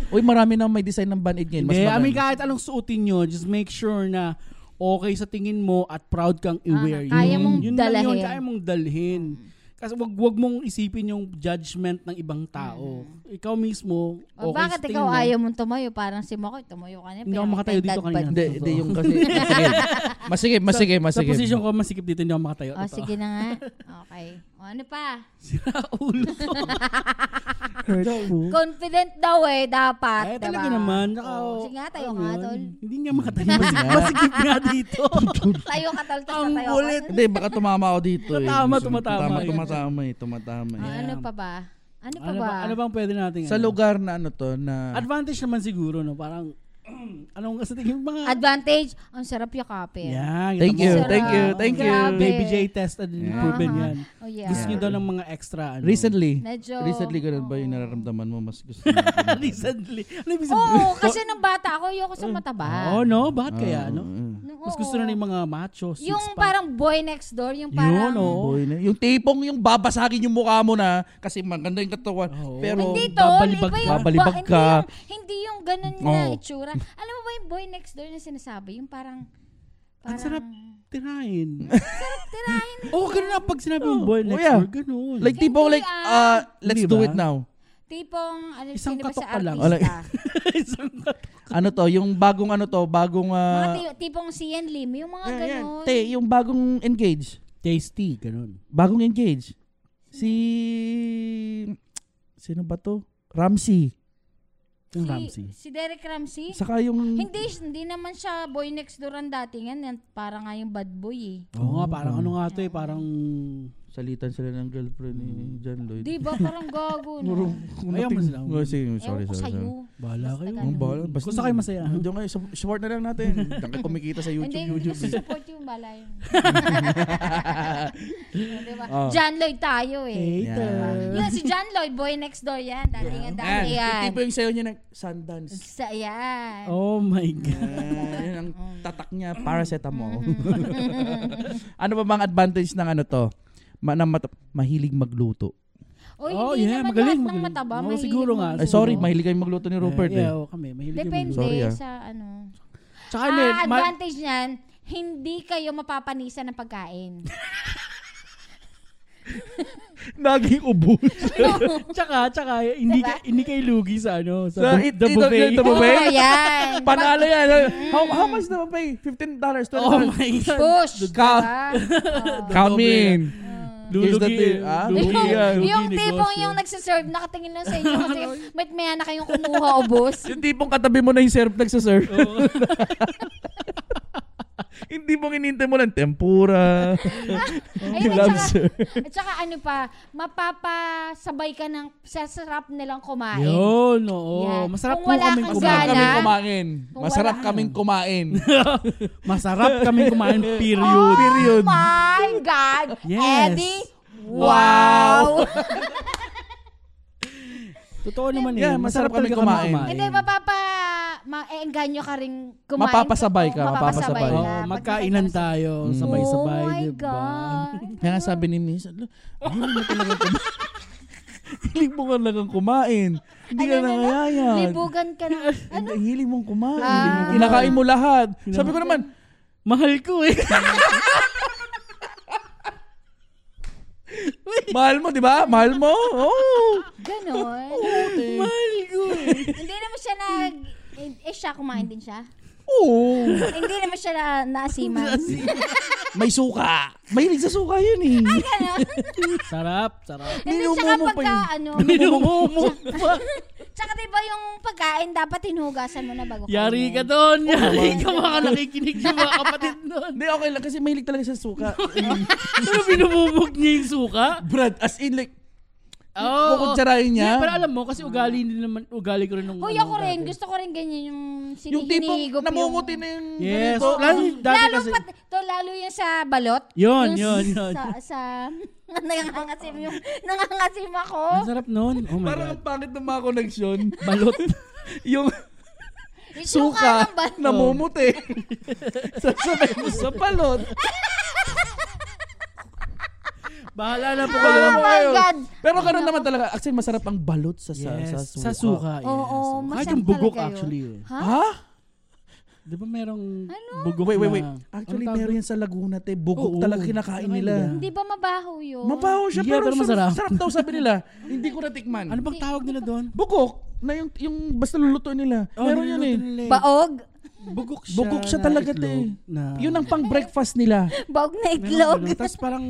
Speaker 2: Uy, marami na may design ng band-aid ngayon.
Speaker 1: Hindi,
Speaker 2: Mas
Speaker 1: I
Speaker 2: maganda.
Speaker 1: mean, kahit anong suotin nyo, just make sure na okay sa tingin mo at proud kang i-wear.
Speaker 3: Ah, kaya
Speaker 1: Yun-
Speaker 3: mong
Speaker 1: yun lang Yun,
Speaker 3: dalhin. Hmm.
Speaker 1: kaya mong dalhin. Kasi wag wag mong isipin yung judgment ng ibang tao. Ikaw mismo, okay
Speaker 3: O Hmm. Oh, bakit
Speaker 1: sa tingin
Speaker 3: ikaw
Speaker 1: mo.
Speaker 3: ayaw mong tumayo? Parang si Makoy, tumayo ka na.
Speaker 1: Hindi ako makatayo dito
Speaker 3: pinakipagdadpad.
Speaker 1: kanina.
Speaker 2: Hindi, hindi yung kasi. Sige. Masige, masige,
Speaker 1: Ano Sa
Speaker 2: masige.
Speaker 1: position ko, masikip dito, hindi ako makatayo.
Speaker 3: O
Speaker 1: Totoo.
Speaker 3: Oh, sige na nga. Okay. O ano pa?
Speaker 1: [LAUGHS] Sira ulo ko. Hurtful.
Speaker 3: Confident daw eh, dapat.
Speaker 1: Ay, talaga
Speaker 3: diba?
Speaker 1: naman. Naka,
Speaker 3: O, sige nga, tayo
Speaker 1: alam mo
Speaker 3: nga,
Speaker 1: yun,
Speaker 3: tol.
Speaker 1: Hindi nga
Speaker 2: [LAUGHS]
Speaker 1: makatayo. Masikip, masikip nga dito.
Speaker 3: Tayo ka, tol. Tapos
Speaker 1: Ang
Speaker 3: tayo ako.
Speaker 1: kulit.
Speaker 2: Hindi, baka tumama ako dito. eh.
Speaker 1: Tumatama,
Speaker 2: Gusto mo-
Speaker 1: tumatama
Speaker 2: Tumatama,
Speaker 1: yun.
Speaker 2: tumatama, eh, tumatama.
Speaker 3: O,
Speaker 2: eh.
Speaker 3: Ano pa ba? Ano pa
Speaker 1: Ano
Speaker 3: ba?
Speaker 1: ba, ano bang pwede natin?
Speaker 2: Sa
Speaker 1: ano?
Speaker 2: lugar na ano to, na...
Speaker 1: Advantage naman siguro, no? Parang, [CLEARS THROAT] anong kasi tingin yung mga...
Speaker 3: Advantage, ang sarap yakapin.
Speaker 1: Yan, kita
Speaker 2: Thank you,
Speaker 1: mo.
Speaker 3: Sarap.
Speaker 2: thank you, thank you.
Speaker 3: Grabe.
Speaker 1: Baby J tested and proven
Speaker 3: Aha.
Speaker 1: yan.
Speaker 3: Oh yeah.
Speaker 1: Gusto niyo daw ng mga extra. Ano?
Speaker 2: Recently,
Speaker 3: Medyo-
Speaker 2: recently ganun ba yung nararamdaman mo mas gusto mo?
Speaker 1: [LAUGHS] Recently. Ano ibig [LAUGHS] sabihin?
Speaker 3: Oo, kasi nung bata ako, ayoko sa mataba.
Speaker 1: [LAUGHS] Oh, no? Bakit kaya, no?
Speaker 2: eh.
Speaker 3: Nung-
Speaker 1: Mas
Speaker 3: oo.
Speaker 1: gusto na ng mga macho, six
Speaker 3: Yung parang boy next door, yung
Speaker 1: Yun,
Speaker 3: parang...
Speaker 1: oo.
Speaker 2: Boy na- Yung tipong yung babasagin yung mukha mo na kasi maganda yung katawan.
Speaker 1: Oo.
Speaker 2: Pero
Speaker 3: Hindi tol,
Speaker 1: Oh,
Speaker 3: iba
Speaker 1: babalibag ka.
Speaker 3: yung,
Speaker 2: Babalibag
Speaker 3: ba-
Speaker 2: ka.
Speaker 3: Hindi yung, hindi yung ganun na
Speaker 2: Oo.
Speaker 3: itsura. Alam mo ba yung boy next door na sinasabi? Yung parang...
Speaker 1: Ang
Speaker 3: parang
Speaker 1: sarap
Speaker 3: [LAUGHS]
Speaker 1: tirahin.
Speaker 3: Tirahin.
Speaker 1: Oo, [LAUGHS] oh, ganun na pag sinabi yung
Speaker 2: Oh,
Speaker 1: boy
Speaker 2: oh,
Speaker 1: next
Speaker 2: yeah.
Speaker 1: door, ganun.
Speaker 2: like tipong
Speaker 3: Hindi,
Speaker 2: like
Speaker 3: ah.
Speaker 2: uh, let's
Speaker 1: Hindi
Speaker 2: do
Speaker 1: ba?
Speaker 2: it now.
Speaker 3: Tipong, ano,
Speaker 1: Isang
Speaker 3: sino ba
Speaker 1: katok
Speaker 3: sa
Speaker 1: ka lang.
Speaker 3: artista?
Speaker 1: [LAUGHS] Isang katok.
Speaker 2: Ano to, yung bagong ano to, bagong
Speaker 3: mga
Speaker 2: ah,
Speaker 3: ti- tipong si Ian Lim, yung mga
Speaker 2: ayan, ayan.
Speaker 3: ganun.
Speaker 2: Te, yung bagong engage.
Speaker 1: Tasty, ganun.
Speaker 2: Bagong engage. Si Sino ba to? Ramsey.
Speaker 1: Yung Ramsey.
Speaker 3: Si Derek Ramsey?
Speaker 2: Saka yung...
Speaker 3: Hindi, hindi naman siya boy next door ang datingan. Yan, parang nga yung bad boy eh.
Speaker 1: Oo nga,
Speaker 2: Oh.
Speaker 1: parang ano nga to eh, parang...
Speaker 2: Salitan sila ng girlfriend ni John Lloyd.
Speaker 3: Hmm. Di ba? Parang gago, no?
Speaker 1: Ayaw mo sila.
Speaker 2: Oh, sige, sorry,
Speaker 3: Ewan ko
Speaker 2: sorry. sorry.
Speaker 3: sa'yo. Ano?
Speaker 1: Bahala kayo.
Speaker 3: Basta
Speaker 2: Ang bahala. Basta,
Speaker 1: Basta kayo
Speaker 2: [LAUGHS]
Speaker 1: masaya.
Speaker 2: Diyan kayo, sup- support na lang natin. [LAUGHS] Diyan kayo kumikita sa
Speaker 3: Hindi,
Speaker 2: YouTube.
Speaker 3: hindi
Speaker 2: YouTube.
Speaker 3: gusto
Speaker 2: eh.
Speaker 3: support yung bala yun. Di ba? John Lloyd tayo eh.
Speaker 1: [LAUGHS] Hater.
Speaker 3: Yun, si John Lloyd, boy next door yan. Datingan,
Speaker 2: Yan. Yung
Speaker 3: datingan.
Speaker 2: tipo yung sayo niya ng sundance.
Speaker 3: [LAUGHS] Sa, yan.
Speaker 1: Oh my
Speaker 3: Mm.
Speaker 1: God.
Speaker 2: Ah, yun ang
Speaker 3: Oh.
Speaker 2: tatak niya, paracetamol. [LAUGHS] ano ba bang advantage ng ano to? Ma- na mat- mahilig magluto.
Speaker 3: Uy,
Speaker 1: Oh,
Speaker 3: hindi
Speaker 1: yeah,
Speaker 3: naman
Speaker 1: magaling,
Speaker 3: lahat ng
Speaker 1: magaling.
Speaker 3: mataba.
Speaker 1: Oo,
Speaker 3: mahilig
Speaker 1: siguro nga.
Speaker 2: Ay,
Speaker 3: mag-
Speaker 2: sorry,
Speaker 1: Oo.
Speaker 2: mahilig kayong magluto ni [LAUGHS] Rupert
Speaker 1: Yeah,
Speaker 2: eh.
Speaker 1: oo, kami. Mahilig kami.
Speaker 3: Depende
Speaker 2: Sorry, ah.
Speaker 3: sa ano.
Speaker 1: Tsaka hindi,
Speaker 3: Ah,
Speaker 1: ma-
Speaker 3: advantage niyan, hindi kayo mapapanisa ng pagkain.
Speaker 2: Naging ubus.
Speaker 1: tsaka, tsaka, hindi,
Speaker 3: Diba?
Speaker 1: ka, hindi kayo lugi sa ano, sa,
Speaker 2: Sa
Speaker 1: bu-
Speaker 2: it-
Speaker 1: the
Speaker 2: it-
Speaker 1: buffet.
Speaker 2: the buffet.
Speaker 3: Oo, yan.
Speaker 2: Panalo yan. How, how much na ba pay? $15, $20.
Speaker 1: oh my God.
Speaker 3: Push.
Speaker 2: Ka- [LAUGHS]
Speaker 3: diba? Oo.
Speaker 2: Count me in. Here's the
Speaker 1: Lulugi.
Speaker 2: thing, ah?
Speaker 1: Lugi
Speaker 3: Yung,
Speaker 1: yan.
Speaker 3: yung
Speaker 1: Lugi
Speaker 3: tipong
Speaker 1: negosyo.
Speaker 3: yung nagsiserve, nakatingin lang sa inyo kasi may maya na kayong kumuha o
Speaker 2: [LAUGHS]
Speaker 3: boss.
Speaker 2: Yung tipong katabi mo na yung serve nagsaserve. [LAUGHS] Hindi mong inintay mo lang tempura, [LAUGHS]
Speaker 3: Ayun, at, saka,
Speaker 2: lobster.
Speaker 3: at saka ano pa, mapapasabay ka ng sasarap nilang kumain.
Speaker 1: [LAUGHS] Yun, oo.
Speaker 3: Yan.
Speaker 1: Masarap
Speaker 3: Kung
Speaker 1: po
Speaker 3: wala
Speaker 1: kami
Speaker 3: kang
Speaker 2: Masarap
Speaker 1: kumain.
Speaker 3: gana.
Speaker 2: kaming kumain.
Speaker 3: Kung
Speaker 2: Masarap
Speaker 3: wala.
Speaker 2: kaming
Speaker 3: [LAUGHS]
Speaker 2: kumain.
Speaker 1: Masarap kami kumain,
Speaker 2: [LAUGHS]
Speaker 1: period.
Speaker 2: Period.
Speaker 3: Oh my God!
Speaker 1: Yes.
Speaker 3: Eddie, wow!
Speaker 1: Totoo naman eh.
Speaker 2: Yeah,
Speaker 1: masarap
Speaker 2: masarap kaming
Speaker 1: talaga kami
Speaker 2: kumain.
Speaker 1: kumain.
Speaker 3: Hindi, mapapa... Maeenganyo ka rin kumain.
Speaker 2: Mapapasabay ka,
Speaker 3: Oo,
Speaker 2: mapapasabay.
Speaker 3: ka.
Speaker 1: Oo,
Speaker 3: Pag-
Speaker 1: magkainan tayo,
Speaker 2: Mm.
Speaker 1: sabay-sabay,
Speaker 3: Oh my
Speaker 1: diba?
Speaker 3: God.
Speaker 2: Kaya nga sabi ni Miss, "Ala, hilig mo talagang kumain. [LAUGHS] hilig mo talagang kumain. Hindi
Speaker 3: Ano na
Speaker 2: ka
Speaker 3: lang?
Speaker 2: nangayayan.
Speaker 3: Libugan ka na.
Speaker 2: [LAUGHS]
Speaker 3: Ano?
Speaker 2: Hindi, Hilig mong kumain.
Speaker 3: Ah.
Speaker 2: Hilig mong kumain. Kinakain mo lahat. Sabi ko naman,
Speaker 1: Mahal ko eh.
Speaker 2: mahal mo, di ba? Mahal [LAUGHS] mo. Oh.
Speaker 3: Ganon.
Speaker 1: Mahal ko eh.
Speaker 3: Hindi naman siya nag... Eh, eh, siya, kumain din siya.
Speaker 2: Oo.
Speaker 3: Hindi naman siya na, naasiman.
Speaker 1: [LAUGHS]
Speaker 2: May suka. Mahilig sa suka yun eh.
Speaker 1: Sarap, sarap.
Speaker 3: Hindi, tsaka
Speaker 2: Minumumo pa
Speaker 3: pagka,
Speaker 2: yun.
Speaker 1: [LAUGHS]
Speaker 3: ano,
Speaker 1: Minumumo.
Speaker 3: tsaka diba yung pagkain, dapat hinugasan mo na bago kainin.
Speaker 1: Yari ka
Speaker 2: Ano
Speaker 1: doon. Yari ka mga nakikinig ng mga kapatid
Speaker 2: [LAUGHS]
Speaker 1: noon.
Speaker 2: Hindi, okay lang. Kasi mahilig talaga sa
Speaker 3: [LAUGHS]
Speaker 2: suka.
Speaker 1: Pero binububog niya yung suka.
Speaker 2: Brad, as in like,
Speaker 1: Oo.
Speaker 2: kukutsarain
Speaker 1: Hindi,
Speaker 2: niya.
Speaker 1: pero alam mo, kasi ugali din naman, ugali ko rin nung...
Speaker 3: Hoy,
Speaker 1: ano,
Speaker 3: ako rin,
Speaker 1: dati.
Speaker 3: gusto ko rin ganyan yung
Speaker 2: yung tipong
Speaker 3: sinihinigop
Speaker 2: namunguti na yung
Speaker 1: Yes. Oh Lalo,
Speaker 2: ganito.
Speaker 1: dati
Speaker 3: lalo
Speaker 1: kasi...
Speaker 3: pat, to, lalo yung sa balot.
Speaker 1: Yun,
Speaker 3: Yung [LAUGHS]
Speaker 1: yun,
Speaker 3: s-
Speaker 1: yun.
Speaker 3: Sa, sa, nangangasim yung, nangangasim ako.
Speaker 1: Ang sarap noon. Oh my
Speaker 2: Parang
Speaker 1: God.
Speaker 2: ang pangit ng mga connection.
Speaker 1: Balot.
Speaker 2: [LAUGHS]
Speaker 1: [LAUGHS]
Speaker 2: yung
Speaker 3: Yung
Speaker 2: suka
Speaker 3: ng balot. [LAUGHS]
Speaker 2: namumuti. Sasabay mo sa palot.
Speaker 1: Bahala na po kayo.
Speaker 3: Oh my God! Ano?
Speaker 2: Pero ganoon naman talaga. Actually, masarap ang balot sa, sa,
Speaker 1: Yes,
Speaker 2: sa suka.
Speaker 1: sa suka. yes.
Speaker 3: Oo, oh, oh,
Speaker 1: Kahit
Speaker 3: masarap
Speaker 1: yung bugok
Speaker 3: talaga yun.
Speaker 1: actually. eh.
Speaker 3: Ha?
Speaker 2: Ha?
Speaker 1: Di ba merong
Speaker 3: Ano?
Speaker 1: bugok
Speaker 2: Wait, wait,
Speaker 1: na-
Speaker 2: wait. Ah. Actually,
Speaker 1: Ano tawag
Speaker 2: meron yan sa Laguna, te. Bugok
Speaker 1: Oo,
Speaker 2: talaga
Speaker 1: oo.
Speaker 2: kinakain
Speaker 1: Kinakain
Speaker 2: nila.
Speaker 1: nila.
Speaker 3: Hindi ba mabaho yun?
Speaker 2: Mabaho siya,
Speaker 1: Yeah,
Speaker 2: pero,
Speaker 1: pero
Speaker 2: sarap,
Speaker 1: masarap.
Speaker 2: sarap daw sabi
Speaker 1: [LAUGHS]
Speaker 2: nila. Hindi ko natikman.
Speaker 1: doon? Ano bang tawag nila doon?
Speaker 2: Bugok na yung, yung basta lulutuin nila.
Speaker 1: Oh,
Speaker 2: meron yun eh.
Speaker 1: niluluto nila
Speaker 3: Baog?
Speaker 1: Bugok siya.
Speaker 2: Bugok siya
Speaker 1: na
Speaker 2: talaga,
Speaker 1: itlog
Speaker 2: te.
Speaker 1: na-
Speaker 2: Yun ang pang-breakfast nila.
Speaker 3: Baog na
Speaker 1: Meron Oh,
Speaker 3: itlog?
Speaker 1: ganun.
Speaker 3: [LAUGHS]
Speaker 1: Tapos parang...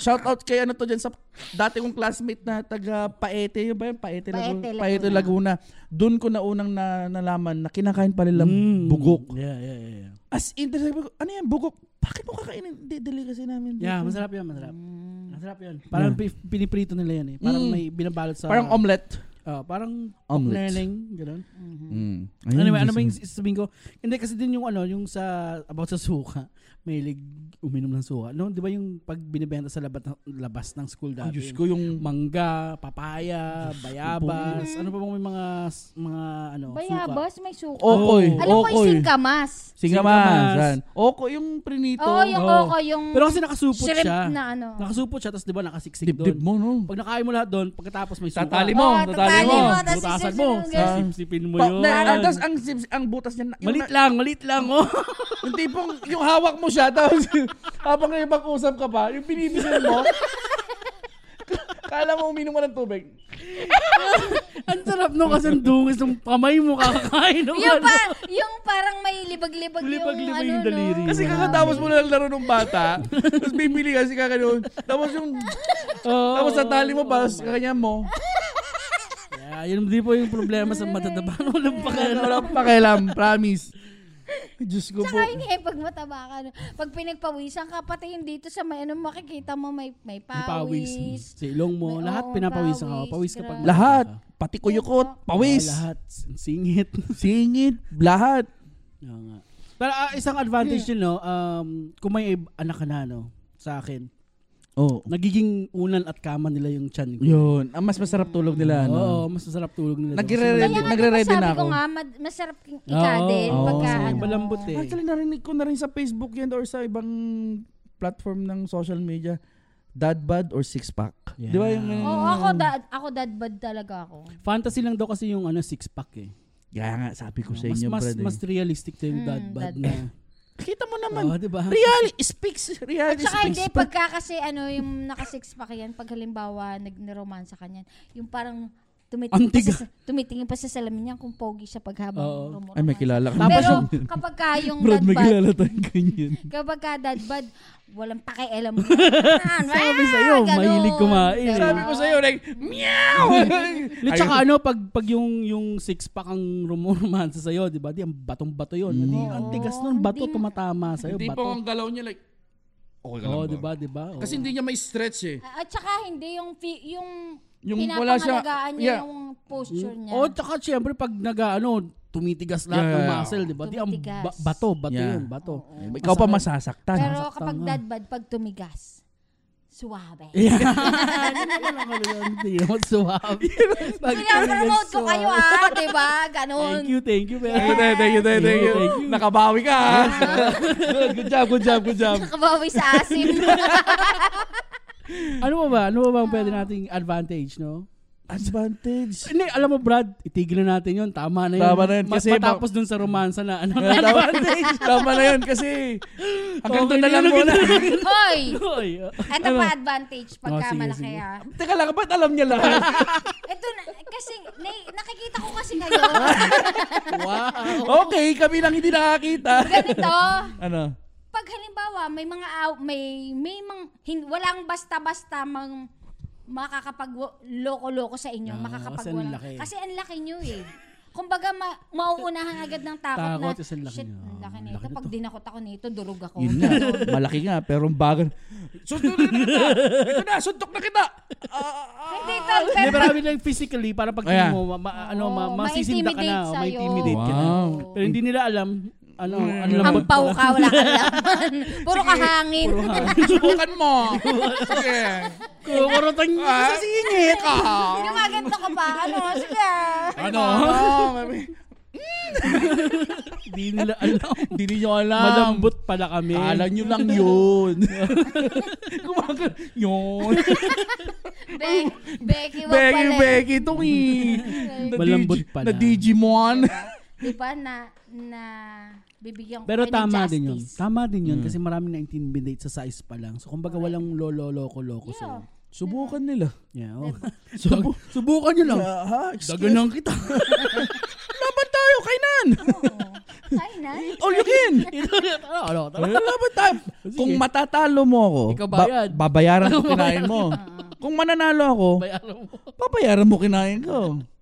Speaker 2: Shout out kay ano to dyan sa dati kong classmate na taga Paete, yun ba yun? Paete, Laguna.
Speaker 3: Paete, Laguna.
Speaker 2: Paete Laguna. Doon ko na unang na, nalaman na kinakain pala nila
Speaker 1: Mm,
Speaker 2: bugok.
Speaker 1: Yeah, yeah, yeah. yeah.
Speaker 2: As in, sabi ko, ano yan, bugok? Bakit mo kakainin? Hindi, dali kasi namin. dito.
Speaker 1: Yeah, masarap yun, masarap. Masarap yun. Parang pi- piniprito nila yan eh. Parang
Speaker 2: Mm.
Speaker 1: may binabalot sa...
Speaker 2: Parang omelette.
Speaker 1: Ah, parang
Speaker 2: Omelets.
Speaker 1: learning, ganun.
Speaker 2: Mm.
Speaker 1: Anyway, ano ba yung sabihin ko? Hindi kasi din yung ano, yung sa, about sa suka, mahilig uminom ng suka. No, di ba yung pag binibenta sa labat, labas ng school
Speaker 2: Ay,
Speaker 1: dati?
Speaker 2: Diyos
Speaker 1: yung
Speaker 2: ko, yung
Speaker 1: mangga, papaya, bayabas, ano pa bang may mga, s- mga ano, suka?
Speaker 3: Bayabas, may suka.
Speaker 2: okoy.
Speaker 1: Oh.
Speaker 3: Alam ko yung
Speaker 2: okoy.
Speaker 3: singkamas.
Speaker 1: Singkamas.
Speaker 2: Singkamas. Okoy, yung prinito.
Speaker 3: Oo, Oh, yung
Speaker 1: Oo.
Speaker 3: oko, yung
Speaker 1: Pero kasi nakasupot
Speaker 3: shrimp
Speaker 1: siya.
Speaker 3: na ano.
Speaker 1: Nakasupot siya, tapos di ba nakasiksik
Speaker 2: Dibdib
Speaker 1: doon.
Speaker 2: mo, no?
Speaker 1: Pag nakain mo lahat doon, pagkatapos may suka.
Speaker 2: Tatali
Speaker 3: mo,
Speaker 2: mo,
Speaker 3: Oo, tatali
Speaker 2: tatali
Speaker 3: tatali
Speaker 2: mo.
Speaker 3: mo. mo.
Speaker 1: Butasan
Speaker 3: Tapos
Speaker 1: mo. Ah.
Speaker 3: sisipsipin mo.
Speaker 1: Sisipsipin mo yun.
Speaker 2: ano, Tapos ah, ang, sibs- ang butas niya, na- yung
Speaker 1: Malit lang, malit lang, oh. [LAUGHS]
Speaker 2: Yung tipong, yung hawak mo siya, tapos [LAUGHS] habang kayo mag-usap ka pa, yung binibisan mo, [LAUGHS] kala mo uminom ka ng tubig.
Speaker 1: Ang sarap no kasi ang dungis ng kamay mo kakakain. ng
Speaker 3: [LAUGHS] Yung,
Speaker 1: ano.
Speaker 3: pa, yung parang may libag-libag, yung
Speaker 1: Libag-libag
Speaker 3: ano,
Speaker 1: yung daliri.
Speaker 2: Kasi kakatapos mo lang laro ng bata, tapos bibili ka si kakanoon, tapos yung,
Speaker 1: [LAUGHS] Oo.
Speaker 2: tapos sa tali mo, tapos kakanya mo,
Speaker 1: Kaya yun di po yung problema sa matataba.
Speaker 3: [LAUGHS]
Speaker 1: Walang pakialam.
Speaker 2: Wala akong pakialam, promise. Ay, Diyos ko po.
Speaker 3: Tsaka yun nga eh, pag mataba ka, no, pag pinagpawisan ka, pati yung dito sa may ano, makikita mo may, may
Speaker 1: May
Speaker 3: pawis.
Speaker 1: Sa ilong mo.
Speaker 3: May-
Speaker 1: lahat
Speaker 3: oo,
Speaker 1: pinapawis ka.
Speaker 3: pawis,
Speaker 1: Pawis ka pag
Speaker 3: grabe.
Speaker 2: Lahat. Pati kuyukot, pawis,
Speaker 1: Oo, lahat. Singit. [LAUGHS]
Speaker 2: singit, lahat.
Speaker 1: Oo nga. Pero ah, isang advantage
Speaker 3: Hmm.
Speaker 1: yun, no, um, kung may ib- anak ka na, no, sa akin,
Speaker 2: Oh.
Speaker 1: nagiging unan at kama nila yung chan ko.
Speaker 2: Yun. Ang mas masarap tulog nila,
Speaker 1: Oo,
Speaker 2: ano?
Speaker 1: mas masarap tulog nila.
Speaker 2: Nagre-re-
Speaker 1: Kasi
Speaker 3: Kaya nga,
Speaker 2: Nagre-ready
Speaker 3: diba sabi
Speaker 2: na
Speaker 3: ko
Speaker 2: ako.
Speaker 3: nga, mad- masarap king- ikadin.
Speaker 1: Oo,
Speaker 3: pagka
Speaker 1: kasi
Speaker 3: ano.
Speaker 1: malambot eh.
Speaker 2: Actually, narinig ko na rin sa Facebook yan or sa ibang platform ng social media. Dad bod or six pack.
Speaker 1: Yeah.
Speaker 2: Di ba yung...
Speaker 3: Oo, ako, dad, ako dadbad talaga ako.
Speaker 1: Fantasy lang daw kasi yung ano, six-pack eh.
Speaker 2: Kaya nga, sabi ko sa
Speaker 1: mas,
Speaker 2: inyo,
Speaker 1: mas,
Speaker 2: brad. eh.
Speaker 1: mas realistic to
Speaker 3: Mm,
Speaker 1: yung dad bod
Speaker 3: dad
Speaker 1: na.
Speaker 2: Kita mo
Speaker 1: [LAUGHS]
Speaker 2: naman.
Speaker 1: Oo, diba?
Speaker 2: Reality speaks.
Speaker 3: At
Speaker 2: Reality
Speaker 3: saka
Speaker 2: speaks.
Speaker 3: hindi,
Speaker 2: Pag-
Speaker 3: pagka kasi ano, yung naka-six pack yan, pag halimbawa nagniromansa ka niyan, yung parang tumitingin pa,
Speaker 1: Antiga.
Speaker 3: sa, tumitingin pa sa salamin niya kung pogi siya pag habang
Speaker 1: Oo.
Speaker 3: rumoromansa.
Speaker 2: Ay, may kilala ka.
Speaker 1: Tapos
Speaker 3: Pero
Speaker 1: yung-
Speaker 3: kapag ka yung
Speaker 2: Brad, may
Speaker 3: dadbad,
Speaker 2: kilala tayong ganyan.
Speaker 3: kapag ka dadbad, walang
Speaker 2: [LAUGHS]
Speaker 3: pakialam Ah, mo.
Speaker 1: Sabi sa'yo, mahilig kumain.
Speaker 2: Sabi ko sa'yo, like, [LAUGHS] meow!
Speaker 1: At saka ano, pag, pag yung, yung six-pack ang rumormansa sa'yo, di ba? Di, ang batong-bato yun. Hindi, ang tigas nun, bato
Speaker 3: Hindi-
Speaker 1: tumatama sa'yo.
Speaker 2: Hindi po
Speaker 1: Bato.
Speaker 2: ang galaw niya, like, okay ka lang
Speaker 1: Oo,
Speaker 2: ba?
Speaker 1: di ba? Di ba? Oo.
Speaker 2: Kasi hindi niya may stretch eh.
Speaker 3: Ah, At saka hindi yung fi- yung,
Speaker 2: Yung wala siya-
Speaker 3: pinapangalagaan niya
Speaker 2: yeah.
Speaker 3: yung posture niya.
Speaker 1: Oh, tsaka syempre pag nag ano, tumitigas lahat ng
Speaker 2: Yeah.
Speaker 1: muscle, 'di ba? Di ang
Speaker 3: Tumitigas.
Speaker 1: ba- bato, bato
Speaker 2: Yeah.
Speaker 1: 'yun, bato.
Speaker 2: Ikaw pa masasaktan.
Speaker 3: Pero kapag
Speaker 1: nga.
Speaker 3: dadbad, pag tumigas, suwabe.
Speaker 1: Yeah. Hindi naman suwabe. Pag-
Speaker 3: Pinapromote ko kayo ah, di ba? Ganon.
Speaker 1: Thank you, thank you. very
Speaker 2: Thank you,
Speaker 1: much.
Speaker 2: thank you, thank you, thank you.
Speaker 1: Thank you.
Speaker 2: Nakabawi ka. ah. good job, good job, good job.
Speaker 3: [LAUGHS] Nakabawi sa asim.
Speaker 1: Ano ba ba? Ano ba bang pwede nating advantage, no?
Speaker 2: Advantage.
Speaker 1: Hindi, alam mo Brad, itigil na natin yun. Tama na yun.
Speaker 2: Tama na yun,
Speaker 1: Mas
Speaker 2: kasi ba-
Speaker 1: matapos dun sa romansa na ano.
Speaker 2: Advantage. Tama na yun kasi hanggang
Speaker 1: Okay
Speaker 2: doon na
Speaker 1: na
Speaker 2: lang
Speaker 1: yun,
Speaker 2: muna.
Speaker 3: Hoy!
Speaker 1: Oy, oh.
Speaker 3: Ito pa advantage pagka
Speaker 1: Oh, sige,
Speaker 3: malaki
Speaker 1: sige.
Speaker 3: ah.
Speaker 2: Teka lang, ba't alam niya lahat?
Speaker 3: Ito na, kasi na- nakikita ko kasi [LAUGHS] kayo.
Speaker 1: wow.
Speaker 2: okay, kami lang hindi nakakita.
Speaker 3: Ganito.
Speaker 2: ano?
Speaker 3: Pag halimbawa, may mga, aw- may, may mga, hin, walang basta-basta mang, makakapag loko-loko sa inyo,
Speaker 1: Ah,
Speaker 3: makakapag
Speaker 1: kasi ang laki.
Speaker 3: Kasi ang laki nyo eh. Kumbaga, ma- mauunahan agad ng takot, na,
Speaker 1: Takot, kasi ang laki
Speaker 3: shit,
Speaker 1: nyo.
Speaker 3: ang laki
Speaker 1: Ang
Speaker 3: nito.
Speaker 1: laki
Speaker 3: Pag dinakot ako nito, durog ako.
Speaker 2: Yun nga, malaki nga, pero ang bagal. Suntok na kita! Ito na, suntok na kita!
Speaker 3: [LAUGHS] Hindi, tal,
Speaker 1: Hindi,
Speaker 3: pero
Speaker 1: pero I mean, like physically, para pag tingin
Speaker 2: Ayan.
Speaker 1: mo, ma- ma- ano, ma-
Speaker 3: Oo,
Speaker 1: masisinda ka na,
Speaker 3: ma-intimidate
Speaker 1: may
Speaker 3: sa'yo.
Speaker 1: intimidate ka na.
Speaker 2: Wow.
Speaker 1: Pero hindi nila alam, ano, ano lang
Speaker 3: ang
Speaker 1: ba-
Speaker 3: pau ka, wala
Speaker 1: [LAUGHS]
Speaker 3: ka laman. Puro kahangin.
Speaker 1: Puro hangin.
Speaker 2: Subukan mo! Sige. Ah.
Speaker 1: Kukurutan niyo sa singit.
Speaker 3: Gumaganto ko pa. Ano, sige.
Speaker 2: Ano?
Speaker 1: Hindi nila [LAUGHS] alam.
Speaker 2: Hindi niyo alam.
Speaker 1: Malambot pala kami.
Speaker 2: Kala
Speaker 1: [LAUGHS]
Speaker 2: nyo lang yun. Kumagal. Yun.
Speaker 3: Bek, Becky, wag
Speaker 2: Becky,
Speaker 3: pala.
Speaker 2: Becky, itong eh. Na
Speaker 1: Malambot
Speaker 2: Digi-
Speaker 1: pala.
Speaker 2: Na Digimon.
Speaker 3: Di ba na, na, bibigyan ko
Speaker 1: Pero
Speaker 3: kayo ng
Speaker 1: tama din yun.
Speaker 3: justice.
Speaker 1: Tama din yun kasi maraming na-intimidate sa size pa lang. So kumbaga walang lolo-loko-loko sa'yo.
Speaker 3: Yeah.
Speaker 2: Subukan nila.
Speaker 1: Yeah, oh. [LAUGHS] Subu- subukan nyo lang.
Speaker 2: Ah, excuse.
Speaker 1: Daganan kita.
Speaker 2: Laban tayo, kainan!
Speaker 3: Oo. Ay,
Speaker 1: [LAUGHS]
Speaker 3: na.
Speaker 2: All you can!
Speaker 1: [LAUGHS] Ito ulit. Ano, ano, ano?
Speaker 2: Laban tayo. Kung matatalo mo ako,
Speaker 1: Ikaw
Speaker 2: ba-
Speaker 1: bayad.
Speaker 2: babayaran
Speaker 1: [LAUGHS]
Speaker 2: ko kinain mo. Kung mananalo ako,
Speaker 1: Bayaran mo.
Speaker 2: papayaran mo kinain ko.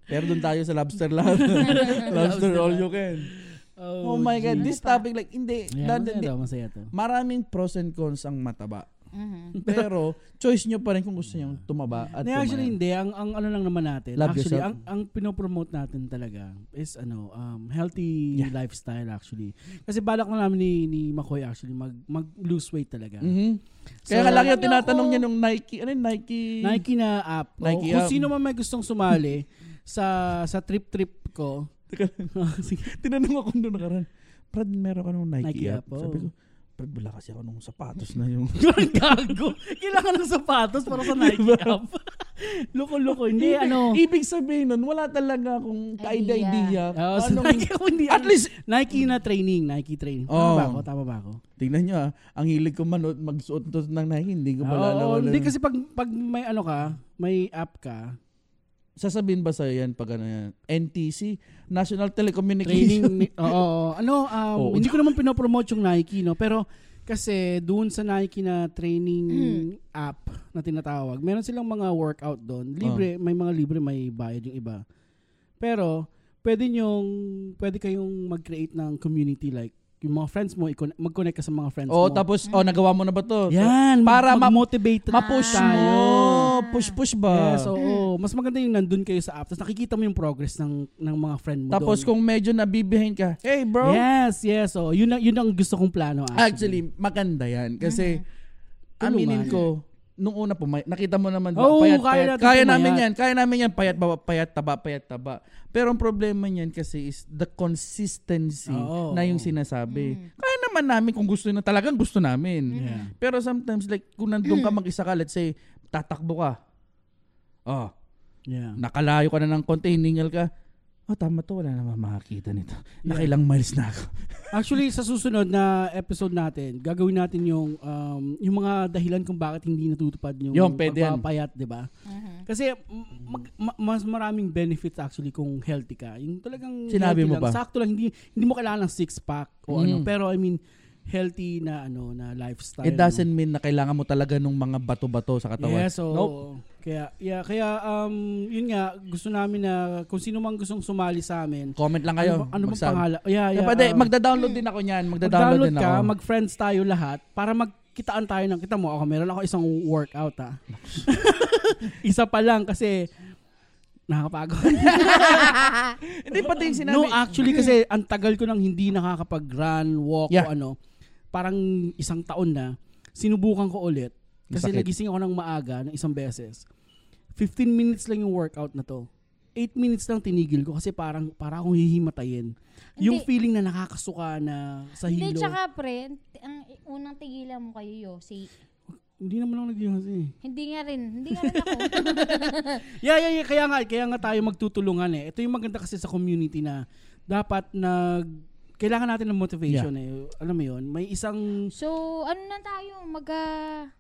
Speaker 2: Pero doon tayo sa
Speaker 1: [LAUGHS]
Speaker 2: lobster lahat.
Speaker 1: ano,
Speaker 2: lobster all
Speaker 1: diba?
Speaker 2: you can. Oh, my God, this topic like, hindi.
Speaker 1: Yeah,
Speaker 2: dad-
Speaker 1: masaya
Speaker 2: hindi.
Speaker 1: to, masaya to.
Speaker 2: Maraming pros and cons ang mataba.
Speaker 3: Mhm.
Speaker 2: Pero, choice nyo pa rin kung gusto nyo tumaba
Speaker 1: Hindi,
Speaker 2: at pumayat.
Speaker 1: actually hindi. Ang, ang ano lang naman natin.
Speaker 2: Love
Speaker 1: actually,
Speaker 2: yourself.
Speaker 1: ang, ang pinopromote natin talaga is ano, um, healthy lifestyle actually. Kasi balak na namin ni, ni Makoy actually mag, mag lose weight talaga.
Speaker 2: Mhm. Kaya
Speaker 1: So,
Speaker 2: nga lagi
Speaker 3: ano
Speaker 2: tinatanong
Speaker 3: ko-
Speaker 2: niya nung Nike, ano yun, Nike?
Speaker 1: Nike na app. O,
Speaker 2: Nike
Speaker 1: kung
Speaker 2: app.
Speaker 1: sino man may gustong sumali sa sa trip-trip ko. Oh,
Speaker 2: Teka
Speaker 1: [LAUGHS]
Speaker 2: lang. Tinanong ako nung nakaraan, Brad, meron ka nung Nike,
Speaker 1: Nike
Speaker 2: app?
Speaker 1: app, oo.
Speaker 2: Sabi ko, Brad, wala kasi ako nung sapatos na yung...
Speaker 1: Parang gago. Kailangan ng sapatos para sa Nike
Speaker 2: Diba?
Speaker 1: app. [LAUGHS] Loko-loko. Hindi, ano.
Speaker 2: Ibig sabihin nun, wala talaga akong
Speaker 3: Idea.
Speaker 2: ka-idea.
Speaker 1: Oo, sa
Speaker 2: Anong-
Speaker 1: Oh, [LAUGHS] Nike ako hindi.
Speaker 2: Ano? At least, Oh.
Speaker 1: Nike na training. Nike training. Tama
Speaker 2: Oo.
Speaker 1: ba ako? Tama ba ako?
Speaker 2: tingnan nyo ah, ang hilig ko manood, magsuot to ng Nike, hindi ko pala
Speaker 1: Oo,
Speaker 2: alam.
Speaker 1: hindi kasi pag, pag may ano ka, may app ka,
Speaker 2: Sasabihin ba sa'yo yan pag ano yan? NTC, National
Speaker 1: training
Speaker 2: [LAUGHS] Telecommunication.
Speaker 1: ni- oo oo. ano um,
Speaker 2: Oo.
Speaker 1: hindi ko naman pinopromote yung Nike no pero kasi doon sa Nike na training
Speaker 2: Hmm. Ah.
Speaker 1: app na tinatawag meron silang mga workout doon libre may mga libre may bayad yung iba Pero, pwede nyong, pwede kayong mag-create ng community like, yung mga friends mo, ikon- mag-connect ka sa mga friends
Speaker 2: Oh,
Speaker 1: mo.
Speaker 2: tapos, oh, nagawa mo na ba to?
Speaker 1: Yan,
Speaker 2: Para
Speaker 1: para
Speaker 2: ma-
Speaker 1: mag-motivate
Speaker 2: Mapush
Speaker 1: tayo.
Speaker 2: mo. Hmm. Push-push ba?
Speaker 1: Yes, oo. Mas maganda yung nandun kayo sa app. Tapos nakikita mo yung progress ng, ng mga friend mo
Speaker 2: Tapos
Speaker 1: doon.
Speaker 2: kung medyo nabibihain ka, hey bro,
Speaker 1: Yes, yes. Oh, yun, ang, yun ang gusto kong plano. Actually.
Speaker 2: actually, maganda yan. Kasi,
Speaker 1: Mm-hmm. Tulungan.
Speaker 2: aminin ko, nung una po, may- nakita mo naman, di ba,
Speaker 1: Oo, kaya
Speaker 2: payat, payat.
Speaker 1: natin
Speaker 2: Kaya
Speaker 1: pumayat.
Speaker 2: namin yan, kaya namin yan, payat, baba, payat, taba, payat, taba. Pero ang problema niyan kasi is the consistency
Speaker 1: Oo. Mm.
Speaker 2: na yung sinasabi. Kaya naman namin kung gusto na talagang gusto namin.
Speaker 1: Yeah.
Speaker 2: Pero sometimes, like, kung nandun
Speaker 1: Mm.
Speaker 2: ka mag-isa ka, let's say, tatakbo ka. Oh,
Speaker 1: Yeah.
Speaker 2: nakalayo ka na ng konti, hiningal ka. Oh, tama to, wala naman makakita nito. Nakailang miles na ako.
Speaker 1: Actually, sa susunod na episode natin, gagawin natin yung um, yung mga dahilan kung bakit hindi natutupad yung
Speaker 2: Yun, pwede yan.
Speaker 1: pagpapayat, di ba?
Speaker 3: Mhm.
Speaker 1: Kasi m- mag- ma- mas maraming benefits actually kung healthy ka. Yung talagang
Speaker 2: Sinabi
Speaker 1: healthy
Speaker 2: mo
Speaker 1: lang.
Speaker 2: ba?
Speaker 1: Sakto lang, hindi, hindi mo kailangan ng six-pack o
Speaker 2: Mm.
Speaker 1: ano. Pero I mean, healthy na ano na lifestyle.
Speaker 2: It doesn't mean na kailangan mo talaga ng mga bato-bato sa katawan.
Speaker 1: Yes, so
Speaker 2: Nope.
Speaker 1: kaya yeah, kaya um yun nga gusto namin na kung sino mang gustong sumali sa amin.
Speaker 2: Comment lang kayo.
Speaker 1: ano, ba- ano bang
Speaker 2: Magsabi.
Speaker 1: pangalan? Oh, Yeah, yeah.
Speaker 2: Pwede,
Speaker 1: um,
Speaker 2: magda-download din ako niyan. Magda-download
Speaker 1: mag-download
Speaker 2: din
Speaker 1: ka,
Speaker 2: ako.
Speaker 1: mag-friends tayo lahat para magkitaan tayo ng kita mo ako. Meron ako isang workout ha. [LAUGHS] Isa pa lang kasi nakakapagod.
Speaker 2: Hindi pati yung sinabi.
Speaker 1: no, actually kasi ang tagal ko nang hindi nakakapag-run, walk
Speaker 2: Yeah.
Speaker 1: o ano. Parang isang taon na sinubukan ko ulit kasi
Speaker 2: Masakit.
Speaker 1: nagising ako ng maaga ng isang beses. 15 minutes lang yung workout na to. 8 minutes lang tinigil ko kasi parang para akong hihimatayin. Yung
Speaker 3: Hindi.
Speaker 1: feeling na nakakasuka na sa
Speaker 3: Hindi,
Speaker 1: hilo.
Speaker 3: tsaka pre, ang unang tigilan mo kayo, Yossi.
Speaker 1: Hindi naman ako nagyayos eh.
Speaker 3: Hindi nga rin. Hindi nga rin ako.
Speaker 1: [LAUGHS] Yeah, yeah, yeah. Kaya nga, kaya nga tayo magtutulungan eh. Ito yung maganda kasi sa community na dapat nag kailangan natin ng motivation eh. Alam mo yun, may isang
Speaker 3: so, ano na tayo? Mag, ah,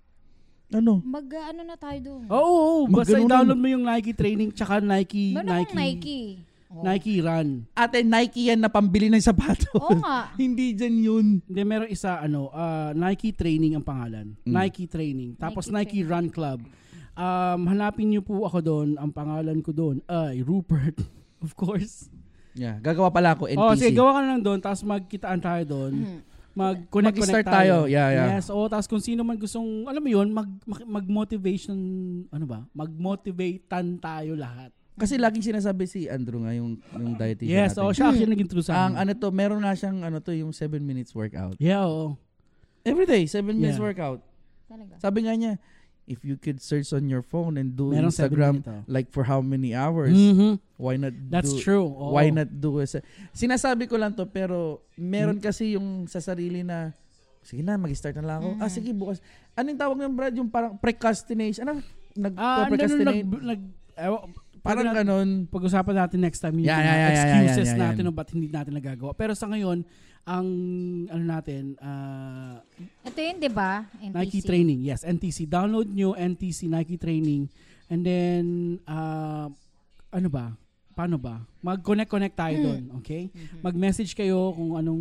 Speaker 2: ano?
Speaker 3: mag, ah, ano na tayo doon?
Speaker 1: Oo, oh, basta
Speaker 2: Magganun
Speaker 1: i-download mo yung Nike training tsaka Nike
Speaker 3: Meron
Speaker 1: Nike,
Speaker 3: akong Ano Nike. Oh. Oo.
Speaker 1: Nike Run.
Speaker 2: Ate, Nike yan na pambili ng sapato.
Speaker 3: Oo nga.
Speaker 2: [LAUGHS] Hindi dyan yun.
Speaker 1: Hindi meron isa ano, ah, Nike Training ang pangalan.
Speaker 2: Mm.
Speaker 1: Nike Training. Tapos
Speaker 3: Nike
Speaker 1: Nike, Run Club. Um, hanapin niyo po ako doon. Ang pangalan ko doon ay Rupert, [LAUGHS] of course.
Speaker 2: Yeah, gagawa pala ako NTC.
Speaker 1: Oh, sige, gawa ka na lang doon, tapos magkitaan tayo doon.
Speaker 3: Hmm.
Speaker 1: Mag-connect
Speaker 2: Mag-start tayo.
Speaker 1: tayo.
Speaker 2: Yeah, yeah.
Speaker 1: Yes, oh, tapos kung sino man gustong, alam mo yun, mag, mag, mag-motivation, ano ba? Mag-motivatan tayo lahat.
Speaker 2: Kasi laging sinasabi si Andrew nga yung, yung dietitian
Speaker 1: Yes,
Speaker 2: natin.
Speaker 1: oh, siya actually naging true sa
Speaker 2: Ang
Speaker 1: amin.
Speaker 2: ano to, meron na siyang ano to, yung 7 minutes workout.
Speaker 1: Yeah, oo.
Speaker 2: Every day, 7 minutes
Speaker 1: Yeah.
Speaker 2: workout.
Speaker 3: Talaga.
Speaker 2: Sabi nga niya, if you could search on your phone and do
Speaker 1: Merong seven
Speaker 2: Instagram
Speaker 1: minute, oh.
Speaker 2: like for how many hours,
Speaker 1: Mhm.
Speaker 2: why not
Speaker 1: That's
Speaker 2: do
Speaker 1: true. oo.
Speaker 2: why not do it? Sinasabi ko lang to pero meron kasi yung sa sarili na sige na mag-start na lang ako. Ah sige bukas. Anong tawag ng Brad yung parang procrastination? Ano?
Speaker 1: Ah, ano nun, nag,
Speaker 2: Nag-procrastinate.
Speaker 1: nag, ewan,
Speaker 2: parang
Speaker 1: pag-
Speaker 2: ganun.
Speaker 1: pag-usapan natin next time yung
Speaker 2: Yeah,
Speaker 1: mga
Speaker 2: yeah, yeah, yeah,
Speaker 1: excuses
Speaker 2: yeah, yeah, yeah.
Speaker 1: natin o ba't hindi natin nagagawa. Pero sa ngayon, ang ano natin, ah,
Speaker 3: Ito yun, di ba? NTC.
Speaker 1: Nike Training. Yes, NTC. Download nyo NTC Nike Training. And then, ah, ano ba? Paano ba? Mag-connect-connect tayo doon. Okay? Mag-message kayo kung anong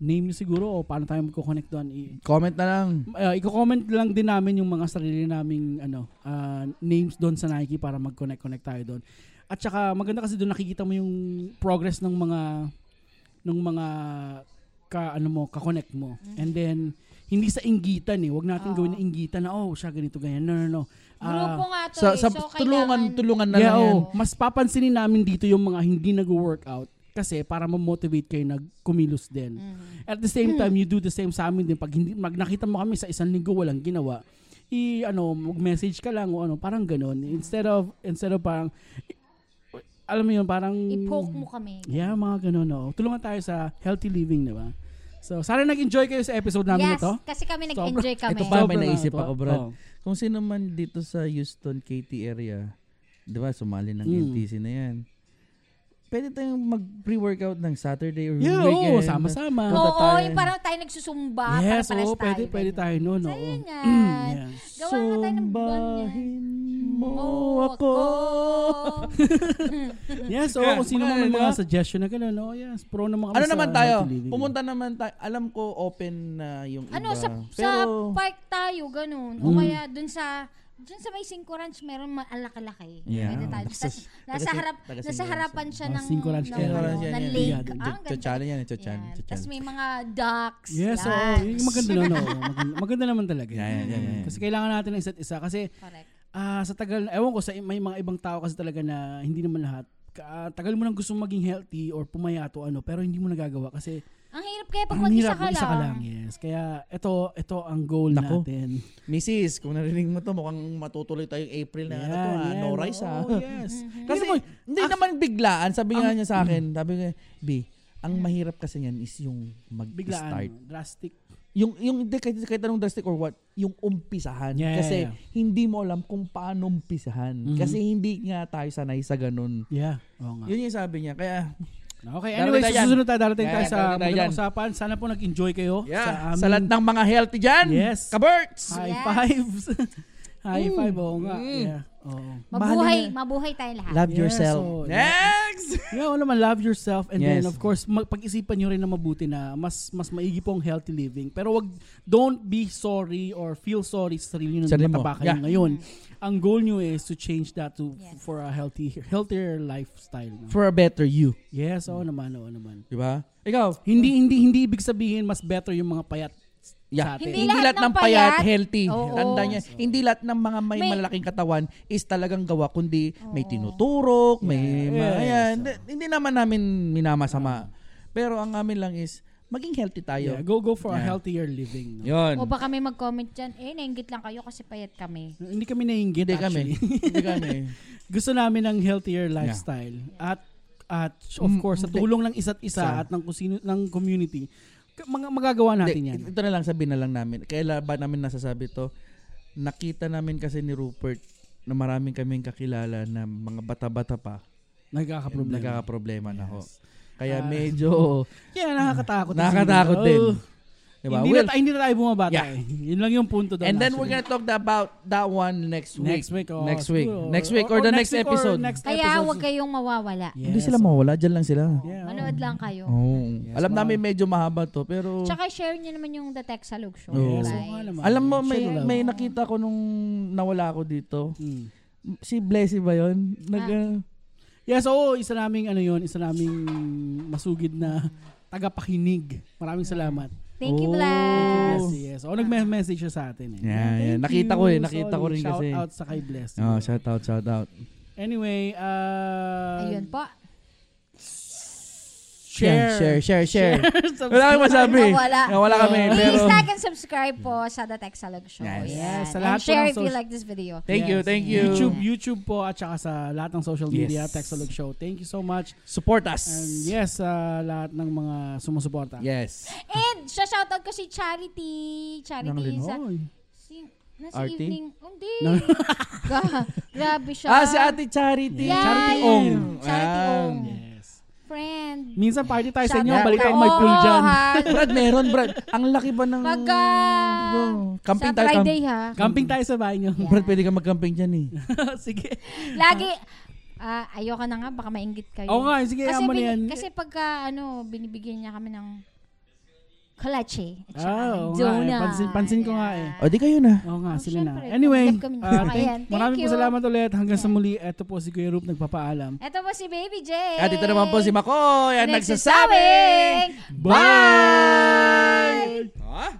Speaker 1: name nyo siguro o paano tayo mag-connect doon. I-
Speaker 2: Comment na lang.
Speaker 1: ah, i-comment lang din namin yung mga sarili naming ano, ah, names doon sa Nike para mag-connect-connect tayo doon. At saka maganda kasi doon nakikita mo yung progress ng mga ng mga ka ano mo, ka-connect mo.
Speaker 2: Mm-hmm.
Speaker 1: And then hindi sa inggitan eh. Huwag natin gawin na inggitan na oh, siya ganito ganyan. No, no, no. Ah,
Speaker 3: Grupo nga to.
Speaker 2: Sa,
Speaker 3: eh,
Speaker 2: sa
Speaker 3: so,
Speaker 2: tulungan,
Speaker 3: kailangan-
Speaker 2: tulungan ano na
Speaker 1: yeah,
Speaker 2: lang yan.
Speaker 1: oh, mas papansinin namin dito yung mga hindi nag-workout kasi para ma-motivate kayo na kumilos din.
Speaker 3: Mm.
Speaker 1: At the same
Speaker 3: Hmm.
Speaker 1: time, you do the same sa amin din. Pag hindi, mag nakita mo kami sa isang linggo walang ginawa, i ano, mag-message ka lang o ano, parang ganun. Instead of instead of parang alam mo yun, parang
Speaker 3: I-poke mo kami.
Speaker 1: Yeah, mga ganun, no. Tulungan tayo sa healthy living, di ba? So, sana nag-enjoy kayo sa episode namin
Speaker 3: Yes,
Speaker 1: ito.
Speaker 3: kasi kami nag-enjoy kami.
Speaker 2: Ito pa,
Speaker 1: Sobrang
Speaker 2: may naisip
Speaker 1: nakakatuwa.
Speaker 2: ako, Brad.
Speaker 1: Oo.
Speaker 2: Kung sino man dito sa Houston, KT area, di ba, sumali ng
Speaker 1: Mm.
Speaker 2: NTC na yan. Pwede tayong mag-pre-workout ng Saturday or
Speaker 1: Yeah, oo,
Speaker 2: weekend.
Speaker 1: sama-sama.
Speaker 3: Oo,
Speaker 2: Punta tayo.
Speaker 3: yung parang tayo nagsusumba.
Speaker 1: yes,
Speaker 3: para
Speaker 1: oo, pwede, pwede tayo noon, oo.
Speaker 3: Ayun eh. nga.
Speaker 1: Yeah.
Speaker 3: Gawa nga tayo ng buwan niya.
Speaker 2: Sumbahin mo ako.
Speaker 1: Yes, so
Speaker 2: Yeah,
Speaker 1: kung sino
Speaker 2: mga
Speaker 1: man may
Speaker 2: ano,
Speaker 1: mga
Speaker 2: diba?
Speaker 1: suggestion na gano'n, no? Yes, pro naman kami
Speaker 2: Ano
Speaker 1: sa
Speaker 2: naman tayo?
Speaker 1: healthy living.
Speaker 2: Pumunta naman tayo. Alam ko open na yung
Speaker 3: ano,
Speaker 2: [LAUGHS] iba.
Speaker 3: sa, sa
Speaker 2: Pero,
Speaker 3: park tayo, ganun. O
Speaker 1: Mm.
Speaker 3: kaya dun sa Diyan sa may Cinco Ranch, meron maalaki-laki.
Speaker 2: Yeah.
Speaker 3: Pwede tayo.
Speaker 2: Basta-
Speaker 3: Tas, nasa,
Speaker 2: taga-
Speaker 3: harap,
Speaker 2: taga
Speaker 3: nasa
Speaker 2: Cinco Ranch.
Speaker 3: harapan siya
Speaker 1: Ah,
Speaker 3: ng,
Speaker 1: Cinco Ranch
Speaker 3: ng,
Speaker 1: Cinco
Speaker 5: Ranch, yan,
Speaker 3: ng
Speaker 5: yan.
Speaker 3: lake.
Speaker 1: Yan.
Speaker 3: Ah, ang ganda.
Speaker 2: Chochalo yan, eh, chochalo.
Speaker 3: Yan.
Speaker 2: chochalo.
Speaker 3: Tas may mga ducks.
Speaker 1: Yes, oo.
Speaker 3: yan.
Speaker 1: Yung maganda
Speaker 3: [LAUGHS]
Speaker 1: na, no. Maganda, maganda naman talaga.
Speaker 2: Yeah, yeah, yeah, yeah.
Speaker 1: Kasi kailangan natin ng isa't isa. Kasi
Speaker 3: Correct.
Speaker 1: ah, sa tagal, na- ewan ko, sa, may mga ibang tao kasi talaga na hindi naman lahat. Ka, tagal mo nang gusto maging healthy or pumayat o ano, pero hindi mo nagagawa kasi
Speaker 3: Ang hirap kaya pag
Speaker 1: ang
Speaker 3: mag-isa
Speaker 1: hirap,
Speaker 3: ka
Speaker 1: mag-isa ka lang.
Speaker 3: lang.
Speaker 1: Yes. Kaya ito, ito ang goal
Speaker 2: Nako.
Speaker 1: natin.
Speaker 2: Misis, kung narinig mo to, mukhang matutuloy tayo yung April na ano to, ah, no
Speaker 1: yan.
Speaker 2: rice ah.
Speaker 1: Oo, yes.
Speaker 2: [LAUGHS]
Speaker 3: Mm-hmm.
Speaker 2: Kasi hindi naman biglaan, sabi nga niya sa akin, sabi niya, B, ang mahirap kasi yan is yung
Speaker 1: Biglaan,
Speaker 2: mag-start.
Speaker 1: drastic.
Speaker 2: Yung, yung, hindi, kahit, kahit anong drastic or what, yung umpisahan.
Speaker 1: Yeah, Mm-hmm. yeah,
Speaker 2: kasi
Speaker 1: yeah.
Speaker 2: hindi mo alam kung paano umpisahan. Kasi hindi nga tayo sanay sa ganun.
Speaker 1: Yeah. Oo nga.
Speaker 2: Yun yung sabi niya. Kaya,
Speaker 1: Okay,
Speaker 2: Darating
Speaker 1: anyway, sa
Speaker 2: tayo dyan.
Speaker 1: susunod tayo, darating
Speaker 2: Yeah,
Speaker 1: tayo sa
Speaker 2: darating tayo
Speaker 1: magandang
Speaker 2: dyan.
Speaker 1: usapan. Sana po nag-enjoy kayo
Speaker 2: yeah,
Speaker 1: sa
Speaker 2: sa lahat
Speaker 1: aming
Speaker 2: ng mga healthy dyan,
Speaker 1: Yes.
Speaker 2: kaberts!
Speaker 1: high
Speaker 3: Yes. Mm.
Speaker 1: fives. [LAUGHS] high five, oo nga. Yeah. Oo.
Speaker 3: Mabuhay,
Speaker 2: Mahal
Speaker 3: mabuhay tayo lahat.
Speaker 2: Love
Speaker 1: Yes, oh,
Speaker 2: yourself.
Speaker 1: oo.
Speaker 2: Next!
Speaker 1: Yeah, oo naman, love yourself and
Speaker 2: Yes.
Speaker 1: then of course, mag- pag-isipan nyo rin na mabuti na mas mas maigi pong healthy living. Pero wag don't be sorry or feel sorry sa sarili nyo
Speaker 2: Sarili
Speaker 1: na
Speaker 2: mo.
Speaker 1: mataba kayo
Speaker 2: Yeah.
Speaker 1: ngayon. Ang goal nyo is to change that to
Speaker 3: Yes.
Speaker 1: for a healthy healthier lifestyle. no?
Speaker 2: For a better you.
Speaker 1: Yes, oo naman, oo naman.
Speaker 2: Diba? Ikaw,
Speaker 1: Hindi hindi hindi ibig sabihin mas better yung mga payat
Speaker 2: Yeah.
Speaker 1: sa atin.
Speaker 2: Hindi, lahat, ng payat, healthy.
Speaker 3: Oo.
Speaker 2: Tanda niya, hindi lahat ng mga may,
Speaker 3: May-
Speaker 2: malalaking katawan is talagang gawa, kundi may tinuturok, may mga
Speaker 1: Yes.
Speaker 2: yan. Hindi- Hindi naman namin minamasama. Pero ang amin lang is, maging healthy tayo.
Speaker 1: Yeah, go go for a
Speaker 2: Yeah.
Speaker 1: healthier living. no?
Speaker 2: Yun.
Speaker 3: O baka may mag-comment dyan, eh, nainggit lang kayo kasi payat kami.
Speaker 1: Hindi kami nainggit
Speaker 2: Hindi kami.
Speaker 1: actually. [LAUGHS]
Speaker 2: Hindi kami.
Speaker 1: Gusto namin ng healthier lifestyle at at of
Speaker 2: Mm,
Speaker 1: course sa
Speaker 2: hindi.
Speaker 1: tulong ng isa't isa
Speaker 2: Sa-
Speaker 1: at ng kusino ng community k- mga magagawa natin
Speaker 2: Hindi,
Speaker 1: yan.
Speaker 2: Ito na lang, sabihin na lang namin. Kailan ba namin nasasabi to? Nakita namin kasi ni Rupert na maraming kaming kakilala na mga bata-bata pa.
Speaker 1: Nagkakaproblema.
Speaker 2: Nagkakaproblema na ho. Kaya
Speaker 1: Mm. Ah.
Speaker 2: medyo
Speaker 1: Kaya nakakatakot. din
Speaker 2: Mm. nakakatakot
Speaker 1: siguro.
Speaker 2: din.
Speaker 1: Oh,
Speaker 2: Diba?
Speaker 1: Hindi,
Speaker 2: Well,
Speaker 1: na, tayo- hindi na tayo bumabata
Speaker 2: Yeah.
Speaker 1: eh. Yun lang yung punto doon.
Speaker 2: And then we're
Speaker 1: actually.
Speaker 2: gonna talk about that one next week.
Speaker 1: next week. oh,
Speaker 2: next week.
Speaker 1: siguro.
Speaker 2: next week or, the next,
Speaker 1: week or
Speaker 2: episode.
Speaker 1: next
Speaker 3: Kaya
Speaker 1: episode.
Speaker 3: huwag kayong mawawala.
Speaker 1: Yes.
Speaker 2: Hindi sila mawala, dyan lang sila.
Speaker 1: Yeah, oh.
Speaker 3: Manood lang kayo.
Speaker 2: Oh.
Speaker 1: Yes,
Speaker 2: Alam
Speaker 1: ma'am.
Speaker 2: namin medyo mahaba to, pero
Speaker 3: Tsaka share nyo naman yung The Tech Salog Show.
Speaker 2: Oo.
Speaker 1: Yes,
Speaker 3: guys.
Speaker 1: oo nga naman.
Speaker 2: Oh. alam mo may
Speaker 1: Share lang.
Speaker 2: may nakita ko nung nawala ako dito.
Speaker 1: Mm.
Speaker 2: Si Blessy ba 'yon? Nag ah.
Speaker 1: Yes, oo, isa naming ano yun, isa naming masugid na tagapakinig. Maraming salamat.
Speaker 3: Thank you,
Speaker 2: Oh.
Speaker 1: Yes,
Speaker 3: Bless.
Speaker 1: yes. Oo, nagme-message siya sa atin eh.
Speaker 2: Yeah,
Speaker 1: Thank
Speaker 2: yeah. Nakita ko eh, nakita ko
Speaker 1: Solid.
Speaker 2: rin kasi.
Speaker 1: Shout out sa kay Bless.
Speaker 2: Oh, shout out, shout out.
Speaker 1: Anyway, uh,
Speaker 3: Ayun po.
Speaker 1: Share.
Speaker 2: Yan,
Speaker 1: [LAUGHS]
Speaker 2: share, share, share.
Speaker 1: Subscribe.
Speaker 2: Wala akong masabi.
Speaker 3: Nawala.
Speaker 2: Nawala Ano kami, pero
Speaker 3: Please like and subscribe po sa The Tech Salog Show.
Speaker 2: Yes.
Speaker 1: Yes, sa
Speaker 3: And
Speaker 1: lahat po
Speaker 3: share if
Speaker 1: ng
Speaker 3: you
Speaker 1: social-
Speaker 3: like this video.
Speaker 2: Thank you,
Speaker 1: Yes.
Speaker 2: thank you.
Speaker 1: [LAUGHS] YouTube, YouTube po at saka sa lahat ng social
Speaker 2: Yes.
Speaker 1: media, Texalog Show. Thank you so much.
Speaker 2: Support us.
Speaker 1: And yes, sa lahat ng mga sumusuporta.
Speaker 2: Yes.
Speaker 3: And shoutout ko si Charity. Charity
Speaker 2: Nang
Speaker 3: sa...
Speaker 1: Oy.
Speaker 3: Si, nasa
Speaker 2: Arty?
Speaker 3: evening. Oh, Hindi.
Speaker 1: Nang-
Speaker 3: [LAUGHS] Gra- Grabe siya.
Speaker 2: Ah, si Ate Charity.
Speaker 3: Yeah.
Speaker 2: Charity Ong.
Speaker 3: Charity
Speaker 2: Ah.
Speaker 3: Ong.
Speaker 1: Yes.
Speaker 3: Friend.
Speaker 1: Minsan party tayo
Speaker 3: Shout
Speaker 1: sa inyo,
Speaker 3: out ka.
Speaker 1: balita ko may pool
Speaker 3: Oo,
Speaker 1: dyan.
Speaker 3: ha.
Speaker 2: Brad, meron, Brad. Ang laki ba ng...
Speaker 1: [LAUGHS]
Speaker 3: Pagka...
Speaker 2: Bro,
Speaker 3: sa
Speaker 2: camping tayo, camp-
Speaker 3: Friday, ha?
Speaker 1: Camping tayo sa bahay nyo.
Speaker 2: Brad, pwede ka mag-camping dyan eh.
Speaker 1: [LAUGHS] Sige.
Speaker 3: Lagi, ah, ayoko na nga, baka mainggit kayo.
Speaker 1: Oo nga, sige,
Speaker 3: kasi,
Speaker 1: ayan mo na
Speaker 3: bini-
Speaker 1: yan.
Speaker 3: kasi pagka, ano, binibigyan niya kami ng kalache. At saka
Speaker 1: Ah,
Speaker 3: ng
Speaker 1: oo nga,
Speaker 3: donut.
Speaker 1: eh. Pansin, pansin ko nga eh.
Speaker 2: O, di kayo na.
Speaker 1: Oo
Speaker 3: Oh,
Speaker 1: nga, sila na.
Speaker 3: syempre,
Speaker 1: Anyway,
Speaker 3: tumanggap kami ng
Speaker 1: ah,
Speaker 3: mga
Speaker 1: thank,
Speaker 3: yan. Thank
Speaker 1: maraming po
Speaker 3: you.
Speaker 1: salamat ulit. Hanggang sa muli, ito po si Kuya Rup nagpapaalam.
Speaker 3: Ito po si Baby J.
Speaker 2: At ito naman po si Makoy ang nagsasabing...
Speaker 3: Nagsasabing,
Speaker 2: Bye! Ah?